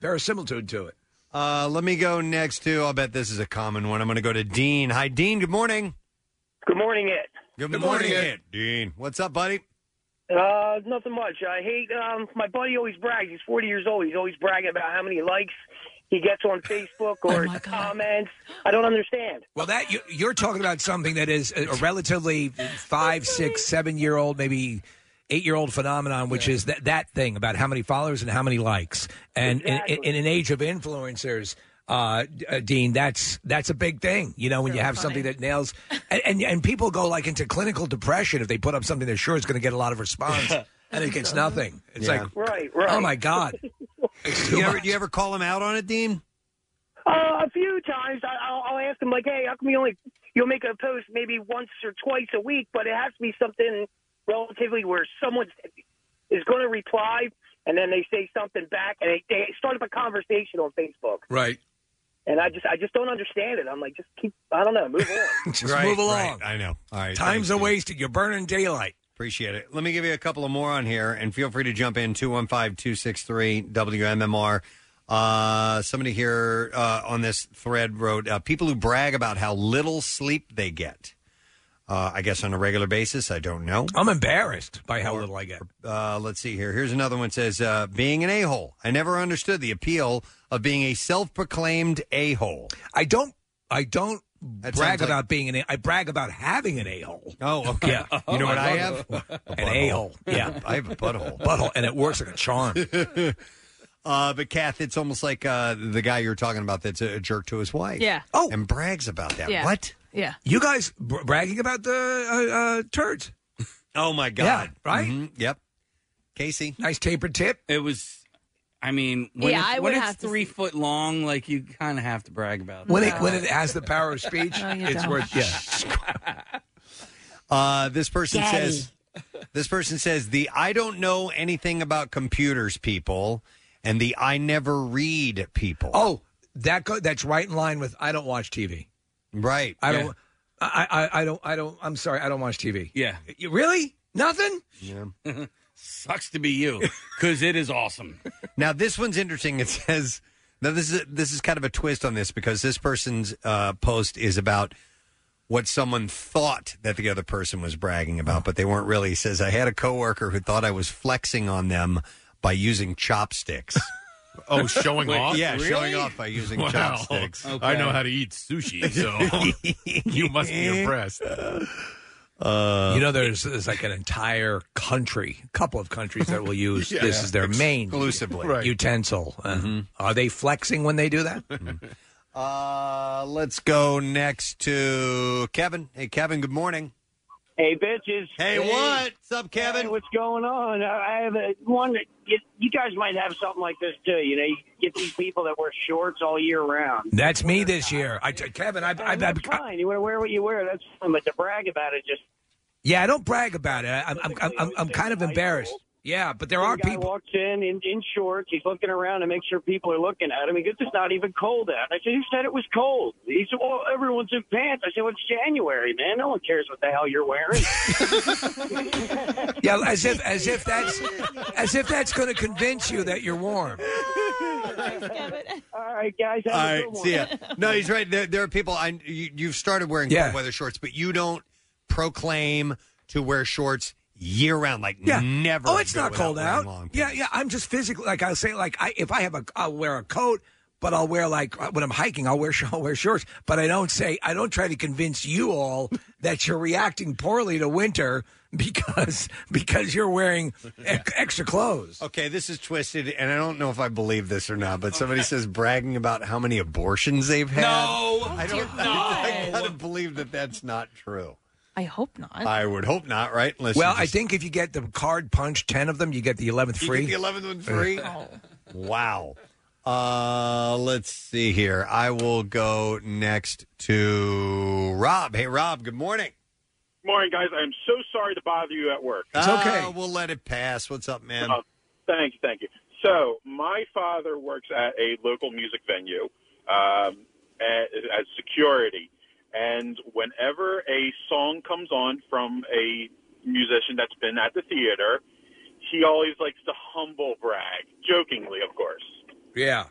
verisimilitude to it Uh, let me go next to. I'll bet this is a common one. I'm going to go to Dean. Hi, Dean. Good morning. Good morning, it. Good, Good morning, morning, it. Dean. What's up, buddy? Uh, nothing much. I hate um, my buddy. Always brags. He's forty years old. He's always bragging about how many likes he gets on Facebook or comments. I don't understand. well that you, you're talking about something that is a, a relatively five six seven year old maybe eight year old phenomenon which is that that thing about how many followers and how many likes and in- in, in an age of influencers. uh, D- uh, Dean, that's that's a big thing. You know, when you have something that nails, and, and and people go like into clinical depression if they put up something they're sure is going to get a lot of response, and it (laughs) gets nothing. It's Yeah. like, Right, right. oh my god, Do you, ever, do you ever call him out on it, Dean? Uh, a few times I, I'll, I'll ask him like, "Hey, how come you only you'll make a post maybe once or twice a week, but it has to be something relatively where someone is going to reply, and then they say something back, and they, they start up a conversation on Facebook." right? And I just, I just don't understand it. I'm like, just keep, I don't know, move (laughs) on. Just move along. I know. All right. Time's thanks, a Dean. wasted. You're burning daylight. Appreciate it. Let me give you a couple of more on here, and feel free to jump in 215 263 WMMR. Uh, somebody here uh, on this thread wrote uh, People who brag about how little sleep they get. Uh, I guess on a regular basis. I don't know. I'm embarrassed by how little I get. Uh, let's see here. Here's another one. Says uh, being an a hole. I never understood the appeal of being a self-proclaimed a hole. I don't. I don't brag sounds like- about being an. A- I brag about having an a hole. Oh, okay. Yeah. (laughs) You (laughs) know what I have? An a hole. Yeah, (laughs) I have a butthole. Butthole, and it works like a charm. (laughs) Uh, but Kath, it's almost like uh, the guy you're talking about that's a jerk to his wife. Yeah. Oh, and brags about that. Yeah. What? Yeah. You guys br- bragging about the uh, uh, turds? (laughs) Oh my God. Yeah, right? Yep. Casey, nice tapered tip. It was. I mean, when Yeah, it's, I when would it's have to three foot long, like you kind of have to brag about When that. it when it has the power (laughs) of speech, No, you it's don't. worth yeah. Uh, this person Daddy. says, this person says the I don't know anything about computers people, and the I never read people. Oh, that go, that's right in line with I don't watch TV. Right. I Yeah. don't. I, I I don't I don't. I'm sorry. I don't watch TV. Yeah. (laughs) You, really? Nothing. Yeah. (laughs) Sucks to be you because it is awesome. Now this one's interesting. It says now this is this is kind of a twist on this because this person's uh, post is about what someone thought that the other person was bragging about, but they weren't really. It says I had a coworker who thought I was flexing on them by using chopsticks. (laughs) Oh, showing Wait, off? Yeah, Really? showing off by using Wow. chopsticks. I know how to eat (laughs) sushi, so (laughs) you must be impressed. Uh, you know, there's, there's like an entire country, couple of countries that (laughs) will use Yeah. this is their main Exclusively. u- utensil. Uh, Are they flexing when they do that? Mm-hmm. Uh, let's go next to Kevin. Hey, Kevin. Good morning. Hey, bitches. Hey, what? What's up, Kevin? what's going on? I I have a, one. that- You, you guys might have something like this too. You know, you get these people that wear shorts all year round. That's me this year. I, Kevin, I, I, I, Oh, Fine, you want to wear what you wear. That's fine. But to brag about it, just yeah, I don't brag about it. I, I'm, I'm, I'm, I'm kind of embarrassed. Yeah, but there are guy people. walks in, in in shorts. He's looking around to make sure people are looking at him. He goes, "It's not even cold out." I said, "Who said it was cold?" He said, "Well, everyone's in pants." I said, "Well, it's January, man. No one cares what the hell you're wearing." Yeah, as if as if that's as if that's going to convince you that you're warm. All right, guys. All right, see ya. No, he's right. There, there are people. I you, you've started wearing Yeah. cold weather shorts, but you don't proclaim to wear shorts year round. Like Yeah. never. Oh, it's go not without cold wearing out. long Yeah, yeah. I'm just physically like I'll say like I if I have a I'll wear a coat, but I'll wear like uh, when I'm hiking I'll wear (laughs) sh- I'll wear shorts, but I don't say I don't try to convince you all that you're reacting poorly to winter because because (laughs) you're wearing e- extra clothes. Okay, this is twisted, and I don't know if I believe this or not, but somebody says bragging about how many abortions they've had. I don't know. I gotta believe that that's not true. I hope not. I would hope not, right? Unless well, you just- I think if you get the card punch ten of them, you get the eleventh You free. get the 11th one free? Wow. Uh, let's see here. I will go next to Rob. Hey, Rob. Good morning. Morning, guys. I'm so sorry to bother you at work. Uh, we'll let it pass. What's up, man? Uh, thank you, thank you. So, my father works at a local music venue um, as, as security, and whenever a song comes on from a musician that's been at the theater, he always likes to humble brag, jokingly, of course. Yeah.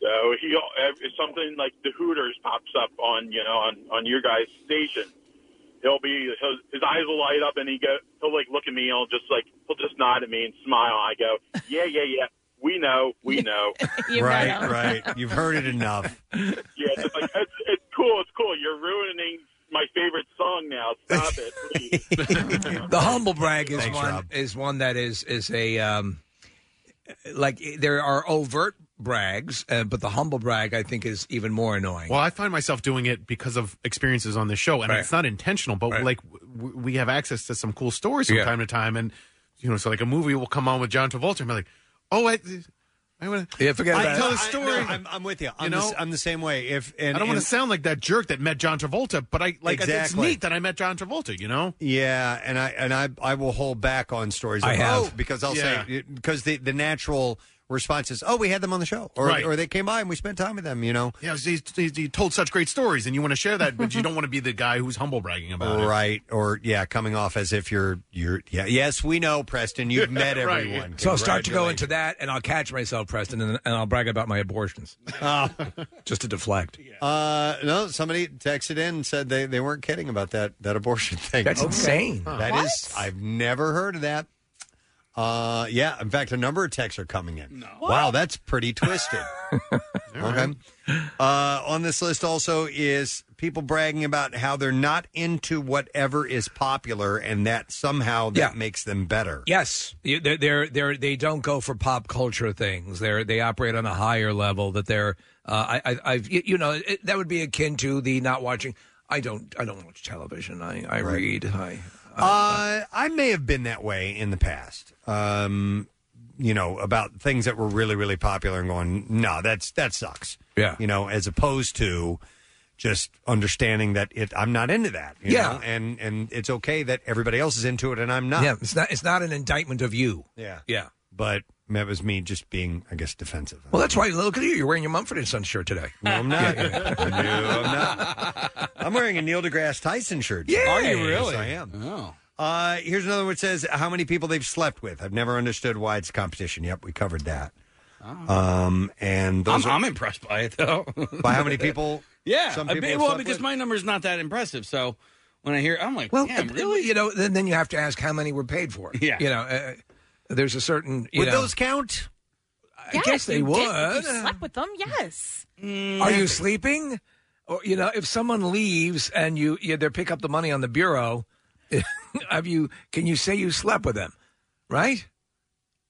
So he if something like the Hooters pops up on you know on on your guys' station. He'll be he'll, his eyes will light up and he go he'll like look at me. and He'll just like he'll just nod at me and smile. I go yeah yeah yeah. We know we know. right, right. You've heard it (laughs) enough. Yeah, it's, like, it's, it's cool. It's cool. You're ruining my favorite song now. Stop it. Oh. (laughs) the humble brag is Thanks, one Rob. is one that is is a um, like there are overt brags, uh, but the humble brag I think is even more annoying. Well, I find myself doing it because of experiences on this show, and Right. it's not intentional, but Right. like w- we have access to some cool stories from Yeah. time to time, and you know, so like a movie will come on with John Travolta, and be like, oh, I, I want to, Yeah, forget I about it. tell I- a story. no, I'm- I'm with you. I'm the s- I'm the same way. If I don't want and- to sound like that jerk that met John Travolta, but I like it's Exactly. neat that I met John Travolta. You know, Yeah, and I and I I will hold back on stories. I of, have. "Oh," because I'll Yeah. say because the the natural response is, "Oh, we had them on the show, or Right. or they came by and we spent time with them." You know, yeah, he, he, he told such great stories, and you want to share that, but you don't want to be the guy who's humble bragging about it. right? Or yeah, coming off as if you're you're yeah. Yes, we know, Preston. You've (laughs) met (laughs) Right. everyone. So I'll start to go into that, and I'll catch myself, Preston, and, and I'll brag about my abortions Oh. (laughs) just to deflect. Uh, no, somebody texted in and said they, they weren't kidding about that that abortion (laughs) thing. That's Okay. insane. Huh. That is- I've never heard of that. Uh, yeah. In fact, a number of texts are coming in. Wow, that's pretty (laughs) twisted. okay. Uh, on this list also is people bragging about how they're not into whatever is popular, and that somehow that makes them better. Yes, You- they're, they're they're they don't go for pop culture things. They're they operate on a higher level. That they're uh, I, I I've you you know it, that would be akin to the not watching. I don't I don't watch television. I I read. I Uh, I may have been that way in the past. Um, you know, about things that were really, really popular and going, no, that's that sucks. Yeah. You know, as opposed to just understanding that it I'm not into that. you Yeah. know, and and it's okay that everybody else is into it and I'm not. yeah. It's not it's not an indictment of you. Yeah. Yeah. But that was me just being, I guess, defensive. Well, that's why look at you. You're wearing your Mumford and Sons shirt today. No, I'm (laughs) not. no, I'm not. I'm wearing a Neil deGrasse Tyson shirt. Yeah. today. Are you really? Yes, I am. Oh. Uh, here's another one that says how many people they've slept with. I've never understood why it's a competition. Yep, we covered that. Um, and those Oh. I'm, are- I'm impressed by it though. (laughs) By how many people- (laughs) yeah, some I people mean, have well, slept because with? my number's not that impressive. So when I hear, I'm like, Well, damn, uh, really? You know, then then you have to ask how many were paid for. Yeah. You know, uh, there's a certain. You Would know- those count? I guess they would. Mm. you slept with them, yes. Are you sleeping? Or you know, if someone leaves and you, you they pick up the money on the bureau, (laughs) have you? Can you say you slept with them? Right?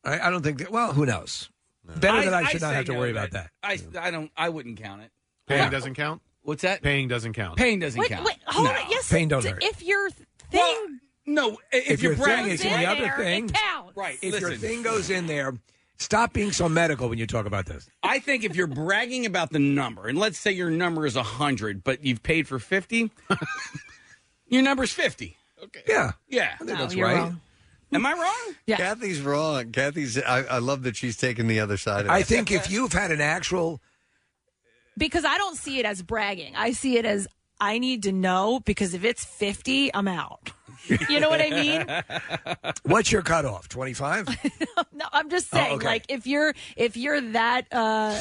I, I don't think. That, well, who knows? Better that I should not say have to no, worry but about that. I, I don't. I wouldn't count it. Paying Yeah. doesn't count. What's that? Paying doesn't count. Pain doesn't Wait, count. wait, hold No. on. Yes, Pain don't d- hurt. If your thing, no, if, your you're bragging, thing is in the other thing, it counts. Right. if your listen. thing goes in there, stop being so medical when you talk about this. I think if you're bragging about the number, and let's say your number is 100, but you've paid for 50, (laughs) your number's 50. Okay. Yeah. Yeah. I think No, that's you're right. wrong. Am I wrong? Yeah. Kathy's wrong. Kathy's. I, I love that she's taking the other side of it. I think if you've had an actual because I don't see it as bragging. I see it as I need to know because if it's 50, I'm out. (laughs) You know what I mean? (laughs) What's your cutoff? Twenty five? No, I'm just saying Oh, okay. like if you're if you're that uh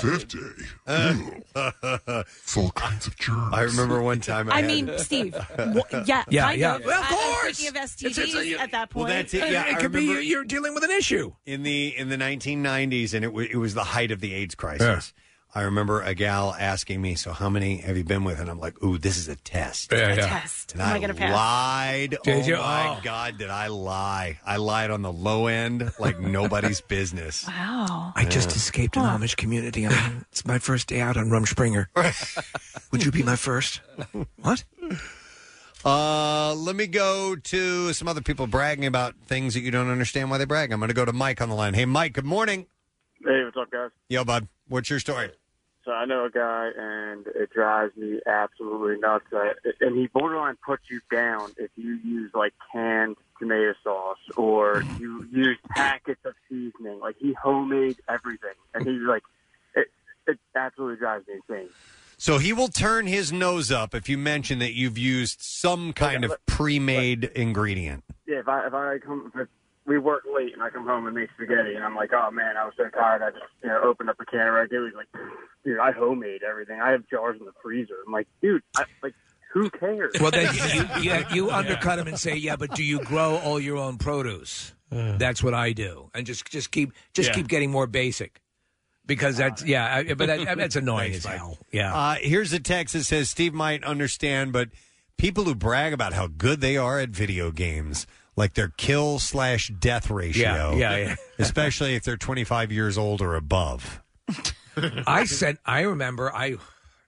(laughs) Full kinds of germs. I remember one time. I, I had- (laughs) mean, Steve, wha- yeah, yeah, kind yeah. of. Well, of I- I'm course. thinking of It's- it's- STDs at that point. Well, that's it. (laughs) Yeah, it I could be remember- you're, you're dealing with an issue. in the in the 1990s, and it, w- it was the height of the AIDS crisis. I remember a gal asking me, "So how many have you been with?" And I'm like, "Ooh, this is a test. Yeah, A yeah. test. And Am I, I gonna pass? lied. Did oh you? my Oh. god, did I lie? I lied on the low end, like (laughs) nobody's business. Wow. I just escaped an Amish community. On, it's my first day out on Rumspringer. Would you be my first? What? Uh, let me go to some other people bragging about things that you don't understand why they brag. I'm going to go to Mike on the line. Hey, Mike. Good morning. Hey, what's up, guys? Yo, bud. What's your story? So I know a guy, and it drives me absolutely nuts. Uh, and he borderline puts you down if you use like canned tomato sauce or you use packets of seasoning. Like he homemade everything, and he's like, it, it absolutely drives me insane. So he will turn his nose up if you mention that you've used some kind of pre-made ingredient. Yeah, if I if I come if we work late and I come home and make spaghetti, and I'm like, oh man, I was so tired. I just you know opened up a can right there. He's like, dude, I homemade everything. I have jars in the freezer. I'm like, dude, I, like who cares? Well, then (laughs) you, you, you, you undercut him and say, "Yeah, but do you grow all your own produce?" That's what I do, and just just keep just Yeah. keep getting more basic, because that's yeah. I, but that, that's annoying as hell. Yeah. Uh, here's a text that says Steve might understand, but people who brag about how good they are at video games, like their kill slash death ratio, yeah, yeah. especially if they're 25 years old or above. I sent. I remember. I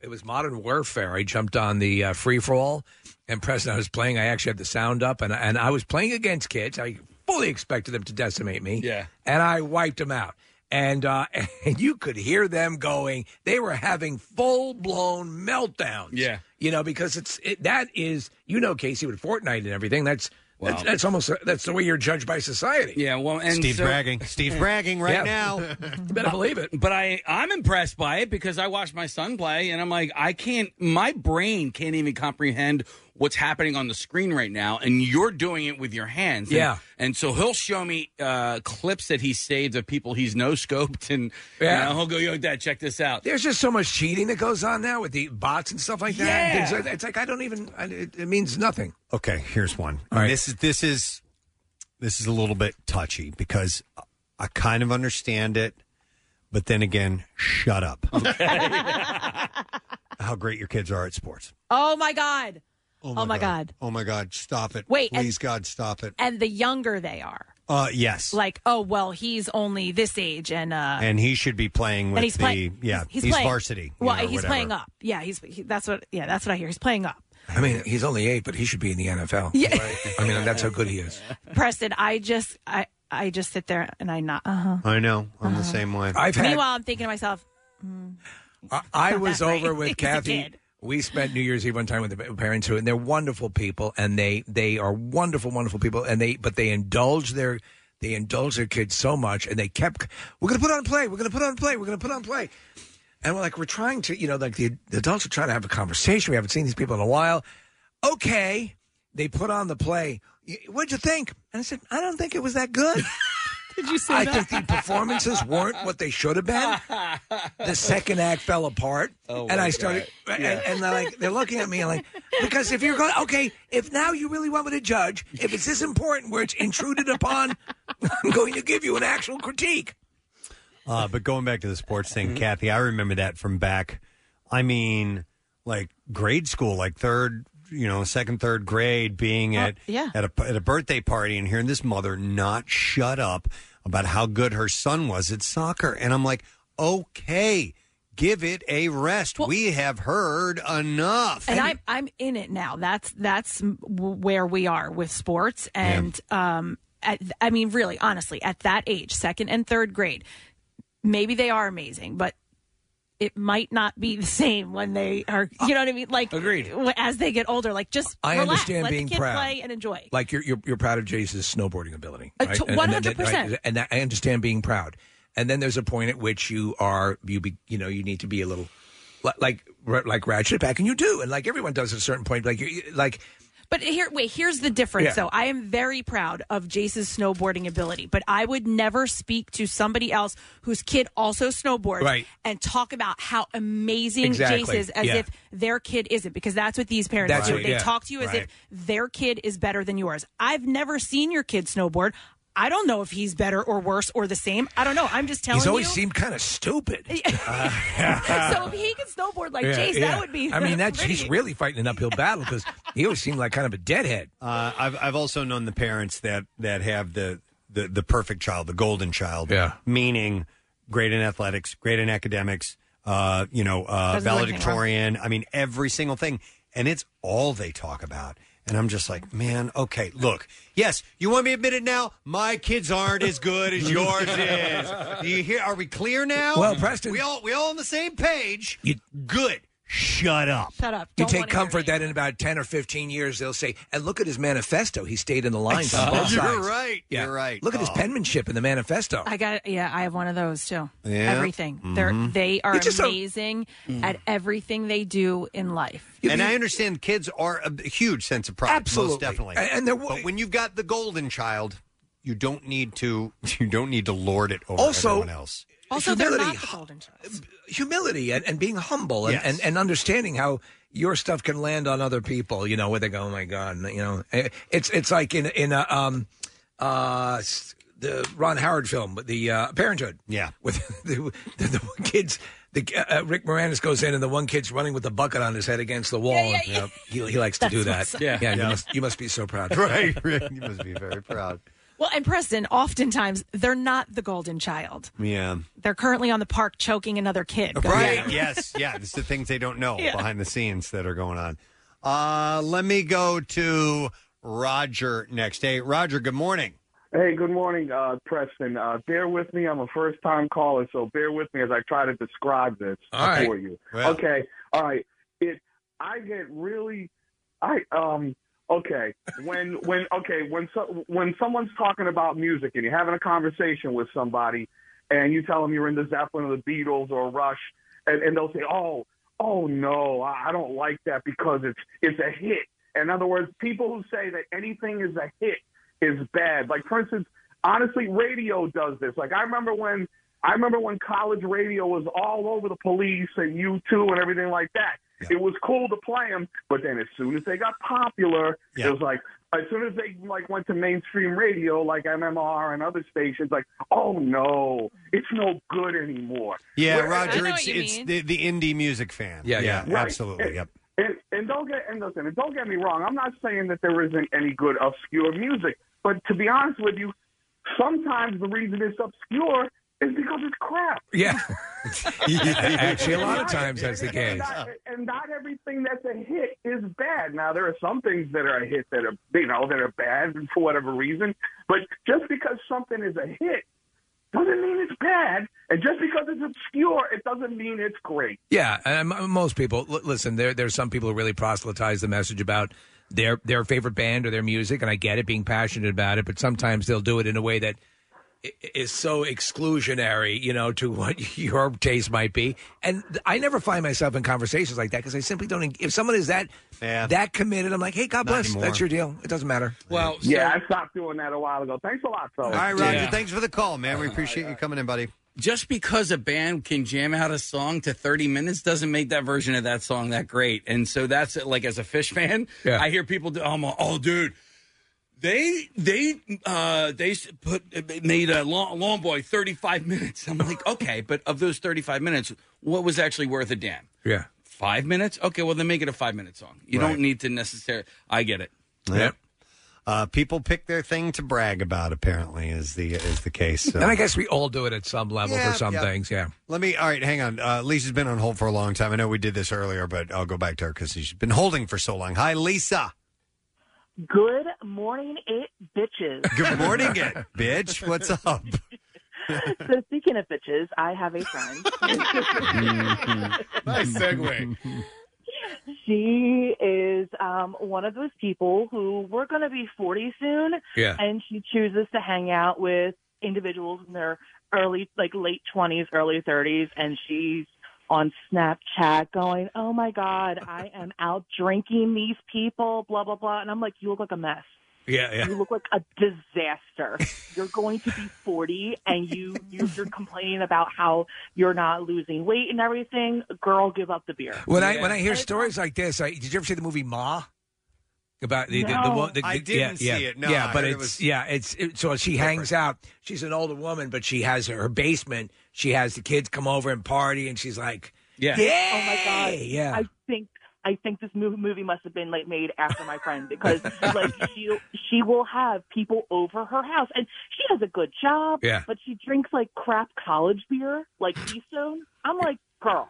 it was Modern Warfare. I jumped on the uh, free for all, and Preston, I was playing. I actually had the sound up, and and I was playing against kids. I fully expected them to decimate me. Yeah, and I wiped them out. And uh, (laughs) and you could hear them going. They were having full blown meltdowns. Yeah, you know because it's it, that is you know Casey with Fortnite and everything. That's that's, that's almost that's the way you're judged by society. Yeah, well, and Steve's so- bragging. Steve's bragging right (laughs) now. You better believe it. But I, I'm impressed by it because I watched my son play, and I'm like, I can't. My brain can't even comprehend what's happening on the screen right now, and you're doing it with your hands. And- Yeah. And so he'll show me uh, clips that he saved of people he's no scoped, and Yeah. you know, he'll go, "Yo, Dad, check this out." There's just so much cheating that goes on now with the bots and stuff like that. and Yeah. things like that. It's like I don't even. I, it, it means nothing. Okay, here's one. All right. And This is this is this is a little bit touchy because I kind of understand it, but then again, shut (laughs) up. how great your kids are at sports. Oh my god. Oh my, god. Oh my God, stop it. Wait, and- Please, God, stop it. And the younger they are. Uh, yes. Like, oh well, he's only this age and uh and he should be playing with and he's the playing yeah he's, playing- varsity you Well, know, he's whatever. playing up. Yeah, he's he, that's what yeah, that's what I hear. He's (laughs) playing up. I mean, he's only eight, but he should be in the NFL. Yeah. I mean, that's how good he is. Preston, I just I I just sit there and I not uh-huh. I know. I'm the same way. I've had. Meanwhile, I'm thinking to myself, I, I (laughs) not was that over great. with He's a Kathy. kid. We spent New Year's Eve one time with the pa- parents who, and they're wonderful people, and they they are wonderful, wonderful people, and they but they indulge their they indulge their kids so much, and they kept we're going to put on play, we're going to put on play, we're going to put on play, and we're like we're trying to you know like the, the adults are trying to have a conversation. We haven't seen these people in a while. Okay, they put on the play. "Y- What'd you think? And I said, I don't think it was that good. (laughs) Did you I think the performances weren't what they should have (laughs) (laughs) been. The second act fell apart, Oh, and my I started, God. and, Yeah. and they're like, they're looking at me and like, because if you're going, okay, if now you really want me to judge, if it's this important where it's intruded upon, (laughs) I'm going to give you an actual critique. Uh, but going back to the sports thing, Kathy, I remember that from back. I mean, like grade school, like third, you know, second, third grade, being at yeah. at a at a birthday party and hearing this mother not shut up about how good her son was at soccer, and I'm like, okay. Give it a rest. we have heard enough. and I'm I'm in it now. That's that's w- where we are with sports, and um, at, I mean, really, honestly, at that age, second and third grade, maybe they are amazing, but it might not be the same when they are, you know what I mean? Like, Agreed. w- As they get older, like just I relax, understand let being the kid proud. play and enjoy. Like you're you're, you're proud of Jace's snowboarding ability, Uh, right? to- And- and that- that- 100%. right, And, that, I understand being proud. And then there's a point at which you are you be you know you need to be a little li- like like ratchet it back, and you do, and like everyone does at a certain point. Like you- you like But here, wait, here's the difference. Yeah. So I am very proud of Jace's snowboarding ability, but I would never speak to somebody else whose kid also snowboards Right. and talk about how amazing Exactly. Jace is as Yeah. if their kid isn't, because that's what these parents That's do. what- they yeah. talk to you as Right. if their kid is better than yours. I've never seen your kid snowboard. I don't know if he's better or worse or the same. I don't know. I'm just telling he's always (laughs) you. seemed kind of (laughs) stupid. (laughs) so if he can snowboard like Yeah, Jace, yeah. that would be. I mean, (laughs) that's pretty. he's really fighting an uphill battle because he always seemed like kind of a deadhead. Uh, I've I've also known the parents that that have the the, the perfect child, the golden child. Yeah. Meaning great in athletics, great in academics, uh, you know, uh, Doesn't do anything valedictorian. I mean, every single thing. And it's all they talk about. And I'm just like, man, okay, look. Yes, you want me to admit it now? My kids aren't as good as (laughs) yours is. Do you hear? Are we clear now? Well, Preston- we all we all on the same page. You, Good. Shut up. Shut up. You take comfort that in about 10 or 15 years, they'll say, and look at his manifesto. He stayed in the (laughs) lines on both You're sides. right. Oh. Yeah. You're right. Look at his penmanship in the manifesto. I got yeah, I have one of those too. Yeah. Everything. They're Mm-hmm. Mhm. they are You just don't- amazing Mm. at everything they do in life. And I understand kids are a b- huge sense of pride, Absolutely. most definitely. And- and but when you've got the golden child, you don't need to (laughs) you don't need to lord it over Also- everyone else. Also, they're Humility. not the golden child. Humility and, and being humble and, Yes. and, and understanding how your stuff can land on other people, you know, where they go, oh my God, you know. Eh, It's it's like in, in a, um, uh, s- the Ron Howard film, with the uh, Parenthood. Yeah. With (laughs) the, the, the one kids. The, uh, Rick Moranis goes in, and the one kid's running with the bucket on his head against the wall. yeah, and yeah. He, (laughs) he likes to That's do what's that. up. Yeah, Yeah. You, must, you must be so (laughs) proud. Right, right. You must be very proud. Well, and Preston, oftentimes they're not the golden child. Yeah. They're currently on the park choking another kid. Right. yes. Yeah. It's the things they don't know (laughs) Yeah. behind the scenes that are going on. Uh, let me go to Roger next. Hey, Roger. Good morning. Hey, good morning, uh, Preston. Uh, bear with me. I'm a first time caller, so bear with me as I try to describe this All right. for you. Well. Okay. All right. It I get really I um okay. When when okay, when so, when someone's talking about music and you're having a conversation with somebody and you tell them you're into Zeppelin or the Beatles or Rush and, and they'll say, "Oh, oh no, I I don't like that because it's it's a hit." In other words, people who say that anything is a hit is bad. Like for instance, honestly, radio does this. Like I remember when I remember when college radio was all over the police and U two and everything like that. It was cool to play them, but then as soon as they got popular, it was like as soon as they like went to mainstream radio, like MMR and other stations, like oh no, it's no good anymore. Yeah, Where- Roger. It's it's the, the indie music fan. Yeah, yeah. Right. Absolutely. Yep. and, and don't get and listen, and don't get me wrong. I'm not saying that there isn't any good obscure music, but to be honest with you, sometimes the reason it's obscure is because it's crap. Yeah. (laughs) Actually, a lot of Not- times that's the and case. not- And not everything that's a hit is bad. Now there are some things that are a hit that are you know that are bad for whatever reason, but just because something is a hit doesn't mean it's bad, and just because it's obscure, it doesn't mean it's great. Yeah, and m- most people l- listen. There, there's some people who really proselytize the message about their their favorite band or their music, and I get it, being passionate about it. But sometimes they'll do it in a way that i- is so exclusionary, you know, to (laughs) what your taste might be. And th- I never find myself in conversations like that because I simply don't. en- If someone is that that committed, I'm like, hey, God Not bless. anymore. That's your deal. It doesn't matter. Well, yeah, I stopped doing that a while ago. Thanks a lot, fellas. All right, Roger. Thanks for the call, man. We appreciate you coming in, buddy. Just because a band can jam out a song to 30 minutes doesn't make that version of that song that great. And so that's like as a fish fan, Yeah. I hear people do, I'm all, oh, dude. They they uh they s- put made a long, long boy 35 minutes. I'm like, okay, but of those 35 minutes, what was actually worth a damn? Yeah. Five minutes? Okay, well then make it a five minute song. You Right. don't need to necessarily. I get it. Yep. Uh, people pick their thing to brag about. Apparently, is the is the case. So. and I guess we all do it at some level Yeah, for some yeah. things. Yeah. Let me. All right, hang on. Uh, Lisa's been on hold for a long time. I know we did this earlier, but I'll go back to her because she's been holding for so long. Hi, Lisa. Good morning, it bitches. (laughs) (laughs) Good morning, it bitch. What's up? so speaking of bitches, I have a friend. Mm-hmm. nice segue. she is um, one of those people who we're going to be 40 soon, Yeah. and she chooses to hang out with individuals in their early, like late 20s, early 30s, and she's on Snapchat going, "Oh my God, I am out drinking these people," blah blah blah, and I'm like, "You look like a mess." Yeah, yeah. You look like a disaster. You're going to be 40 and you, you you're complaining about how you're not losing weight and everything. Girl, give up the beer. When I when I hear stories like this, I, did you ever see the movie Ma? About the, the, the, No. one- the, I the- didn't yeah, see yeah, it. No, I yeah, but heard it it's was yeah, it's it, so she hangs out. She's an older woman, but she has her, her basement. She has the kids come over and party, and she's like, yeah, Oh my god. yeah. I think I think this mov- movie must have been like made after my friend because like she she will have people over her house and she has a good job. Yeah. But she drinks like crap college beer, like Keystone. I'm like, (laughs) girl,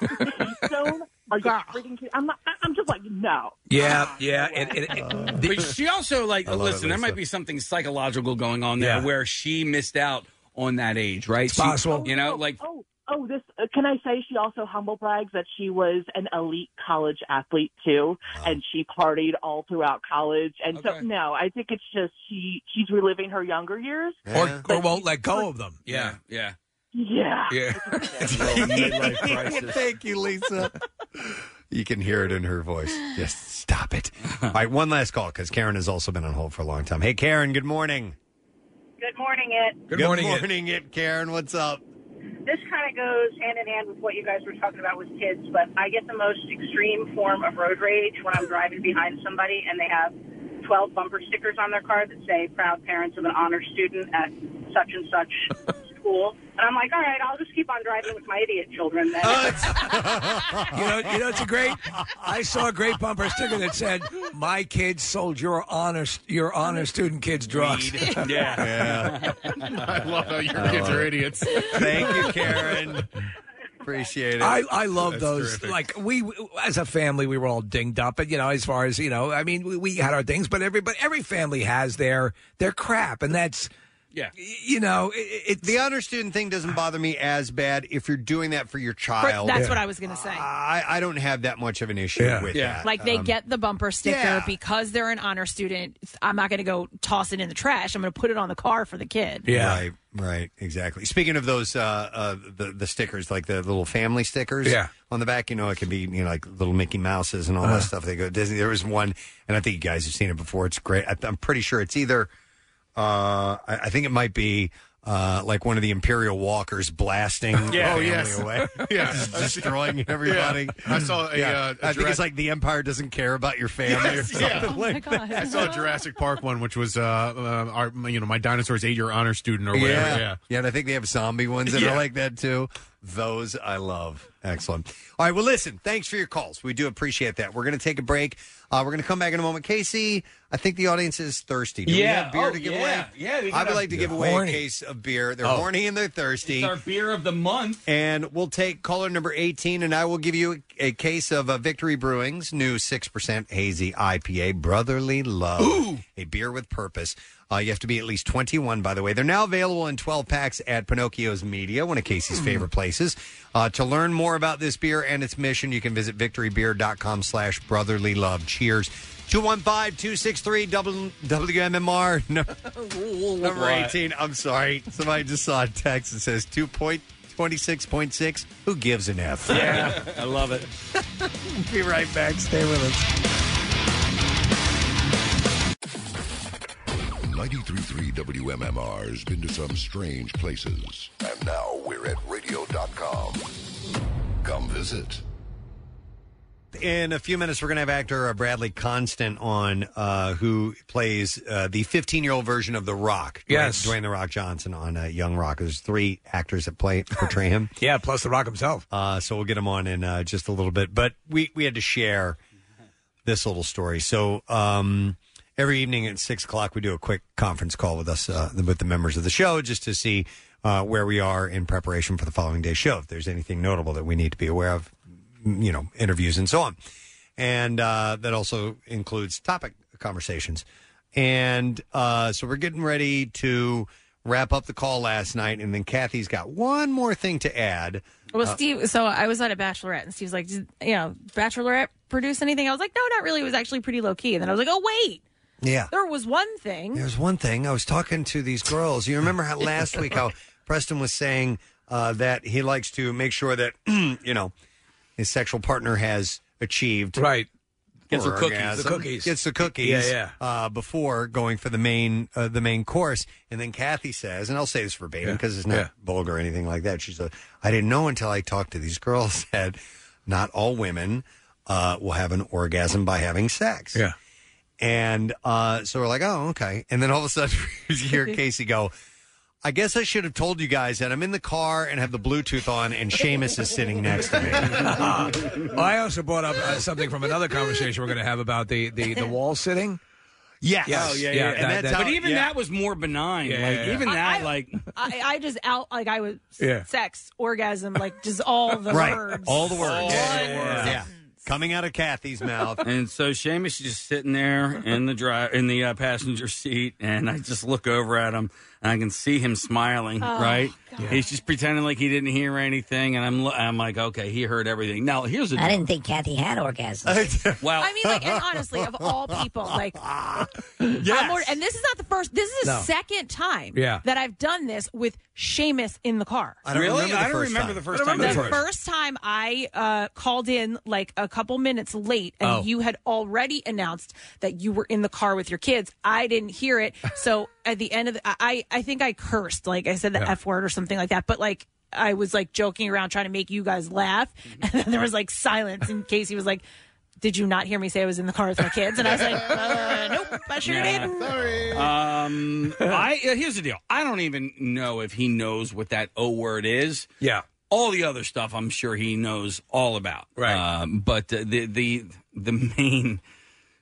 Keystone. Are you freaking kidding? I'm not, I- I'm just like no. yeah, yeah. And, and, but she also like I love listen. it, there might Lisa. be something psychological going on there Yeah. where she missed out on that age, right? She- possible. you know, like Oh, oh, this. Uh, can I say she also humble brags that she was an elite college athlete too, and she partied all throughout college. And so, no, I think it's just she she's reliving her younger years. or or won't let go of them. yeah, yeah. Yeah. (laughs) Yeah. midlife crisis. Thank you, Lisa. You can hear it in her voice. Just stop (laughs) it. All right, one last call because Karen has also been on hold for a long time. Hey, Karen, good morning. Good morning, it. Good morning, it. Karen. What's up? This kind of goes hand in hand with what you guys were talking about with kids, but I get the most extreme form of road rage when I'm driving behind somebody and they have 12 bumper stickers on their car that say proud parents of an honor student at such and such school. And I'm like, all right, I'll just keep on driving with my idiot children (laughs) then. you know, you know, it's a great. I saw a great bumper sticker that said, "My kids sold your honor, your honor student kids drugs." (laughs) Yeah. I love how (laughs) your Oh, I kids love are it. idiots. Thank (laughs) you, Karen. Appreciate it. I, I love That's those. terrific. Like we, as a family, we were all dinged up, and you know, as far as you know, I mean, we, we had our things, but every but every family has their their crap, and that's yeah. You know, it, the honor student thing doesn't bother me as bad if you're doing that for your child. That's what I was going to say. I, I don't have that much of an issue Yeah. with Yeah. that. Like they Um, get the bumper sticker yeah. because they're an honor student. I'm not going to go toss it in the trash. I'm going to put it on the car for the kid. Right. Right. Exactly. Speaking of those, uh, uh, the the stickers, like the little family stickers, Yeah. on the back. You know, it can be you know like little Mickey Mouses and all Uh-huh. that stuff. They go Disney. There was one, and I think you guys have seen it before. It's great. I, I'm pretty sure it's either. Uh, I, I think it might be. Uh, like one of the Imperial Walkers blasting (laughs) the Yeah. Oh family yes. (laughs) away, Yeah. Just destroying everybody. Yeah. I saw a. Yeah. Uh, a I think Jurassic- it's like the Empire doesn't care about your family or something Oh, yeah. like that. I saw a Jurassic Park one, which was uh, uh our you know my dinosaur's eight year honor student or whatever. Yeah. Yeah. Yeah, and I think they have zombie ones that Yeah. are like that too. Those I love. Excellent. All right, well, listen, thanks for your calls. We do appreciate that. We're going to take a break. Uh, we're going to come back in a moment. Casey, I think the audience is thirsty. Do we Yeah. have beer Oh, to give yeah. away? Yeah, we I got would a- like to give They're away horny. a case of beer. They're Oh. horny and they're thirsty. It's our beer of the month. And we'll take caller number 18, and I will give you a, a case of uh, Victory Brewing's new 6% hazy IPA, Brotherly Love, a beer with purpose. Uh, you have to be at least 21, by the way. They're now available in 12 packs at Pinocchio's Media, one of Hmm. Casey's favorite places. Uh, to learn more about this beer and its mission, you can visit victorybeer.com slash brotherly love. Cheers. 215-263-WMMR. (laughs) No. Number What? 18. I'm sorry. Somebody just saw a text that says 2.26.6. Who gives an F? (laughs) Yeah, I love it. Be right back. (laughs) Stay with us. 93.3 WMMR has been to some strange places. And now we're at radio.com. Come visit. In a few minutes, we're going to have actor uh, Bradley Constant on, uh, who plays uh, the 15 year old version of The Rock. Dwayne- Yes. Dwayne The Rock Johnson on uh, Young Rock. There's three actors that play portray him. yeah. Plus the (laughs) Rock himself. (laughs) Uh, so we'll get him on in uh, just a little bit. But we, we had to share this little story. So um, every evening at six o'clock, we do a quick conference call with us uh, with the members of the show just to see uh, where we are in preparation for the following day's show. If there's anything notable that we need to be aware of, you know, interviews and so on, and uh, that also includes topic conversations. And uh, so we're getting ready to wrap up the call last night, and then Kathy's got one more thing to add. Well, Uh, Steve, so I was at a bachelorette, and Steve's like, "Did- you know, bachelorette produce anything? I was like, no, not really. It was actually pretty low key. And then I was like, oh, wait, Yeah. there was one thing. There's one thing I was talking to these girls. You remember how last week (laughs) how Preston was saying uh, that he likes to make sure that (clears throat) you know his sexual partner has achieved right. Gets or the cookies. orgasm, The cookies. Gets the cookies. Yeah, Uh, before going for the main uh, the main course, and then Kathy says, and I'll say this verbatim because it's not Yeah. vulgar or anything like that. She's like, I didn't know until I talked to these girls (laughs) that not all women uh, will have an orgasm by having sex. Yeah. And uh, so we're like, oh, okay. And then all of a sudden, (laughs) you hear Casey go, I guess I should have told you guys that I'm in the car and have the Bluetooth on, and Seamus is sitting next to me. Well, I also brought up uh, something from another conversation we're going to have about the, the, the wall sitting. Yes. Oh, yeah, yeah. And that's how- But even yeah. that was more benign. Yeah, Like, yeah, yeah. even I- that, like, (laughs) I, I just out, like, I was Yeah. sex, orgasm, like, just all the right. verbs. All the words. Yeah, yeah, yeah. Yeah. Coming out of Kathy's mouth. (laughs) and so Seamus is just sitting there in the dri in the uh, passenger seat, and I just look over at him, and I can see him smiling. Oh, right? God. He's just pretending like he didn't hear anything, and I'm lo- I'm like, okay, he heard everything. Now here's the I didn't think Kathy had (laughs) orgasms. well, I mean, like, and honestly, of all (laughs) (laughs) people, like, Yes. I'm more- and this is not the first, this is the No. second time Yeah. that I've done this with Seamus in the car. I don't Really? remember the I don't first remember time. the first I don't time remember The the first. first time I uh, called in like a couple minutes late and Oh. you had already announced that you were in the car with your kids. I didn't (laughs) hear it. So at the end of the, I, I think I cursed. Like I said the F word or something like that. But like, I was like joking around trying to make you guys laugh. Mm-hmm. (laughs) And then there was like silence in case he was like, did you not hear me say I was in the car with my kids? And I was (laughs) like, uh, nope, I sure Yeah. didn't. (laughs) Um, I uh, here's the deal. I don't even know if he knows what that O word is. Yeah. All the other stuff, I'm sure he knows all about. Right. Um, but uh, the the the main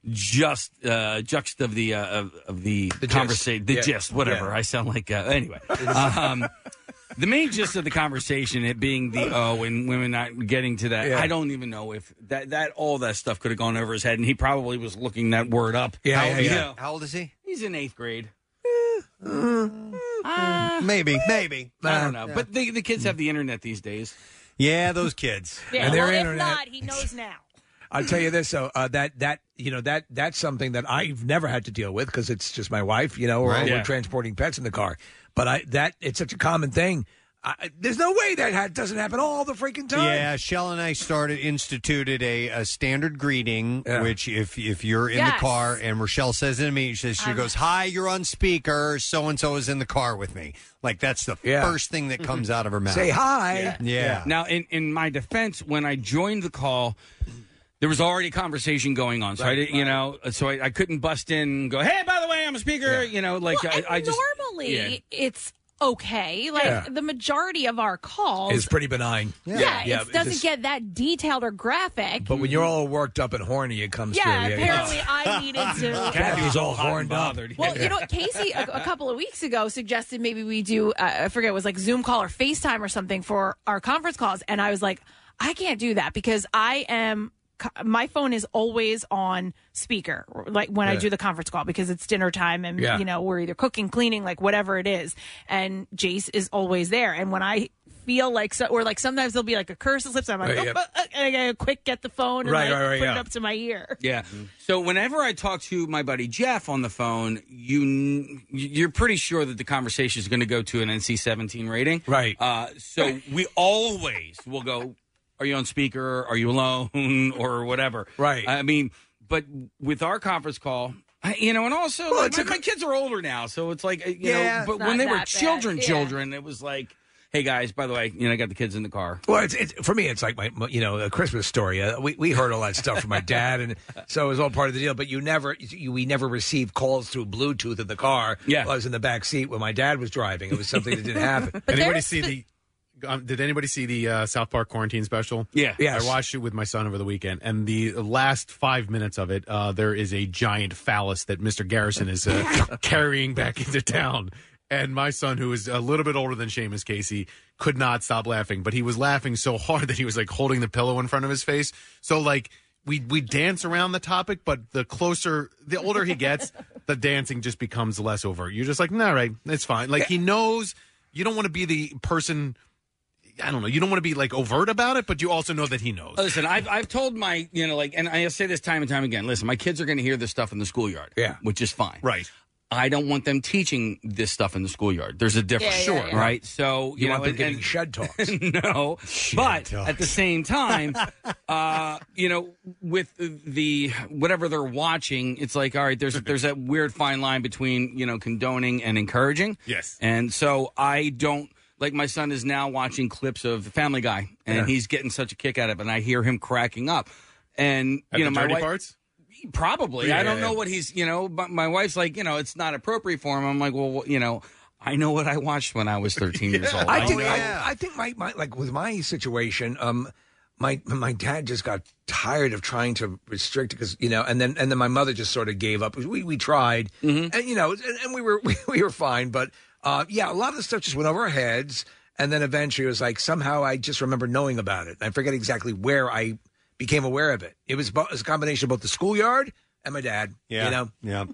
just uh juxt of the uh, of, of the, The gist. conversation the Yeah. gist whatever Yeah. i sound like uh, (laughs) anyway um the main gist of the conversation it being the oh and women not getting to that Yeah. i don't even know if that that all that stuff could have gone over his head and he probably was looking that word up Yeah, How- yeah, you yeah. know, How old is he? He's in eighth (laughs) grade. "Ah." maybe, maybe. I don't know. Yeah. But the, the kids have the internet these days. Yeah, those kids. (laughs) Yeah, And their well, internet. if not, he knows now. I'll tell you this though, uh, that that you know that that's something that I've never had to deal with because it's just my wife, you know, or Right. we're Yeah. transporting pets in the car. But I that it's such a common thing. I, I- there's no way that ha- doesn't happen all the freaking time. Yeah, Shell and I started instituted a, a standard greeting, which if if you're in Yes. the car and Rochelle says to me, she, says, she goes, "Hi, you're on speaker. So and so is in the car with me." Like that's the first thing that comes out of her mouth. Yeah. Yeah. Now, in, in my defense, when I joined the call, there was already conversation going on. So I Right, didn't, you know, so I, I couldn't bust in and go, hey, by the way, I'm a speaker. You know, like Well, and I, I just. normally yeah. it's okay. Like Yeah. the majority of our calls, It's pretty benign. yeah, it it's doesn't just- get that detailed or graphic. But when you're all worked up and horny, it comes Yeah, through. apparently (laughs) I needed to- Kathy was all Hot and horned up. bothered. well, you know, Casey a, a couple of weeks ago suggested maybe we do uh, I forget it was like Zoom call or FaceTime or something for our conference calls, and I was like, I can't do that because I am my phone is always on speaker like when I Yeah. do the conference call because it's dinner time and Yeah. you know we're either cooking cleaning like whatever it is and Jace is always there and when I feel like so or like sometimes there'll be like a curse that slips I'm like Right, oh, yep. uh, uh," and I gotta quick get the phone and Right, like, right, right, put it yeah. up to my ear (laughs) Yeah. Mm-hmm. So whenever I talk to my buddy Jeff on the phone, you kn- you're pretty sure that the conversation is going to go to an NC-17 rating, right? Uh, so we always will go, "Are you on speaker? Are you alone? (laughs) or whatever?" Right. I mean, but with our conference call. I, you know, and also like, my, my kids are older now, so it's like uh, you Yeah. know. But It's not when they were that bad. children, Yeah. children, it was like, "Hey guys, by the way, you know, I got the kids in the car." Well, it's, it's for me. It's like my, my- you know a Christmas story. Uh, we we heard all that stuff from my dad, and so it was all part of the deal. But you never you, we never received calls through Bluetooth in the car. Yeah, I was in the back seat when my dad was driving. It was something that didn't (laughs) happen. anybody see the? Um, did anybody see the uh, South Park quarantine special? Yeah, Yes. I watched it with my son over the weekend, and the last five minutes of it, uh, there is a giant phallus that Mr. Garrison is uh, carrying back into town. And my son, who is a little bit older than Seamus Casey, could not stop laughing, but he was laughing so hard that he was like holding the pillow in front of his face. So like. We, we dance around the topic, but the closer, the older he gets, the dancing just becomes less overt. You're just like, nah, right, it's fine. Like he knows you don't want to be the person. I don't know. You don't want to be like overt about it, but you also know that he knows. Listen, I've, I've told my, you know, like, and I say this time and time again. Listen, my kids are going to hear this stuff in the schoolyard. Yeah. Which is fine. Right. I don't want them teaching this stuff in the schoolyard. There's a difference. Yeah, yeah, Sure. yeah. Right. So, you, You know, want them and- getting and- (laughs) shed talks. no. but at the same (laughs) time, uh, you know, with the whatever they're watching, it's like, all right, there's there's that weird fine line between, you know, condoning and encouraging. Yes. And so I don't like my son is now watching clips of Family Guy and Yeah. he's getting such a kick out of it and I hear him cracking up. And At you the know, my dirty wife- parts? Probably. Yeah, I don't yeah, know yeah. what he's, you know, but my wife's like, you know, it's not appropriate for him. I'm like, well, you know, I know what I watched when I was (laughs) 13 years old. I think, I, I think my, my like with my situation, um, my my dad just got tired of trying to restrict because you know, and then and then my mother just sort of gave up. We we tried, Mm-hmm. and you know, and, and we were (laughs) we, we were fine, but uh, yeah, a lot of the stuff just went over our heads, and then eventually it was like somehow I just remember knowing about it. I forget exactly where I became aware of it. It was, bo- it was a combination of both the schoolyard and my dad. Yeah, you know, Uh, yeah.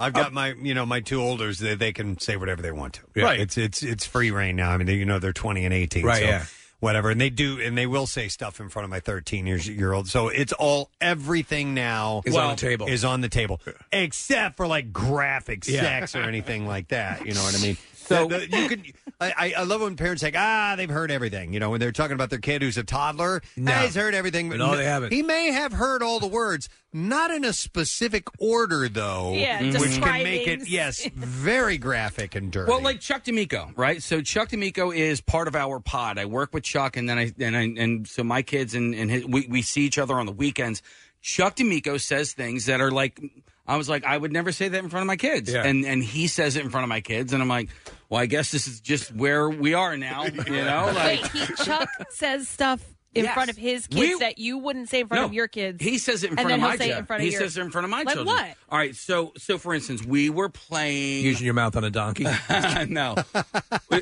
I've got my, you know, my two olders. They, they can say whatever they want to. Yeah. Right. It's it's it's free reign now. I mean, they, you know, they're twenty and eighteen. Right, So yeah. Whatever, and they do, and they will say stuff in front of my thirteen years year old. So it's all everything now Is on the table. Is on the table, except for like graphic Yeah. sex or anything like that. You know what I (laughs) mean? So you could. I, I- I love when parents like, ah, they've heard everything. You know, when they're talking about their kid who's a toddler, No. "Ah, he's heard everything. but No, they haven't. He may have heard all the words, not in a specific order though. Yeah, which can describing- make it yes, very graphic and dirty. Well, like Chuck D'Amico, right? So Chuck D'Amico is part of our pod. I work with Chuck, and then I and I, and so my kids and and his, we we see each other on the weekends. Chuck D'Amico says things that are like, I was like, I would never say that in front of my kids, Yeah. and and he says it in front of my kids, and I'm like, well, I guess this is just where we are now, you know? Like, Wait, he, (laughs) Chuck says stuff in Yes. front of his kids We- that you wouldn't say in front No. of your kids. He says it in and front then of he'll my say it children. in front of he your- says it in front of my like children. what? All right, so so for instance, we were playing using your mouth on a donkey. (laughs) (laughs) no.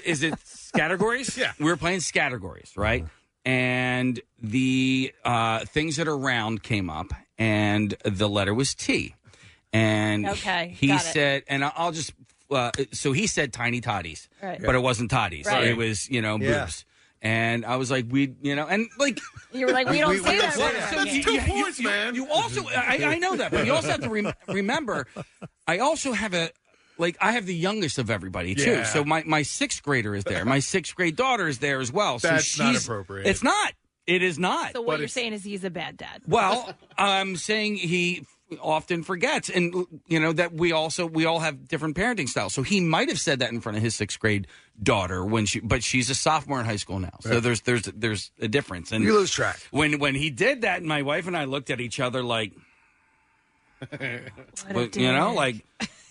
Is it categories? Yeah. We were playing categories, right? And the uh, things that are round came up, and the letter was T. And Okay, he got it. said, and I- I'll just, uh, so he said tiny toddies, Right. but it wasn't toddies. Right. It was, you know, Yeah. boobs. And I was like, we, you know, and like, (laughs) You were like, we don't say that. well, word. so you- you- you- you- You also, I, I know that, but you also have to (laughs) rem- remember, I also have a, like, I have the youngest of everybody too. Yeah. So my my sixth grader is there. My sixth grade daughter is there as well. So That's not she's- appropriate. It's not. It is not. So what you're saying is he's a bad dad. Well, I'm saying he f- often forgets, and you know that we also we all have different parenting styles. So he might have said that in front of his sixth grade daughter when she, but she's a sophomore in high school now. So Right. there's there's there's a difference, and You lose track. when when he did that. My wife and I looked at each other like, but, you know, like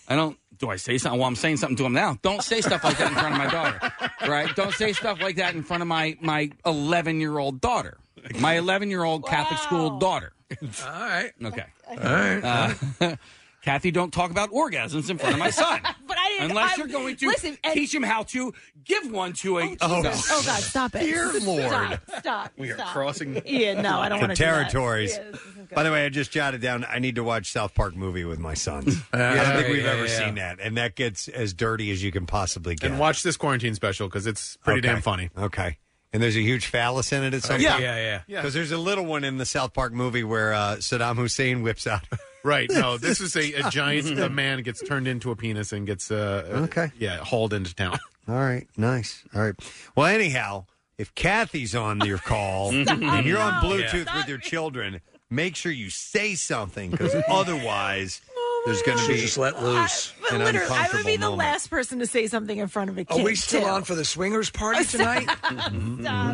I don't. Do I say something? Well, I'm saying something to him now. Don't say stuff like that in front of my daughter, right? Don't say stuff like that in front of my my 11 year old daughter, my 11 year old Catholic school daughter. All right. Okay. All right. Uh, (laughs) Kathy, don't talk about orgasms in front of my son. (laughs) But I didn't. Unless I- you're going to listen, and- teach him how to give one to a. Oh, God! (laughs) Stop it! Dear Lord. Stop! stop We are stop. crossing- (laughs) Yeah, no, I don't the want to territories. By the way, I just jotted down. I need to watch South Park movie with (laughs) my sons. I don't think yeah, we've yeah, ever yeah. seen that, and that gets as dirty as you can possibly get. And watch this quarantine special because it's pretty Okay. damn funny. Okay. And there's a huge phallus in it at some Yeah. point. Yeah, yeah, yeah. Because there's a little one in the South Park movie where uh, Saddam Hussein whips out. (laughs) (laughs) Right. No, this is a, a giant a man gets turned into a penis and gets uh, okay. Yeah, hauled into town. All right, nice. All right. Well, anyhow, if Kathy's on your (laughs) call Stop. and you're on No. Bluetooth Yeah. with your children, make sure you say something (laughs) because otherwise, there's going to She be just let loose. But an literally, I would uncomfortable be the moment. last person to say something in front of a kid. Are we still too. on for the swingers (laughs) party tonight? Stop!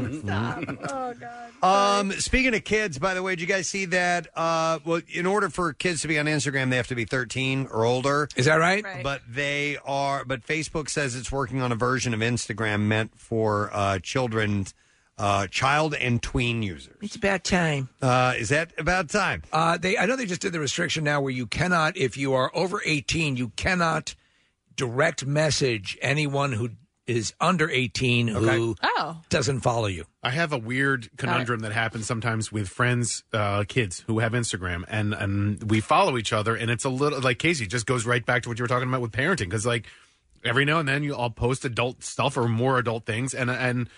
Mm-hmm. Oh God! Um, speaking of kids, by the way, did you guys see that? Uh, well, in order for kids to be on Instagram, they have to be 13 or older. Is that right? Right. But they are. But Facebook says it's working on a version of Instagram meant for uh, children, uh, child and tween users. It's about time. Uh, is that about time? Uh, they, I know they just did the restriction now where you cannot, if you are over 18, you cannot direct message anyone who is under 18 who Oh. doesn't follow you. I have a weird conundrum that happens sometimes with friends, uh, kids who have Instagram, and and we follow each other, and it's a little like Casey just goes right back to what you were talking about with parenting, because like every now and then you all post adult stuff or more adult things, and and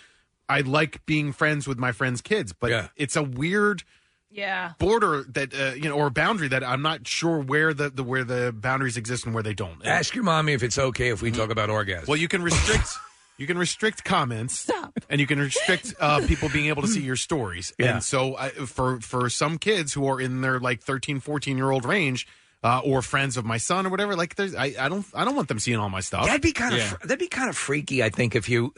I like being friends with my friends' kids, but it's a weird Yeah. border that uh, you know or boundary that I'm not sure where the, the where the boundaries exist and where they don't. Ask your mommy if it's okay if we Mm-hmm. talk about orgasms. Well, you can restrict you can restrict comments, and you can restrict uh, people being able to see your stories. Yeah. And so, I, for for some kids who are in their like 13, 14 year old range, uh, or friends of my son or whatever, like there's I, I don't I don't want them seeing all my stuff. That'd be kind of fr- that'd be kind of freaky, I think, if you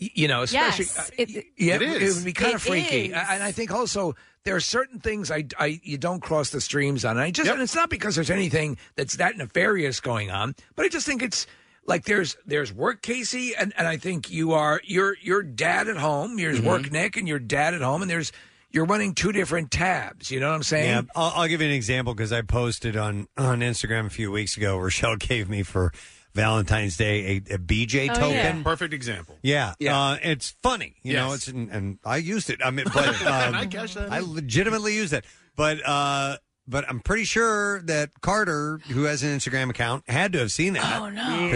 y- you know, especially yes. uh, it, yeah, it would be kind of It freaky. is. A- And I think also there are certain things I, I you don't cross the streams on. And I just and it's not because there's anything that's that nefarious going on, but I just think it's like there's there's work Casey and, and I think you are your your dad at home, there's Mm-hmm. work Nick and your dad at home and there's you're running two different tabs, you know what I'm saying? Yeah, I'll, I'll give you an example because I posted on on Instagram a few weeks ago. (laughs) Rochelle gave me for Valentine's Day a, a BJ Oh, token. Perfect (laughs) example. Yeah, Uh, it's funny, you know. Yes. It's and, and I used it. (laughs) I mean, but um, Can I cash that in? I legitimately used that. But uh, but I'm pretty sure that Carter, who has an Instagram account, had to have seen that. Oh no. yeah, and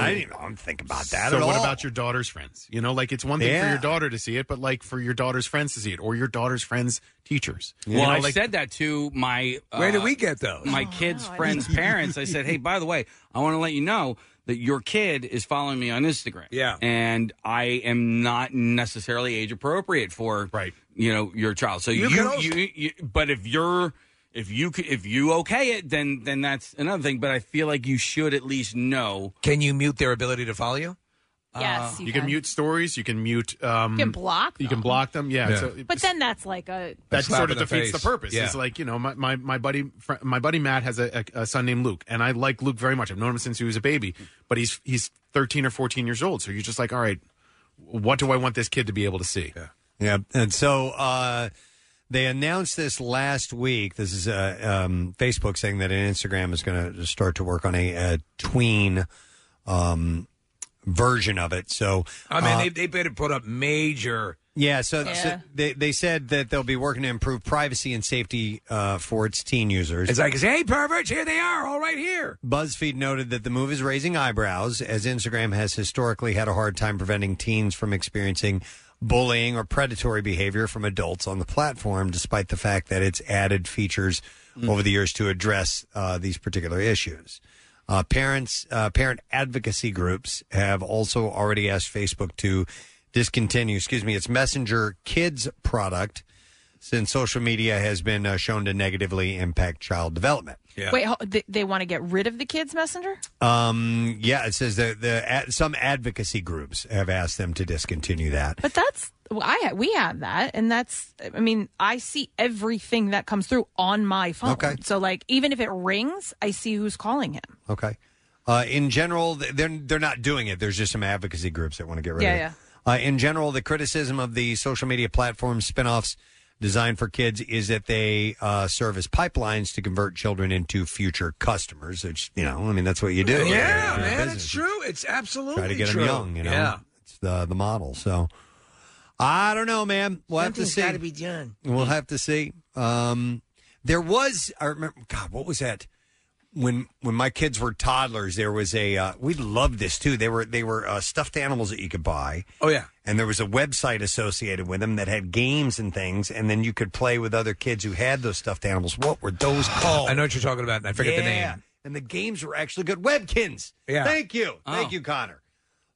I didn't, I didn't think about that so at what all. about your daughter's friends? You know, like it's one thing for Yeah. your daughter to see it, but like for your daughter's friends to see it, or your daughter's friends' teachers. You Well, know, I like- said that to my. uh, Where did we get those? My kids' friends' parents. I said, "Hey, by the way, I want to let you know that your kid is following me on Instagram. Yeah. and I am not necessarily age appropriate for right. You know, your child. So You you, can you, also- you, but if you're if you c- if you okay it, then then that's another thing. But I feel like you should at least know. Can you mute their ability to follow you? Uh, Uh, Yes, you, you can. can. mute stories. You can mute. Um, You can block You can block them. Yeah. Yeah. So But then that's like a that slap sort of in the defeats the face. purpose. Yeah. It's like you know, my my, my buddy fr- my buddy Matt has a, a, a son named Luke, and I like Luke very much. I've known him since he was a baby, but he's he's thirteen or fourteen years old. So you're just like, all right, what do I want this kid to be able to see? Yeah, and so uh, they announced this last week. This is uh, um, Facebook saying that Instagram is going to start to work on a, uh tween um, version of it. So I mean, uh, they, they better put up major. yeah, so, Yeah. so they they said that they'll be working to improve privacy and safety uh, for its teen users. It's like, hey, perverts, here they are, all right here. BuzzFeed noted that the move is raising eyebrows, as Instagram has historically had a hard time preventing teens from experiencing bullying or predatory behavior from adults on the platform, despite the fact that it's added features over the years to address uh, these particular issues. Uh, parents, uh, parent advocacy groups have also already asked Facebook to discontinue, excuse me, its Messenger Kids product, since social media has been uh, shown to negatively impact child development. Wait, ho- they, they want to get rid of the kids' messenger? Um, yeah, it says that the ad, some advocacy groups have asked them to discontinue that. But that's well, I we have that, and that's I mean I see everything that comes through on my phone. Okay. So like even if it rings, I see who's calling him. Okay. Uh, in general, th- they're they're not doing it. There's just some advocacy groups that want to get rid Yeah, of it. yeah. Uh, in general, the criticism of the social media platform spinoffs designed for kids is that they uh, serve as pipelines to convert children into future customers. Which you know, I mean, that's what you do. You're Yeah, in man, business. it's true. It's absolutely Try to get true. them young. You know, Yeah. it's the the model. So I don't know, man. We'll have to see. got to be done. We'll have to see. Um, there was, I remember, God, what was that? When when my kids were toddlers, there was a uh, we loved this too. They were they were uh, stuffed animals that you could buy. Oh yeah, and there was a website associated with them that had games and things, and then you could play with other kids who had those stuffed animals. What were those called? (sighs) I know what you're talking about, and I forget the Yeah. name. And the games were actually good. Webkins. Yeah. Oh. Thank you. Thank you, Connor.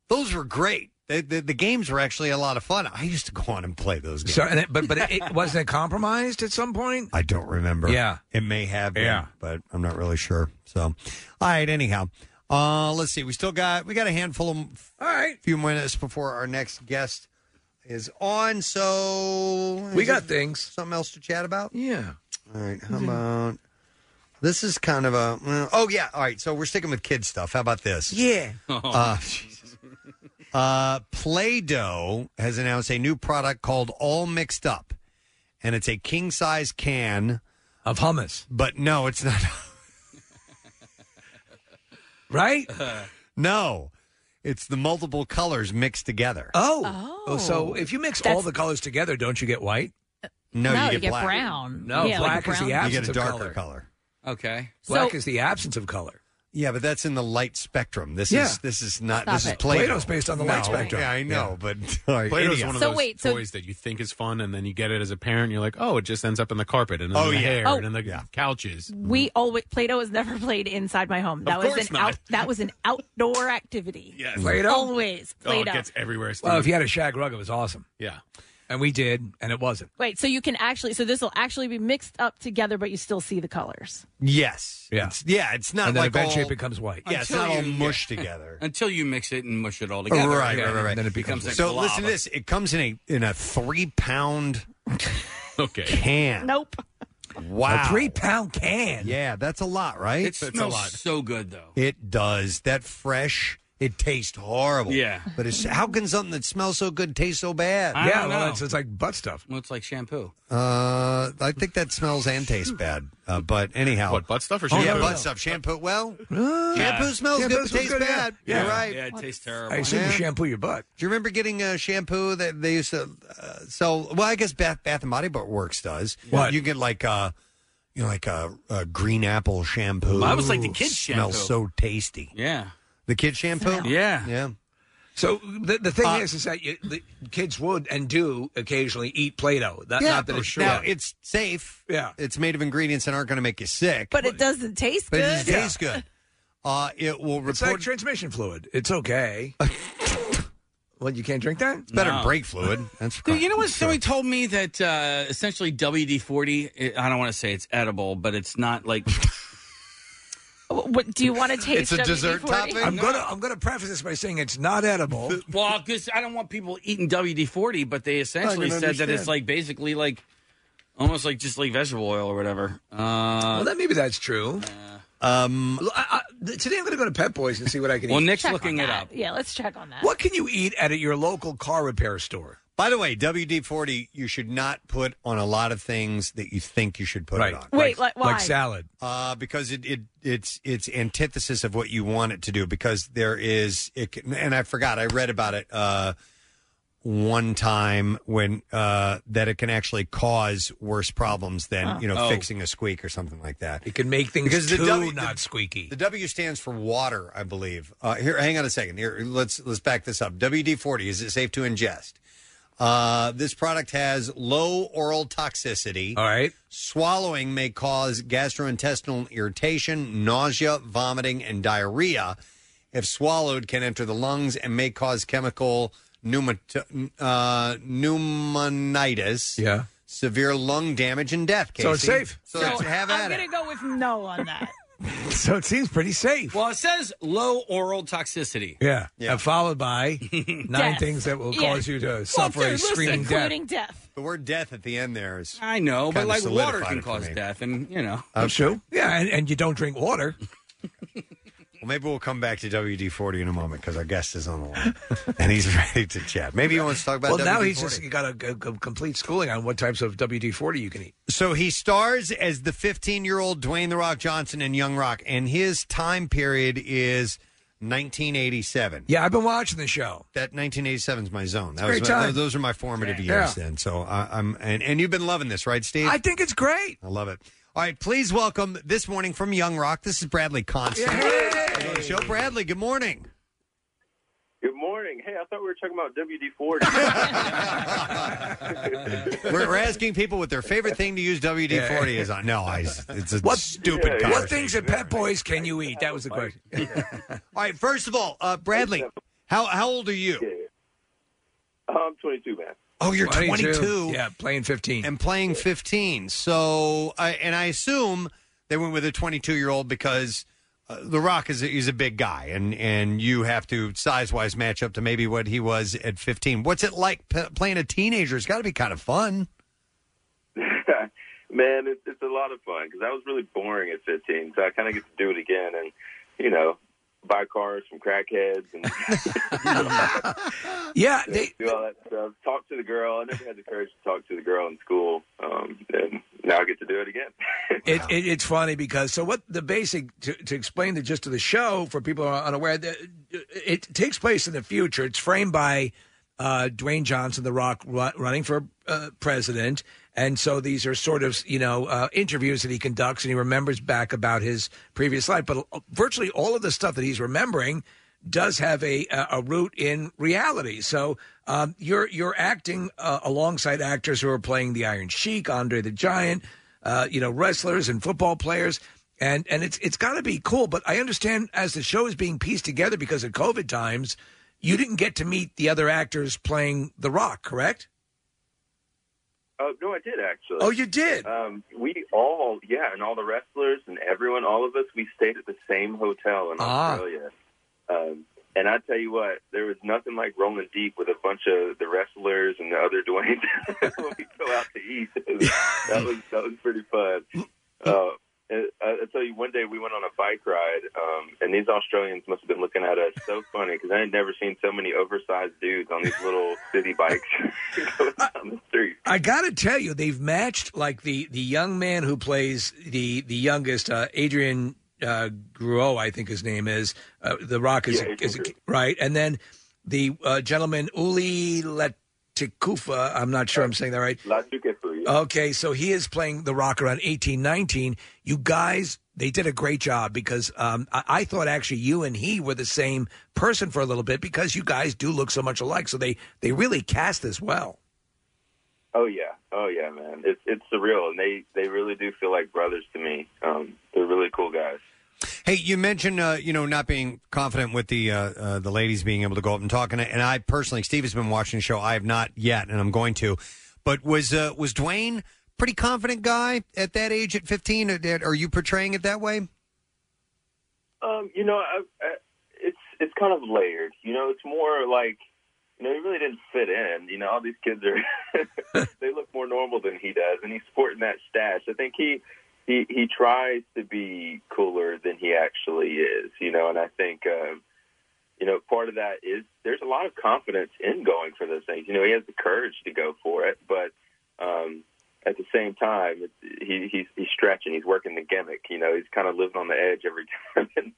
Those were great. The, the, the games were actually a lot of fun. I used to go on and play those games. So, and it, but but (laughs) it, it wasn't it compromised at some point. I don't remember. Yeah. It may have been, Yeah. but I'm not really sure. So, all right, anyhow. Uh, let's see. We still got we got a handful of all right. few minutes before our next guest is on. So Oh, We is got it things. Something else to chat about? Yeah. All right. How about this is kind of a well, oh yeah. All right. So we're sticking with kids stuff. How about this? Yeah. Uh, uh, Play Doh has announced a new product called All Mixed Up, and it's a king size can of hummus. But no, it's not. right? no. It's the multiple colors mixed together. Oh. oh, so if you mix all the colors together, don't you get white? No, No, you you get get black. brown. No, Yeah, like black a is the brown- absence You get a of darker color. color. Okay, black is the absence of color. Yeah, but that's in the light spectrum. This Yeah. is Uh, this is not Stop this is it. Plato. Plato's based on the light No, spectrum. Yeah, I know, Yeah. but (laughs) all right, Plato's idiot. one of So those wait, so- toys that you think is fun, and then you get it as a parent, and you're like, oh, it just ends up in the carpet and in Oh, the yeah. hair Oh. and in the couches. We always Play-Doh has never (laughs) played inside my home. That course was an not. out. That was an outdoor activity. Yes. Play-Doh? Oh, Always Play-Doh. e- everywhere. Well, if you had a shag rug, it was awesome. Yeah, and we did, and it wasn't. Wait, so you can actually so this will actually be mixed up together, but you still see the colors. Yes. Yeah. It's, yeah. It's not And then like eventually all, it becomes white. Yeah. It's Until not all you- mushed yeah. together. Until you mix it and mush it all together. Right. Yeah, Right. Right. right. Then it becomes a so. glob. Listen to this. It comes in a in a three (laughs) pound okay can. Nope. Wow. A three pound can. Yeah, that's a lot, right? It smells so good though. It does. That fresh. It tastes horrible. Yeah. But it's, how can something that smells so good taste so bad? I don't know. like butt stuff. Well, it's like shampoo. Uh, I think that smells and tastes bad. Uh, but anyhow, What, butt stuff or Oh, yeah, shampoo? butt stuff. Shampoo. Well, Yeah. shampoo smells Shampoo good, but smells tastes good, yeah. bad. Yeah. You're right. Yeah, it tastes terrible. I assume you shampoo your butt. Do you remember getting a shampoo that they used to uh, sell? Well, I guess Bath Bath and Body Works does. What? you get like uh you know, like a, a green apple shampoo. Mine was like the kid's Smells shampoo. so tasty. (laughs) Yeah. The kid shampoo. Yeah. Yeah. So the, the thing Uh, is, is that you, the kids would and do occasionally eat Play-Doh. Not, Yeah. not that it's sure. Now it's safe. Yeah. It's made of ingredients that aren't going to make you sick. But it doesn't taste But it good. doesn't taste good. Uh, it will report. It's like transmission fluid. (laughs) It's okay. well, you can't drink that. It's better than brake fluid. (laughs) That's Dude, you know what? Somebody told me that uh, essentially WD forty. I don't want to say it's edible, but it's not like. What do (laughs) you want to taste? WD-40? I'm gonna I'm gonna preface this by saying it's (laughs) not edible. Uh, well, because I don't want people eating WD forty, but they essentially said that it's understand. like basically like almost like just like vegetable oil or whatever. Uh, well, that maybe that's true. um, I, I, th- today I'm gonna go to Pet Boys and see what I can eat. Well, Nick's Check on looking it that. up. Yeah, let's check on that. What can you eat at your local car repair store? By the way, WD forty you should not put on a lot of things that you think you should put Right. it on. Wait, like- like why? salad. Uh, because it, it it's it's antithesis of what you want it to do. Because there is it, can- and I forgot I read about it uh, one time when uh, that it can actually cause worse problems than Huh. you know Oh. fixing a squeak or something like that. It can make things Because the too W- not the- squeaky. The W stands for water, I believe. Uh, here, hang on a second. Here, let's let's back this up. WD forty is it safe to ingest? Uh, this product has low oral toxicity. All right. Swallowing may cause gastrointestinal irritation, nausea, vomiting, and diarrhea. If swallowed, can enter the lungs and may cause chemical pneumat- uh, pneumonitis. Yeah. Severe lung damage and death. Casey. So it's safe. So, Oh, have I'm at it. gonna go with no (laughs) on that. so it seems pretty safe. Well, it says low oral toxicity. Yeah. And followed (laughs) by nine Death. things that will Yeah. cause you to suffer a screaming death. death. The word death at the end there is. I know, but kinda like water solidified can it for cause me. death, and you know. That's true. Yeah, and, and you don't drink water. Well, maybe we'll come back to WD 40 in a moment because our guest is on the line (laughs) and he's ready to chat. Maybe he wants to talk about well, WD now 40. he's just got a, a- a complete schooling on what types of WD forty you can eat. So he stars as the 15 year old Dwayne The Rock Johnson in Young Rock, and his time period is 1987. Yeah, I've been watching the show. That 1987 is my zone. That It's a was great my- time. Those are my formative Yeah. years then. So I, I'm and, and you've been loving this, right, Steve? I think it's great. I love it. All right, please welcome this morning from Young Rock. This is Bradley Constant. Hello, the Show Bradley. Good morning. Good morning. Hey, I thought we were talking about WD forty. We're, we're asking people what their favorite thing to use WD forty is on. No, (laughs) I, it's a stupid. What conversation. things at Pet Boys can you eat? That was the question. (laughs) All right, first of all, uh, Bradley, how how old are you? I'm 22, man. Oh, you're 22. 22. Yeah, playing 15. And playing 15. So, I and I assume they went with a 22 year old because uh, The Rock is a, he's a big guy, and and you have to size wise match up to maybe what he was at 15. What's it like p- playing a teenager? It's got to be kind of fun. (laughs) man, it, it's a lot of fun because I was really boring at 15, so I kind of get to do it again and, you know, buy cars from crackheads (laughs) and yeah, (laughs) do all that stuff. Talk to the girl. I never had the courage to talk to the girl in school, um, and now I get to do it again. (laughs) It, it, it's funny because so what the basic to, to explain the gist of the show for people who are unaware. The it takes place in the future. It's framed by uh, Dwayne Johnson, The Rock, ru- running for uh, president, and so these are sort of you know uh, interviews that he conducts, and he remembers back about his previous life. But uh, virtually all of the stuff that he's remembering does have a a a root in reality. So um, you're you're acting uh, alongside actors who are playing the Iron Sheik, Andre the Giant, uh, you know, wrestlers and football players. And and it's it's got to be cool, but I understand as the show is being pieced together because of COVID times, you didn't get to meet the other actors playing The Rock, correct? Uh, no, I did actually. Oh, you did? Um, we all, yeah, and all the wrestlers and everyone, all of us, we stayed at the same hotel in Ah. Australia. Um, and I tell you what, there was nothing like rolling deep with a bunch of the wrestlers and the other (laughs) Dwayne when we go out to eat. (laughs) that was that was pretty fun. Mm, Uh, and I I tell you, one day we went on a bike ride, um, and these Australians must have been looking at us so funny because I had never seen so many oversized dudes on these little city bikes (laughs) going down the street. I gotta tell you, they've matched like the the young man who plays the the youngest, uh, Adrian uh, Gruo, I think his name is. Uh, the Rock is, Yeah, a, is a, Adrian right, and then the uh, gentleman Uli Letikufa. I'm not sure I'm saying that right. La Tukefu, yeah. Okay, so he is playing The Rock around eighteen, nineteen. You guys, they did a great job because um, I, I thought actually you and he were the same person for a little bit because you guys do look so much alike. So they, they really cast this well. Oh yeah, oh yeah, man. It's it's surreal, and they they really do feel like brothers to me. Um, they're really cool guys. Hey, you mentioned uh, you know not being confident with the uh, uh, the ladies being able to go up and talk, and, I- and I personally, Steve has been watching the show. I have not yet, and I'm going to. But was uh, was Dwayne pretty confident guy at that age at 15? Or did- Are you portraying it that way? Um, you know, I, I, it's it's kind of layered. You know, it's more like you know he really didn't fit in. You know, all these kids are (laughs) they look more normal than he does, and he's sporting that stash. I think he he he tries to be cooler than he actually is. You know, and I think. Um, you know, part of that is there's a lot of confidence in going for those things. You know, he has the courage to go for it, but um, at the same time, it, he, he's he's stretching, he's working the gimmick. You know, he's kind of living on the edge every (laughs) time. and,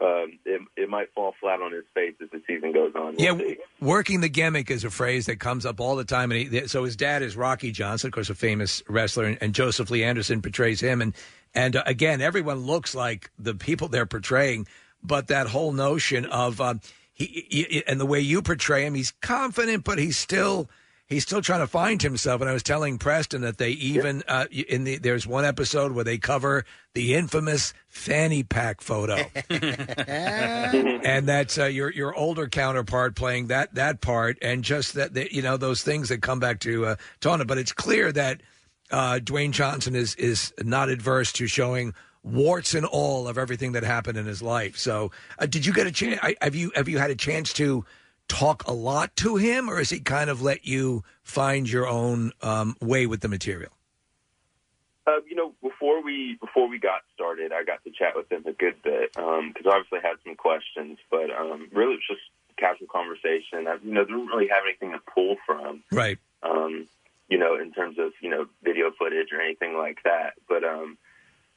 uh, um, it, it might fall flat on his face as the season goes on. Yeah, w- working the gimmick is a phrase that comes up all the time. And he, th- so his dad is Rocky Johnson, of course, a famous wrestler, and, and Joseph Lee Anderson portrays him. And and uh, again, everyone looks like the people they're portraying, but that whole notion of um, he, he- he- and the way you portray him, he's confident, but he's still he's still trying to find himself. And I was telling Preston that they even uh, y- in the there's one episode where they cover the infamous fanny pack photo. and that's uh, your your older counterpart playing that that part, and just that, that you know those things that come back to uh, Tona. But it's clear that uh, Dwayne Johnson is is not adverse to showing warts and all of everything that happened in his life. So, uh, did you get a chance? Have you have you had a chance to talk a lot to him, or has he kind of let you find your own um, way with the material? Um, you know, before we before we got started, I got to chat with him a good bit because obviously I had some questions, but um, really it was just casual conversation. I, you know, didn't really have anything to pull from. Right. um, you know, in terms of you know video footage or anything like that. But um,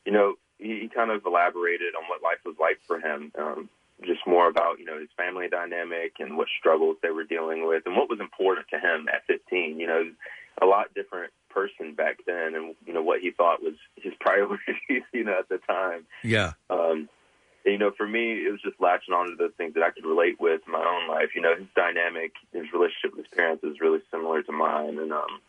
you know, he, he kind of elaborated on what life was like for him, um, just more about you know his family dynamic and what struggles they were dealing with and what was important to him at 15. You know, a lot different person back then, and you know what he thought was his (laughs) priorities. You know, at the time. Yeah. Um, and, you know, for me, it was just latching on to those things that I could relate with in my own life. You know, his dynamic, his relationship with his parents is really similar to mine. And, um,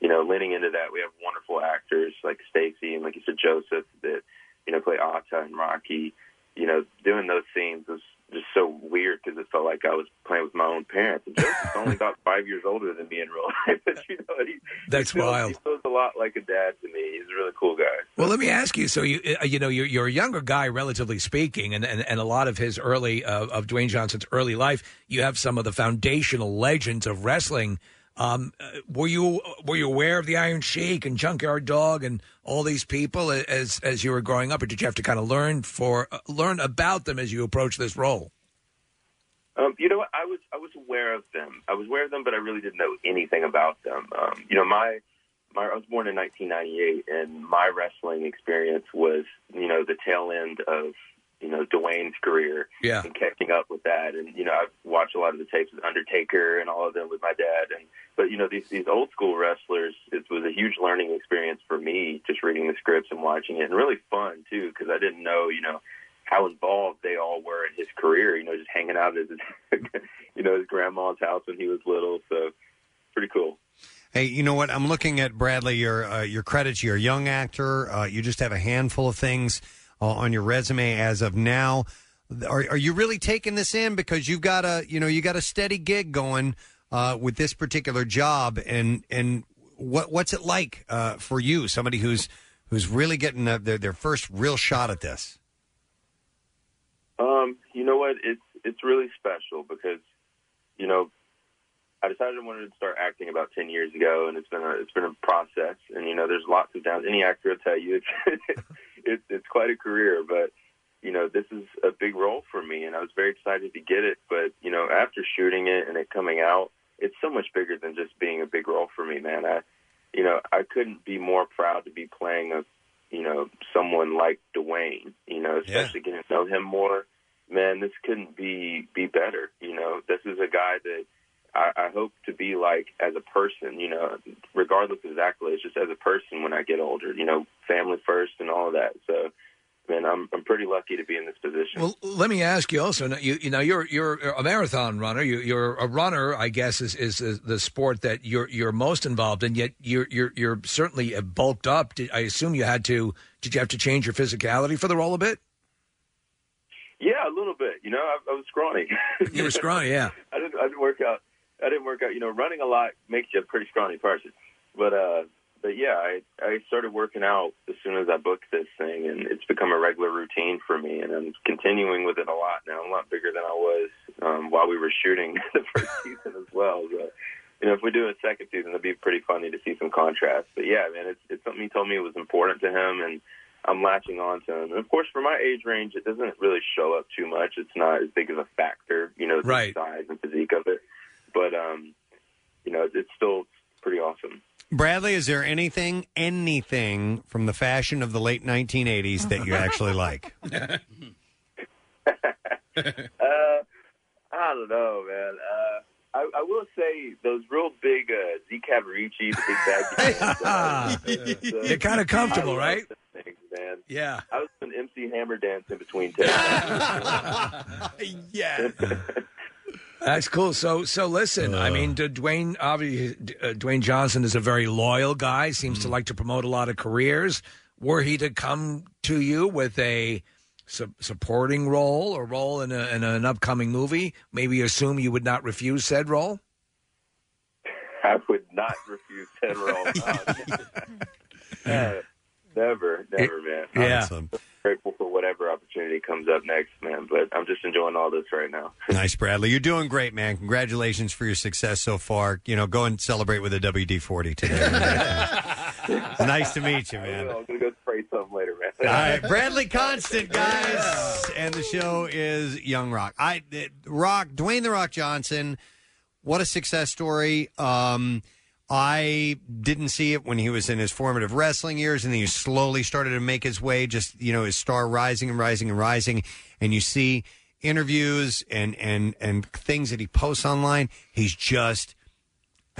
you know, leaning into that, we have wonderful actors like Stacy and, like you said, Joseph that, you know, play Atta and Rocky. You know, doing those scenes was just so weird because it felt like I was playing with my own parents. And Joseph's only about (laughs) five years older than me in real life. But, you know, he, That's he feels, wild. He feels a lot like a dad to me. He's a really cool guy. Well, let me ask you. So you uh, you know you're, you're a younger guy, relatively speaking, and, and, and a lot of his early uh, of Dwayne Johnson's early life, you have some of the foundational legends of wrestling. Um, uh, were you were you aware of the Iron Sheik and Junkyard Dog and all these people a- as as you were growing up, or did you have to kind of learn for uh, learn about them as you approach this role? Um, you know, what? I was I was aware of them. I was aware of them, but I really didn't know anything about them. Um, you know, my my I was born in 1998, and my wrestling experience was you know the tail end of you know, Dwayne's career Yeah. and catching up with that. And you know, I've watched a lot of the tapes with Undertaker and all of them with my dad. And but you know, these these old school wrestlers, it was a huge learning experience for me just reading the scripts and watching it, and really fun too because I didn't know you know how involved they all were in his career. You know, just hanging out at his (laughs) you know his grandma's house when he was little. So pretty cool. Hey, you know what? I'm looking at Bradley. Your uh, your credits. You're a young actor. Uh, you just have a handful of things uh, on your resume as of now. Are are you really taking this in because you've got a you know you got a steady gig going uh, with this particular job and and what what's it like uh, for you? Somebody who's who's really getting uh their their first real shot at this. Um, you know what? It's it's really special because, you know, I decided I wanted to start acting about ten years ago, and it's been a it's been a process. And you know, there's lots of downs. Any actor will tell you it's (laughs) it's it's quite a career, but you know, this is a big role for me, and I was very excited to get it. But you know, after shooting it and it coming out, it's so much bigger than just being a big role for me, man. I, you know, I couldn't be more proud to be playing a, you know, someone like Dwayne. You know, especially getting to know him more. Man, this couldn't be be better. You know, this is a guy that I, I hope to be like as a person. You know, regardless of his accolades, just as a person when I get older. You know, family first and all of that. So, man, I'm I'm pretty lucky to be in this position. Well, let me ask you also. now, You, you know, you're you're a marathon runner. You, you're a runner. I guess is is the, the sport that you're you're most involved in. Yet you're you're you're certainly bulked up. Did, I assume you had to. Did you have to change your physicality for the role a bit? Yeah, a little bit. You know, I, I was scrawny. (laughs) You were scrawny, yeah. (laughs) I didn't. I didn't work out. I didn't work out. You know, running a lot makes you a pretty scrawny person. But uh, but yeah, I I started working out as soon as I booked this thing, and it's become a regular routine for me. And I'm continuing with it a lot now. I'm a lot bigger than I was um, while we were shooting (laughs) the first season as well. But you know, if we do a second season, it'd be pretty funny to see some contrast. But yeah, man, it's it's something he told me was important to him, and I'm latching on to him. And of course, for my age range, it doesn't really show up too much. It's not as big of a factor, you know, the Right. size and physique of it. But um, you know, it's still pretty awesome. Bradley, is there anything anything from the fashion of the late 1980s that you (laughs) actually like? (laughs) uh, I don't know, man. Uh, I, I will say those real big uh, Z Cavaricci, the big baggy pants. uh, (laughs) the- They're kinda comfortable, I love right? those Things, man. Yeah. I was an MC Hammer dance (laughs) in between takes. yeah. That's cool. So, so listen. I mean, D- Dwayne obviously, uh, Dwayne Johnson is a very loyal guy. Seems to like to promote a lot of careers. Were he to come to you with a su- supporting role or role in, a, in an upcoming movie, maybe assume you would not refuse said role. I would not refuse ten roll. (laughs) (laughs) uh, never, never, man. Yeah. Awesome. Grateful for whatever opportunity comes up next, man. But I'm just enjoying all this right now. Nice, Bradley. You're doing great, man. Congratulations for your success so far. You know, go and celebrate with a WD 40 (laughs) today. nice to meet you, man. I'm gonna go spray something later, man. All right, Bradley Constant, guys, and the show is Young Rock. I uh, Rock Dwayne the Rock Johnson. What a success story. Um, I didn't see it when he was in his formative wrestling years, and then he slowly started to make his way. Just you know, his star rising and rising and rising, and you see interviews and and and things that he posts online. He's just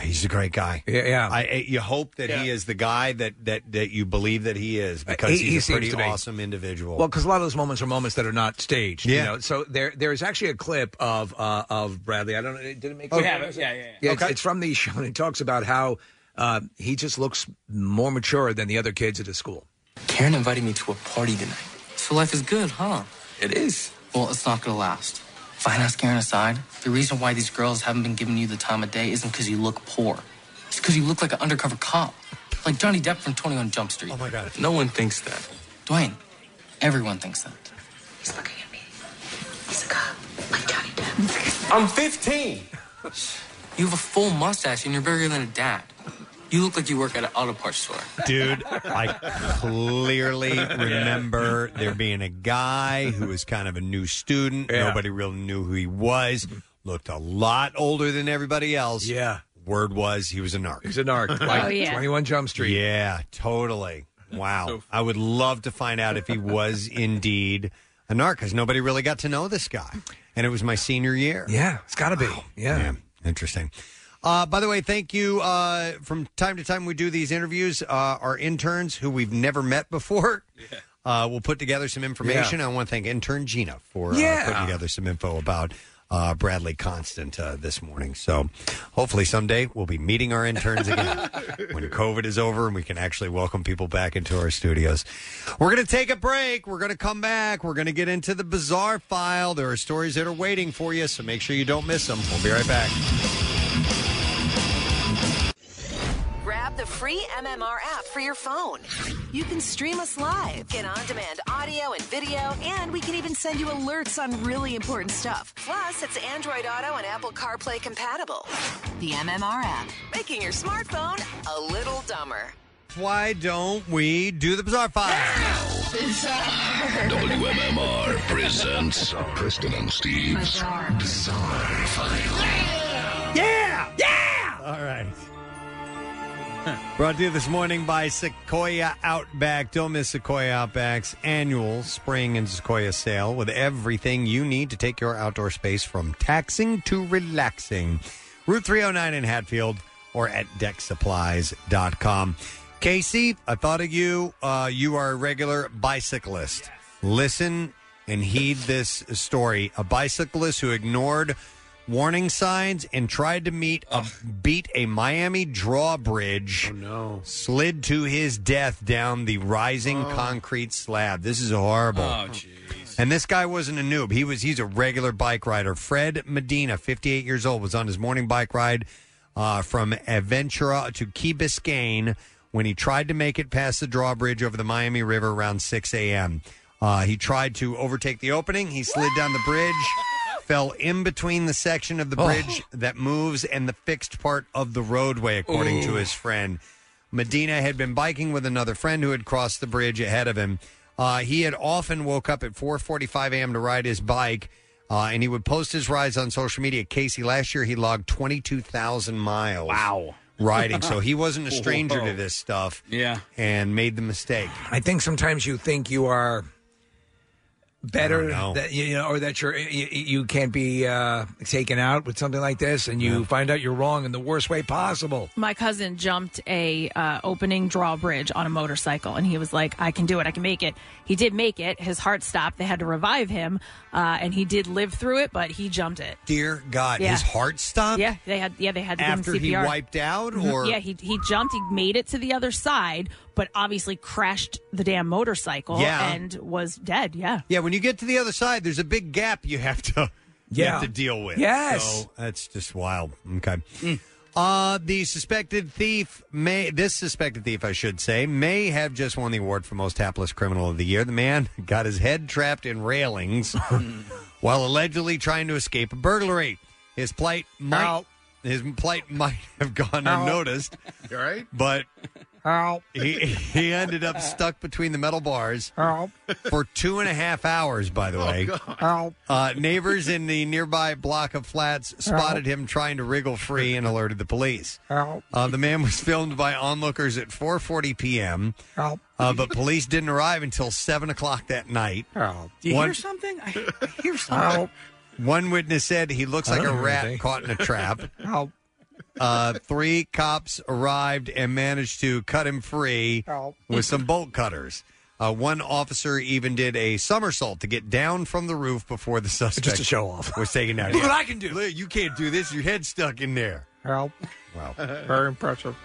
he's a great guy. Yeah, yeah. I, I- you hope that he is the guy that that that you believe that he is because Uh, he- he he's seems a pretty to be. awesome individual. Well, because a lot of those moments are moments that are not staged. Yeah. You know? So there, there is actually a clip of uh, of Bradley. I don't. know, Did it make? Oh, yeah, yeah, yeah, yeah. it's, it's from the show, and it talks about how uh, he just looks more mature than the other kids at his school. Karen invited me to a party tonight. So life is good, huh? It is. Well, it's not gonna last. If I ask Karen aside, the reason why these girls haven't been giving you the time of day isn't because you look poor. It's because you look like an undercover cop. Like Johnny Depp from 21 Jump Street. Oh my god. No one thinks that. Dwayne, everyone thinks that. I'm 15! You have a full mustache and you're bigger than a dad. You look like you work at an auto parts store. Dude, I (laughs) clearly remember there being a guy who was kind of a new student. Yeah. Nobody really knew who he was. Looked a lot older than everybody else. Yeah. Word was he was a narc. He's (laughs) a narc. Like Oh, yeah. 21 Jump Street. (laughs) Yeah, totally. Wow. I would love to find out if he was indeed Hanar because nobody really got to know this guy, and it was my senior year. Oh, Yeah, it's got to be. Yeah. interesting. Uh, by the way, thank you. Uh, from time to time, we do these interviews. Uh, our interns, who we've never met before, uh, will put together some information. I want to thank intern Gina for uh, Yeah. putting together some info about uh, Bradley Constant uh, this morning. So hopefully someday we'll be meeting our interns again when COVID is over and we can actually welcome people back into our studios. We're going to take a break. We're going to come back. We're going to get into the bizarre file. There are stories that are waiting for you, so make sure you don't miss them. We'll be right back. Grab the free MMR app for your phone. You can stream us live, get on demand audio and video, and we can even send you alerts on really important stuff. Plus, it's Android Auto and Apple CarPlay compatible. The MMR app, making your smartphone a little dumber. Why don't we do the bizarre file? WMMR presents Kristen and Steve's Bizarre, File. Yeah! Yeah! All right. (laughs) Brought to you this morning by Sequoia Outback. Don't miss Sequoia Outback's annual spring and Sequoia sale with everything you need to take your outdoor space from taxing to relaxing. Route 309 in Hatfield or at decksupplies.com. Casey, I thought of you. Uh, you are a regular bicyclist. Listen and heed this story. A bicyclist who ignored warning signs and tried to meet a, beat a Miami drawbridge. Oh no. Oh. Slid to his death down the rising concrete slab. This is horrible. Oh, And this guy wasn't a noob. He was he's a regular bike rider. Fred Medina, 58 years old, was on his morning bike ride uh, from Aventura to Key Biscayne when he tried to make it past the drawbridge over the Miami River around 6 a.m. Uh, he tried to overtake the opening. He slid down the bridge, fell in between the section of the bridge that moves and the fixed part of the roadway, according to Ooh. his friend. Medina had been biking with another friend who had crossed the bridge ahead of him. Uh, he had often woke up at 4:45 a.m. to ride his bike, uh, and he would post his rides on social media. Casey, last year he logged 22,000 miles. Wow, riding. So he wasn't a stranger to Whoa. this stuff. Yeah. and made the mistake. I think sometimes you think you are better know. that you know or that you're you, you can't be uh taken out with something like this and you find out you're wrong in the worst way possible My cousin jumped a uh, opening drawbridge on a motorcycle, and he was like, "I can do it. I can make it." He did make it. His heart stopped. They had to revive him, uh, and he did live through it, but he jumped it. Dear God, Yeah. Uh, his heart stopped. Yeah, they had. Yeah, they had to After give he him CPR. wiped out, Mhm. or- yeah, he he jumped. He made it to the other side, but obviously crashed the damn motorcycle Yeah. and was dead. Yeah. Yeah, when you get to the other side, there's a big gap you have to (laughs) you Yeah. have to deal with. Yes. so that's just wild. Okay. Uh, the suspected thief may this suspected thief, I should say, may have just won the award for most hapless criminal of the year. The man (laughs) got his head trapped in railings while allegedly trying to escape a burglary. His plight might his plight might have gone Ow. unnoticed, You all right? but he he ended up stuck between the metal bars for two and a half hours. By Oh, the way, uh, neighbors in the nearby block of flats spotted him trying to wriggle free and alerted the police. Uh, the man was filmed by onlookers at 4:40 p.m. Uh, but police didn't arrive until seven o'clock that night. Do you One- hear something? I, (laughs) I hear something. one witness said he looks I like a don't hear rat anything. caught in a (laughs) trap. Uh, three cops arrived and managed to cut him free with some bolt cutters. Uh, one officer even did a somersault to get down from the roof before the suspect to show off was taken (laughs) down. Look what I can do. You can't do this. Your head's stuck in there. Help. Wow. Very impressive.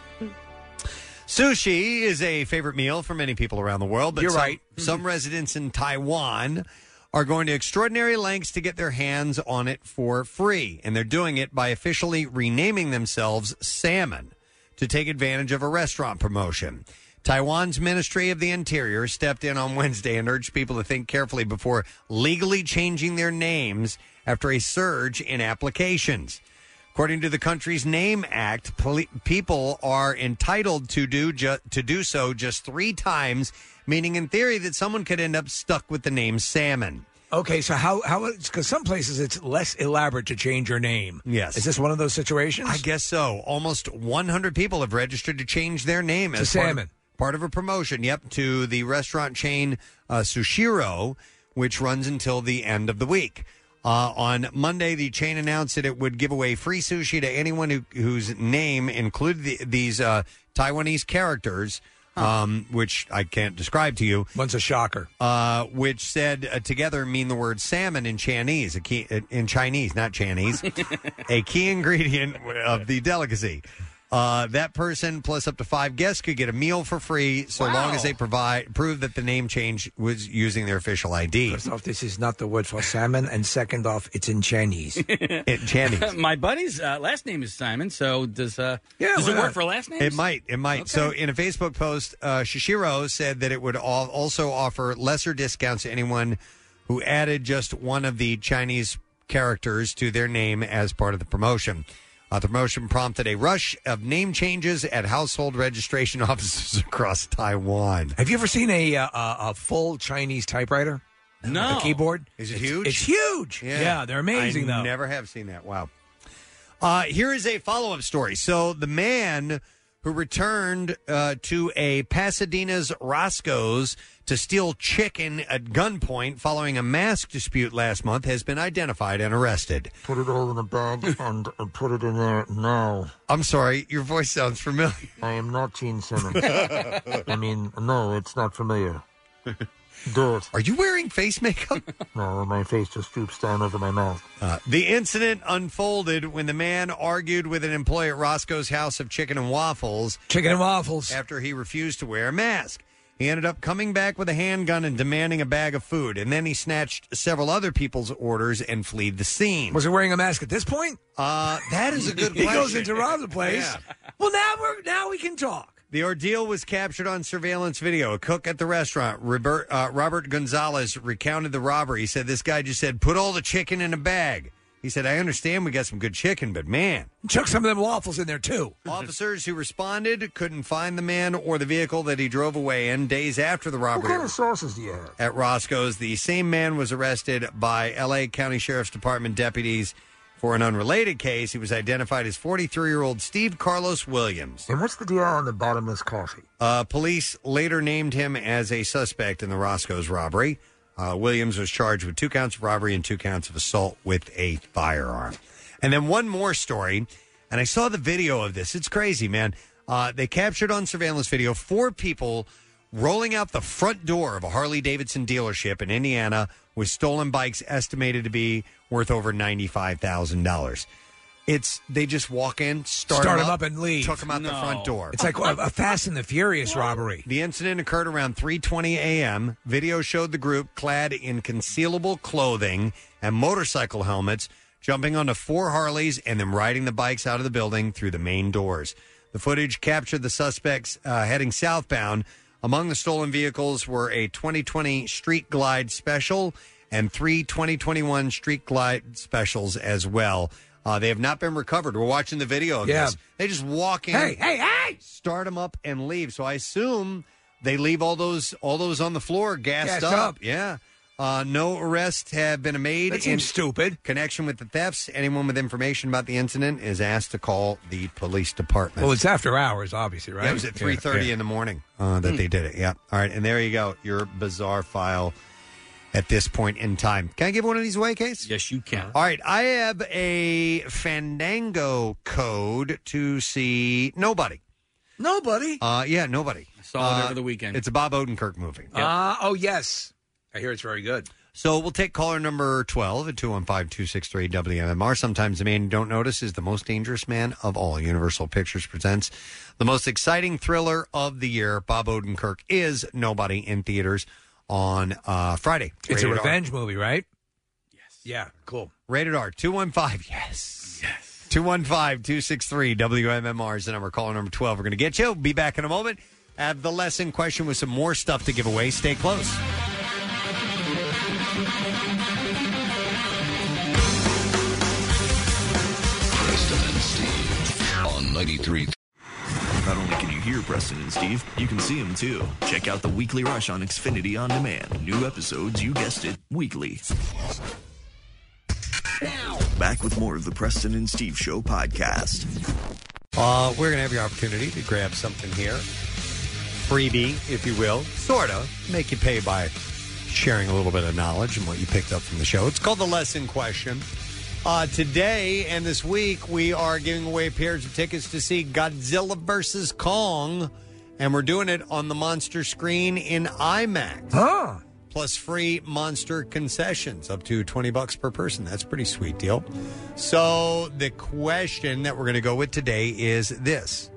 Sushi is a favorite meal for many people around the world, but You're some, right. Mm-hmm. some residents in Taiwan are going to extraordinary lengths to get their hands on it for free, and they're doing it by officially renaming themselves Salmon to take advantage of a restaurant promotion. Taiwan's Ministry of the Interior stepped in on Wednesday and urged people to think carefully before legally changing their names after a surge in applications. According to the country's Name Act, poli- people are entitled to do ju- to do so just three times, meaning in theory that someone could end up stuck with the name Salmon. okay so how how because some places it's less elaborate to change your name Yes. is this one of those situations I guess so. Almost 100 people have registered to change their name To as part of- Salmon. Part of, a promotion, yep, to the restaurant chain uh, Sushiro, which runs until the end of the week. Uh, on Monday, the chain announced that it would give away free sushi to anyone who, whose name included the, these uh, Taiwanese characters, um, which I can't describe to you. One's a shocker. Uh, which said uh, together mean the word salmon in Chinese, a key, in Chinese, not Chinese, a key ingredient of the delicacy. Uh, that person plus up to five guests could get a meal for free so long as they provide prove that the name change was using their official ID. First off, this is not the word for salmon, and second off, it's (laughs) in Chinese. in Chinese. (laughs) My buddy's uh, last name is Simon, so does uh, Yeah, does why it work not? for last names? It might. It might. So, in a Facebook post, uh, Shishiro said that it would all also offer lesser discounts to anyone who added just one of the Chinese characters to their name as part of the promotion. Uh, the promotion prompted a rush of name changes at household registration (laughs) offices across Taiwan. Have you ever seen a uh, a, a full Chinese typewriter? No. A keyboard? Is it huge? It's huge. Yeah, they're amazing, I though. (laughs) Never have seen that. Wow. Uh, here is a follow up story. So the man who returned uh, to a Pasadena's Roscoe's to steal chicken at gunpoint following a mask dispute last month has been identified and arrested. Put it all in a bag and uh, put it in there now. I'm sorry, your voice sounds familiar. I am not Gene (laughs) Simmons. I mean, no, it's not familiar. Do it. Are you wearing face makeup? no, my face just droops down over my mouth. Uh, the incident unfolded when the man argued with an employee at Roscoe's House of Chicken and Waffles. Chicken and waffles. After he refused to wear a mask. He ended up coming back with a handgun and demanding a bag of food, and then he snatched several other people's orders and fled the scene. Was he wearing a mask at this point? Uh, that is a good (laughs) he goes question. into Rob's (laughs) place. Well, now we're now we can talk. The ordeal was captured on surveillance video. A cook at the restaurant, Robert, uh, Robert Gonzalez, recounted the robbery. He said, This guy just said, put all the chicken in a bag. He said, I understand we got some good chicken, but man. Chuck some of them waffles in there, too. Officers who responded couldn't find the man or the vehicle that he drove away in days after the robbery. What kind of sauces do you have? at Roscoe's. The same man was arrested by LA County Sheriff's Department deputies for an unrelated case. He was identified as 43 year old Steve Carlos Williams. And what's the deal on the bottomless coffee? Uh, police later named him as a suspect in the Roscoe's robbery. Uh, Williams was charged with two counts of robbery and two counts of assault with a firearm. And then one more story, and I saw the video of this. It's crazy, man. Uh, they captured on surveillance video four people rolling out the front door of a Harley Davidson dealership in Indiana with stolen bikes estimated to be worth over $95,000. It's they just walk in, start, Start 'em them up and leave. took them out the front door. It's like a, (laughs) a Fast and the Furious robbery. The incident occurred around 3:20 a.m. Video showed the group clad in concealable clothing and motorcycle helmets jumping onto four Harleys and then riding the bikes out of the building through the main doors. The footage captured the suspects uh, heading southbound. Among the stolen vehicles were a 2020 Street Glide Special and three 2021 Street Glide Specials as well. Uh, they have not been recovered. We're watching the video of Yeah. this. They just walk in Hey, hey, hey! start them up and leave. So I assume they leave all those all those on the floor, gassed Gassed up. up. Yeah. Uh, no arrests have been made. That seems stupid. Connection with the thefts. Anyone with information about the incident is asked to call the police department. Well, it's after hours, obviously, right? Yeah, it was at three thirty in the morning uh, Hmm. that they did it. Yeah. All right, and there you go. Your bizarre file at this point in time. Can I give one of these away, Case? Yes, you can. All right, I have a Fandango code to see nobody. Nobody. Uh, yeah, nobody. saw it Uh, over the weekend. It's a Bob Odenkirk movie. Ah, oh, yes. I hear it's very good. So we'll take caller number 12 at 215-263-WMMR. Sometimes the man you don't notice is the most dangerous man of all. Universal Pictures presents the most exciting thriller of the year. Bob Odenkirk is Nobody in theaters on uh, Friday. It's a Rated R. revenge movie, right? Yes. Yeah, cool. Rated R 215. Yes. Yes. 215 263 WMMR is the number. Caller number 12. We're going to get you. Be back in a moment. Have the lesson question with some more stuff to give away. Stay close. Preston and Steve on 93. Not only can you hear Preston and Steve, you can see them too. Check out the Weekly Rush on Xfinity On Demand. New episodes, you guessed it, weekly. Back with more of the Preston and Steve Show podcast. Uh, we're going to have your opportunity to grab something here. Freebie, if you will. Sort of. Make you pay by sharing a little bit of knowledge and what you picked up from the show. It's called The Lesson Question. Uh, today and this week, we are giving away pairs of tickets to see Godzilla versus Kong, and we're doing it on the monster screen in IMAX. Huh. Plus free monster concessions up to 20 bucks per person. That's a pretty sweet deal. So, the question that we're going to go with today is this.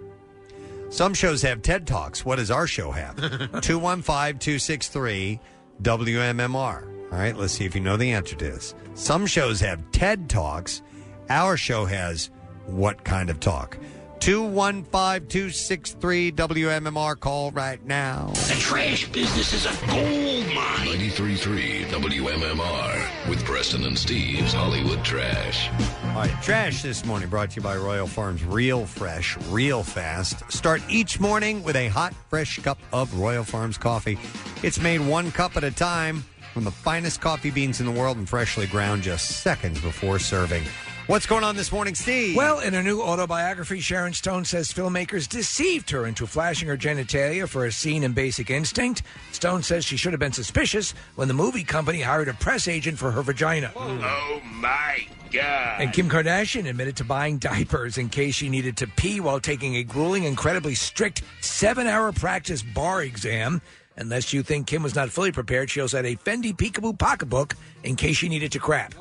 Some shows have TED Talks. What does our show have? 215 263 WMMR. All right, let's see if you know the answer to this. Some shows have TED Talks. Our show has what kind of talk? 215 263 WMMR. Call right now. The trash business is a gold mine. 93.3 WMMR with Preston and Steve's Hollywood Trash. All right, trash this morning brought to you by Royal Farms Real Fresh, Real Fast. Start each morning with a hot, fresh cup of Royal Farms coffee. It's made one cup at a time from the finest coffee beans in the world and freshly ground just seconds before serving. What's going on this morning, Steve? Well, in her new autobiography, Sharon Stone says filmmakers deceived her into flashing her genitalia for a scene in Basic Instinct. Stone says she should have been suspicious when the movie company hired a press agent for her vagina. Oh my god. And Kim Kardashian admitted to buying diapers in case she needed to pee while taking a grueling, incredibly strict seven hour practice bar exam. Unless you think Kim was not fully prepared, she also had a Fendi Peekaboo pocketbook in case she needed to crap.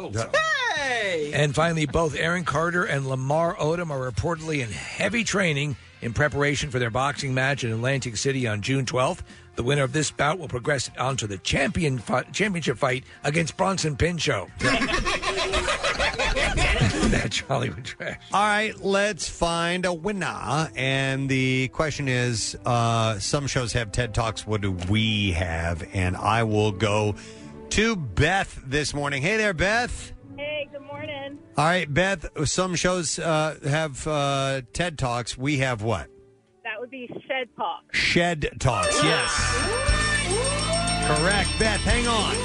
And finally, both Aaron Carter and Lamar Odom are reportedly in heavy training in preparation for their boxing match in Atlantic City on June 12th. The winner of this bout will progress onto the champion fi- championship fight against Bronson Pinchot. (laughs) That's Hollywood trash. All right, let's find a winner. And the question is uh, some shows have TED Talks. What do we have? And I will go to Beth this morning. Hey there, Beth. (laughs) Hey, good morning. All right, Beth, some shows uh, have uh, TED Talks. We have what? That would be Shed Talk. Shed Talks. Yes. Correct. Beth, hang on.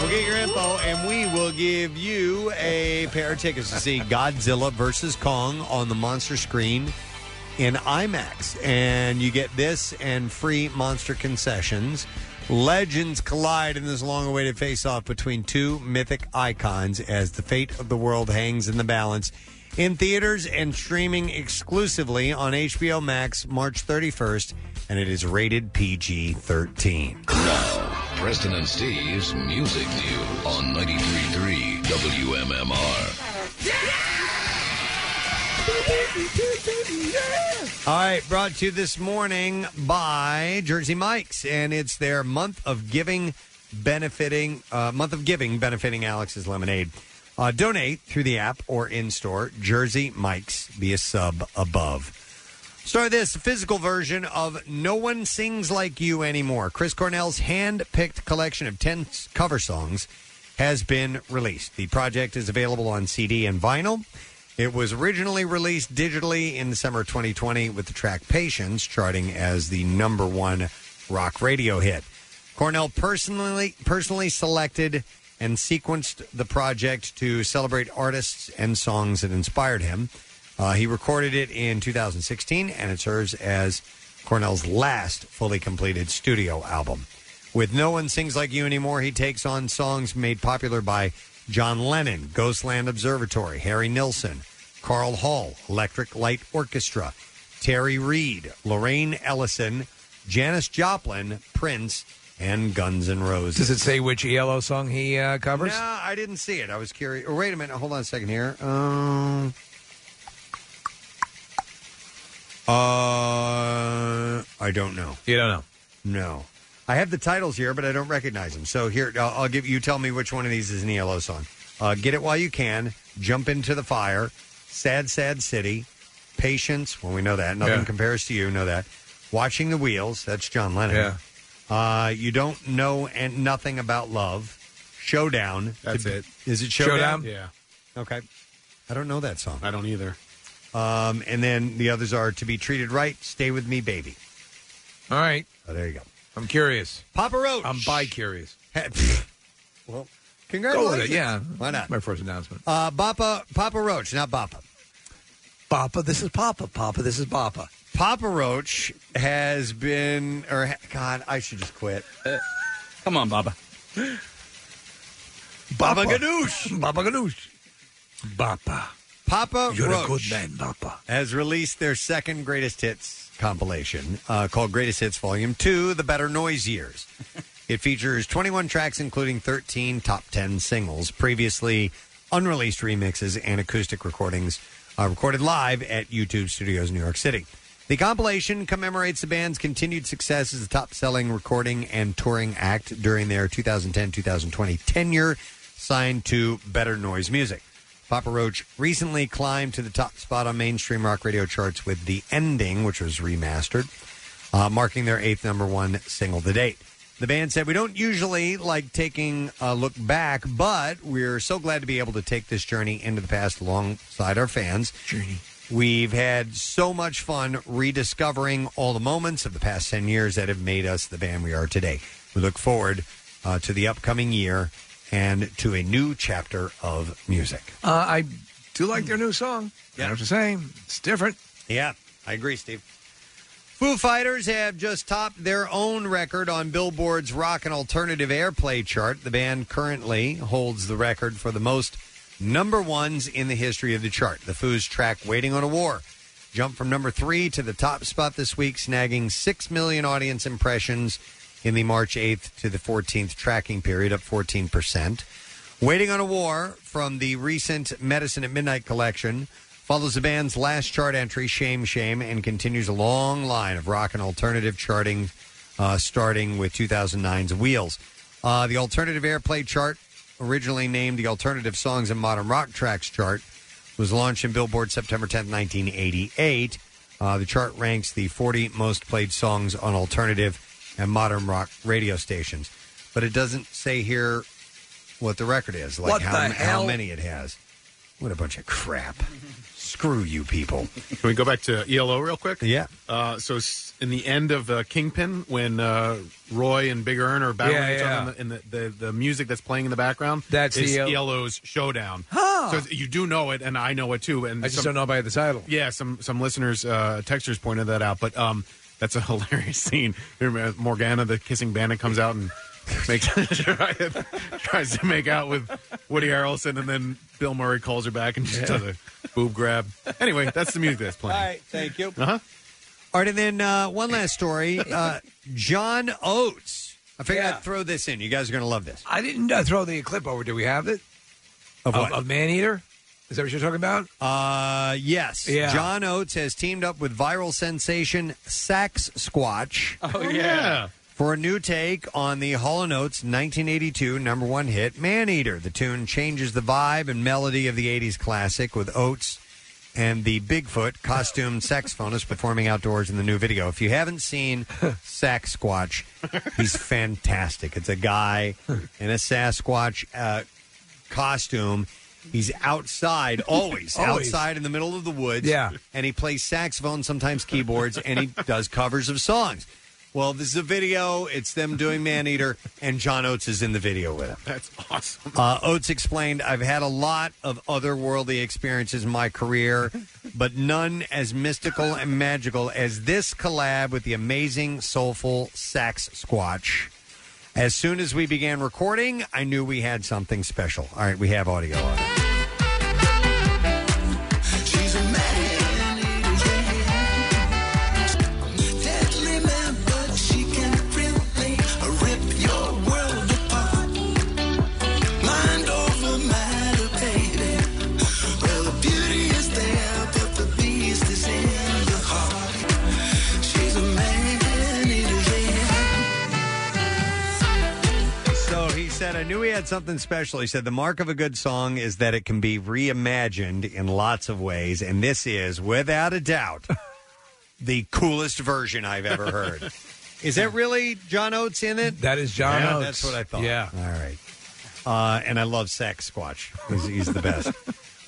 We'll get your info and we will give you a pair of tickets to see Godzilla versus Kong on the monster screen in IMAX. And you get this and free monster concessions. Legends collide in this long awaited face off between two mythic icons as the fate of the world hangs in the balance. In theaters and streaming exclusively on HBO Max March 31st, and it is rated PG 13. Preston and Steve's Music News on 93.3 WMMR. All right, brought to you this morning by Jersey Mike's, and it's their month of giving, benefiting uh, month of giving, benefiting Alex's Lemonade. Uh, donate through the app or in store. Jersey Mike's, be a sub above. Start this a physical version of "No One Sings Like You Anymore." Chris Cornell's hand-picked collection of ten s- cover songs has been released. The project is available on CD and vinyl. It was originally released digitally in the summer of 2020 with the track Patience charting as the number one rock radio hit. Cornell personally personally selected and sequenced the project to celebrate artists and songs that inspired him. Uh, he recorded it in 2016 and it serves as Cornell's last fully completed studio album. With No One Sings Like You Anymore, he takes on songs made popular by John Lennon, Ghostland Observatory, Harry Nilsson, Carl Hall, Electric Light Orchestra, Terry Reid, Lorraine Ellison, Janis Joplin, Prince, and Guns N' Roses. Does it say which ELO song he uh, covers? No, I didn't see it. I was curious. Oh, wait a minute. Hold on a second here. Um, uh, I don't know. You don't know. No. I have the titles here, but I don't recognize them. So here, I'll, I'll give you. Tell me which one of these is an ELO song. Uh, Get it while you can. Jump into the fire. Sad, sad city. Patience. Well, we know that. Nothing Yeah. compares to you. Know that. Watching the wheels. That's John Lennon. Yeah. Uh, you don't know and nothing about love. Showdown. That's To- it. Is it Showdown? Yeah. Okay. I don't know that song. I don't either. Um, and then the others are to be treated right. Stay with me, baby. All right. Oh, there you go. I'm curious. Papa Roach. I'm bi curious. (laughs) well, Go with congratulations. it. Yeah. Why not? My first announcement. Uh, Papa Papa Roach, not Papa. Papa, this is Papa. Papa, this is Papa. Papa Roach has been, or ha- God, I should just quit. Uh, Come on, Papa. Baba Ganoush. Baba Ganoush. Bapa. Papa You're Roach a good man, Papa. has released their second greatest hits compilation uh, called Greatest Hits Volume 2 The Better Noise Years. It features 21 tracks, including 13 top 10 singles, previously unreleased remixes, and acoustic recordings uh, recorded live at YouTube Studios, New York City. The compilation commemorates the band's continued success as the top selling recording and touring act during their 2010 2020 tenure, signed to Better Noise Music. Papa Roach recently climbed to the top spot on mainstream rock radio charts with The Ending, which was remastered, uh, marking their eighth number one single to date. The band said, We don't usually like taking a look back, but we're so glad to be able to take this journey into the past alongside our fans. Journey. We've had so much fun rediscovering all the moments of the past 10 years that have made us the band we are today. We look forward uh, to the upcoming year and to a new chapter of music. Uh, I do like their new song. I have to say, it's different. Yeah, I agree, Steve. Foo Fighters have just topped their own record on Billboard's Rock and Alternative Airplay chart. The band currently holds the record for the most number ones in the history of the chart. The Foo's track Waiting on a War jumped from number three to the top spot this week, snagging 6 million audience impressions in the March 8th to the 14th tracking period, up 14%. Waiting on a War from the recent Medicine at Midnight collection follows the band's last chart entry, Shame Shame, and continues a long line of rock and alternative charting, uh, starting with 2009's Wheels. Uh, the alternative airplay chart, originally named the Alternative Songs and Modern Rock Tracks chart, was launched in Billboard September 10th, 1988. Uh, the chart ranks the 40 most played songs on alternative and modern rock radio stations, but it doesn't say here what the record is, like What how, the hell? how many it has. What a bunch of crap. (laughs) Screw you people. (laughs) Can we go back to ELO real quick? Yeah. Uh, so s- in the end of uh, Kingpin, when uh, Roy and Big Earn are battling Yeah, each yeah. other in, the, in the, the, the music that's playing in the background, That's E is ELO. ELO's Showdown. Huh. So you do know it, and I know it too. And I just don't know by the title. Yeah, some some listeners, uh, texters pointed that out, but um, that's a (laughs) hilarious scene. Remember Morgana, the kissing bandit, comes out and (laughs) makes tries to make out with Woody Harrelson, and then Bill Murray calls her back and just does a boob grab. Anyway, that's the music that's playing. All right, thank you. Uh huh. All right, and then uh, one last story. Uh, John Oates. I figured Yeah. I'd throw this in. You guys are going to love this. I didn't uh, throw the clip over. Do we have it? Of what? Of, Man Eater? Is that what you're talking about? Uh, yes. Yeah. John Oates has teamed up with viral sensation Sax Squatch. Oh, yeah. For a new take on the Hall & Oates 1982 number one hit Man Eater. The tune changes the vibe and melody of the 80s classic with Oates and the Bigfoot costumed saxophonist performing outdoors in the new video. If you haven't seen Sax Squatch, he's fantastic. It's a guy in a Sasquatch uh, costume. He's outside, uh, (laughs) always, Always. outside in the (laughs) middle of the woods. Yeah. And he plays saxophone, sometimes keyboards, and he does covers of songs. Well, this is a video. It's them doing Man Eater, and John Oates is in the video with him. That's awesome. Uh, Oates explained, I've had a lot of otherworldly experiences in my career, but none as mystical and magical as this collab with the amazing, soulful Sax Squatch. As soon as we began recording, I knew we had something special. All right, we have audio on it. She's a Deadly man, but she can really rip your world apart. Mind over matter, baby. Well, the beauty is there, but the beast is in the heart. She's a man eater, So he said, I knew he had something special. He said, The mark of a good song is that it can be reimagined in lots of ways. And this is, without a doubt, (laughs) the coolest version I've ever heard. Is that really John Oates in it? That is John Yeah, Oates. That's what I thought. Yeah. All right. Uh, and I love Sax Squatch. He's, he's the best. All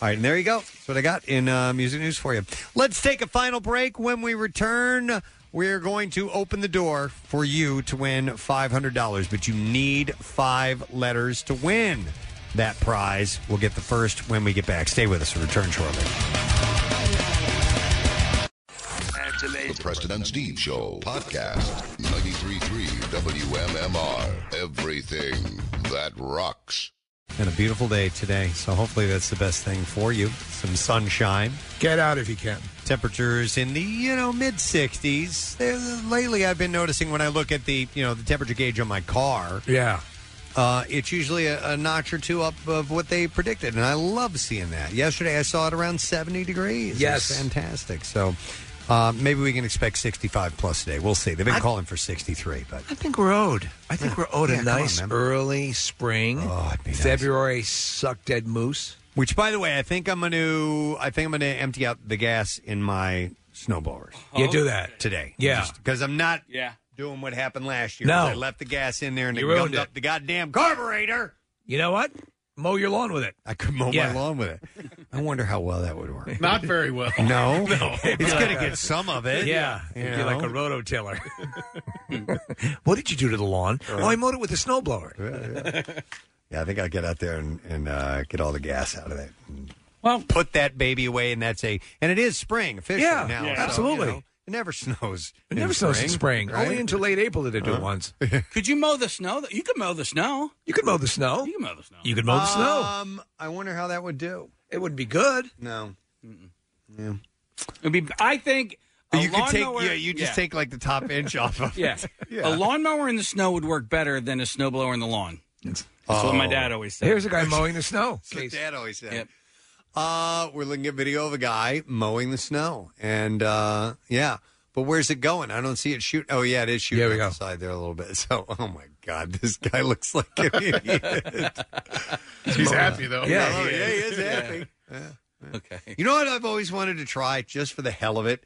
right, and there you go. That's what I got in uh, music news for you. Let's take a final break. When we return, we're going to open the door for you to win $500, but you need five letters to win that prize. We'll get the first when we get back. Stay with us. We'll return shortly. At The Preston and Steve Show podcast. 93.3 WMMR. Everything that rocks. And a beautiful day today. So hopefully that's the best thing for you. Some sunshine. Get out if you can. Temperatures in the you know mid 60s. There's- Lately, I've been noticing when I look at the you know the temperature gauge on my car. Yeah. Uh, it's usually a, a notch or two up of what they predicted, and I love seeing that. Yesterday, I saw it around 70 degrees. Yes. It's fantastic. So uh, maybe we can expect 65 plus today. We'll see. They've been calling for 63, but I think we're owed. I think we're owed Yeah, a come on, nice man. Oh, early spring. February suck dead moose. Which, by the way, I think I'm going to. I think I'm going to empty out the gas in my snowblowers. You do that. today. Yeah. because I'm not yeah. doing what happened last year. No. I left the gas in there and You it ruined gummed it. up the goddamn carburetor. You know what? Mow your lawn with it. (laughs) I could mow Yeah. my lawn with (laughs) it. I wonder how well that would work. Not very well. (laughs) No, No. it's going to get some of it. Yeah, you it'd be like know? (laughs) a rototiller. (laughs) what did you do to the lawn? Oh, I mowed it with a snowblower. Uh-huh. (laughs) Yeah, I think I'll get out there and, and uh, get all the gas out of it. Well, put that baby away, and that's a and it is spring officially Yeah, now. yeah. so, you absolutely. know, it never (laughs) snows. It never snows in spring. right? Only until late April did it do (laughs) it once. Could you mow the snow? You could mow the snow. You could mow the snow. You could mow the snow. You could mow the snow. Um, I wonder how that would do. It would be good. No. It'd be. I think. a Um, you could take lawnmower- yeah, you just yeah. take like the top inch off of Yeah. it. A lawnmower in the snow would work better than a snowblower in the lawn. That's what my Oh. dad always said. Here's a guy mowing the snow. That's what Dad always said. Uh, we're looking at video of a guy mowing the snow, and uh, yeah, but where's it going? I don't see it shoot. Oh yeah, it is shooting Here we go. outside there a little bit. (laughs) So, oh my God, this guy looks like (laughs) an idiot. He's happy, though. Oh, Yeah, Yeah, he he yeah, he is. is happy. Okay. You know what I've always wanted to try, just for the hell of it,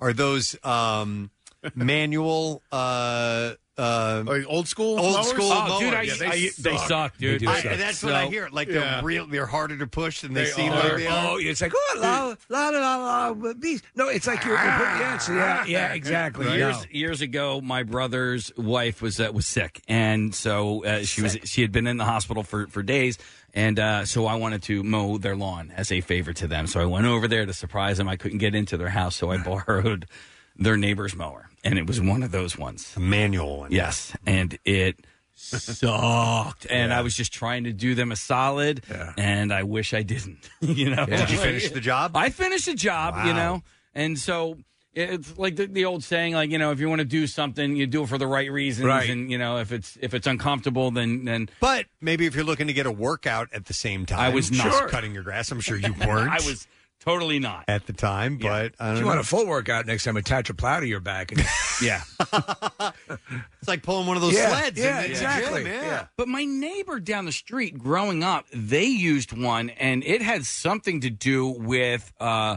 are those um, manual. Uh, uh, old school, old mowers? school. Oh, dude, I- mowers. I- they suck, dude. They do I- suck. that's what I So- hear. Like Yeah. they're real, they're harder to push than they, They seem are. like they are. Oh, it's like, oh, la, la, la, la, la, Oh, but these. No, it's like you're, you're putting- yeah, (laughs) it's- yeah, yeah, exactly. Years, years ago, my brother's wife was uh, was sick, and so uh, she was she had been in the hospital for, for days, and uh, so I wanted to mow their lawn as a favor to them. So I went over there to surprise them. I couldn't get into their (laughs) house, so I borrowed their neighbor's mower, and it was one of those ones, a manual one. Yes, and it (laughs) sucked, and I was just trying to do them a solid, and I wish I didn't. (laughs) you know, Did you finish the job? I finished the job, you know, and so it's like the, the old saying, like you know, if you want to do something, you do it for the right reasons, Right. and you know, if it's if it's uncomfortable, then then But maybe if you're looking to get a workout at the same time, I was not Sure. cutting your grass. I'm sure you weren't. (laughs) I was totally not. at the time, but I don't If you know. want a full workout next time, attach a plow to your (laughs) back. And yeah. it's like pulling one of those Yeah, sleds. yeah, in the exactly. Gym, yeah. Yeah. But my neighbor down the street growing up, they used one and it had something to do with uh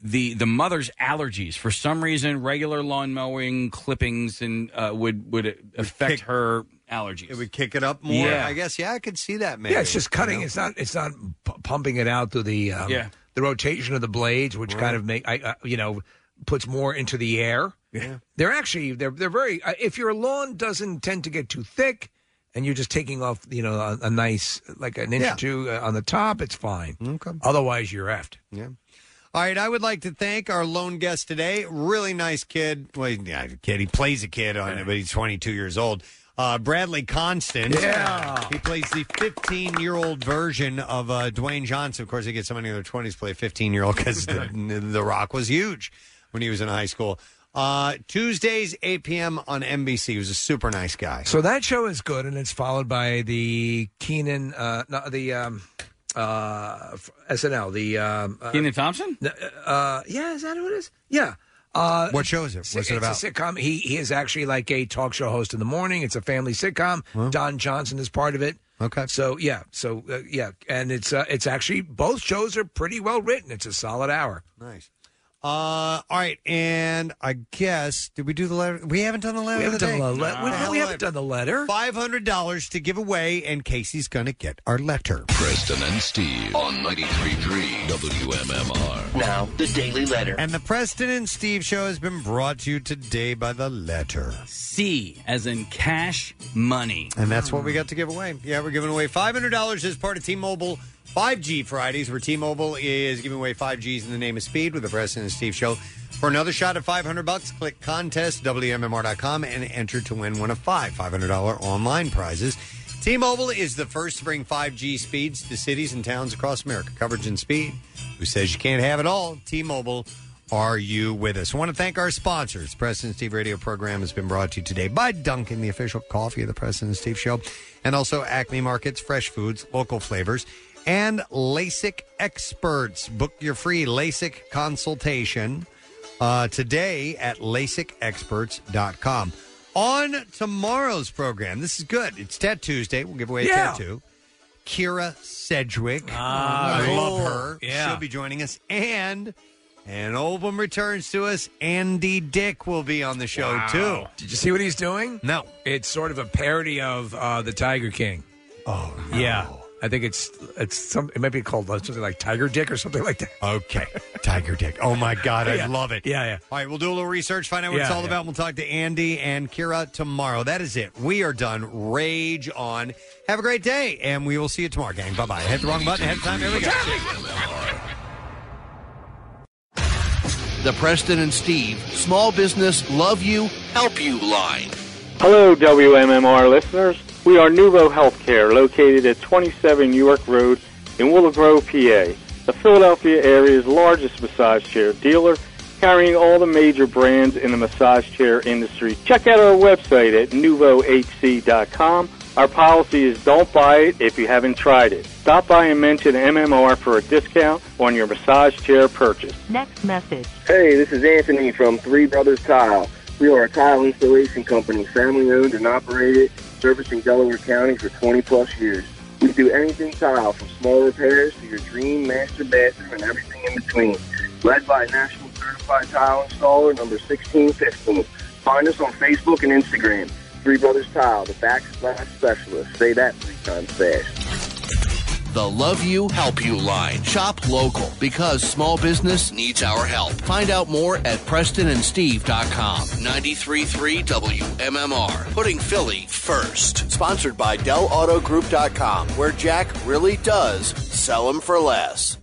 the the mother's allergies for some reason regular lawn mowing clippings and uh, would would affect her allergies it would kick it up More, yeah I guess. Yeah, I could see that. Maybe. Yeah, it's just cutting. you know? It's not. It's not p- pumping it out through the um, Yeah. the rotation of the blades, which kind of make I uh, you know puts more into the air. Yeah. They're actually they're they're very. Uh, if your lawn doesn't tend to get too thick, and you're just taking off you know a, a nice like an inch Yeah. or two uh, on the top, it's fine. Okay. Otherwise, you're effed. Yeah. All right, I would like to thank our lone guest today. Really nice kid. Well, he's not a kid. He plays a kid on it, but he's 22 years old. Uh, Bradley Constant. Yeah. He plays the 15 year old version of uh, Dwayne Johnson. Of course, they get somebody in their 20s to play a 15 year old because the, the Rock was huge when he was in high school. Uh, Tuesdays, 8 p.m. on NBC. He was a super nice guy. So that show is good, and it's followed by the Keenan, uh, no, the um, uh, f- SNL, the um, uh, Keenan Thompson. Uh, yeah, is that who it is? Yeah. Uh, what show is it? What's it's it about? a sitcom. He he is actually like a talk show host in the morning. It's a family sitcom. Don Johnson is part of it. Okay. So yeah, so uh, yeah, and it's uh, it's actually both shows are pretty well written. It's a solid hour. Nice. Uh, all right, and I guess did we do the letter? Uh, We haven't done the letter. We haven't of the done the day. le- we- no, we haven't done the letter. Five hundred dollars to give away, and Casey's gonna get our letter. Preston and Steve on 93.3 WMMR. Now, the Daily Letter. And the Preston and Steve show has been brought to you today by the letter. c as in cash money And that's what we got to give away. Yeah, we're giving away $500 as part of T Mobile 5G Fridays, where T-Mobile is giving away 5Gs in the name of speed with the President and Steve Show. For another shot at 500 bucks, click contest WMMR.com and enter to win one of five $500 online prizes. T-Mobile is the first to bring 5G speeds to cities and towns across America. Coverage and speed. Who says you can't have it all? T-Mobile. Are you with us? I want to thank our sponsors. President Steve Radio Program has been brought to you today by Dunkin', the official coffee of the President Steve Show, and also Acme Markets, fresh foods, local flavors, and LASIK experts. Book your free LASIK consultation uh, today at LASIKexperts.com. On tomorrow's program, this is good. It's Tat Tuesday. We'll give away a Yeah. tattoo. Kira Sedgwick. Ah, I cool. love her. Yeah. She'll be joining us. And and Oldham returns to us. Andy Dick will be on the show Wow. too. Did you see what he's doing? No. It's sort of a parody of uh, the Tiger King. Oh, yeah. I think it's it's some. It might be called something like Tiger Dick or something like that. Okay, Tiger Dick. Oh my God, I (laughs) Yeah. love it. Yeah, yeah. All right, we'll do a little research, find out what it's Yeah, all yeah. about. We'll talk to Andy and Kira tomorrow. That is it. We are done. Rage on. Have a great day, and we will see you tomorrow, gang. Bye bye. Hit the wrong button. Ahead of time. Here we go. The Preston and Steve Small Business Love You, Help You line. Hello, WMMR listeners. We are Nouveau Healthcare, located at 27 York Road in Willow Grove, PA, the Philadelphia area's largest massage chair dealer, carrying all the major brands in the massage chair industry. Check out our website at nouveauhc.com. Our policy is don't buy it if you haven't tried it. Stop by and mention MMR for a discount on your massage chair purchase. Next message. Hey, this is Anthony from Three Brothers Tile. We are a tile installation company, family owned and operated, servicing Delaware County for 20 plus years. We do anything tile, from small repairs to your dream master bathroom and everything in between. Led by National Certified Tile Installer number 1615. Find us on Facebook and Instagram. Three Brothers Tile, the backsplash specialist. Say that three times fast. The Love You, Help You line. Shop local because small business needs our help. Find out more at PrestonandSteve.com. 93.3 WMMR. Putting Philly first. Sponsored by DellAutoGroup.com, where Jack really does sell 'em for less.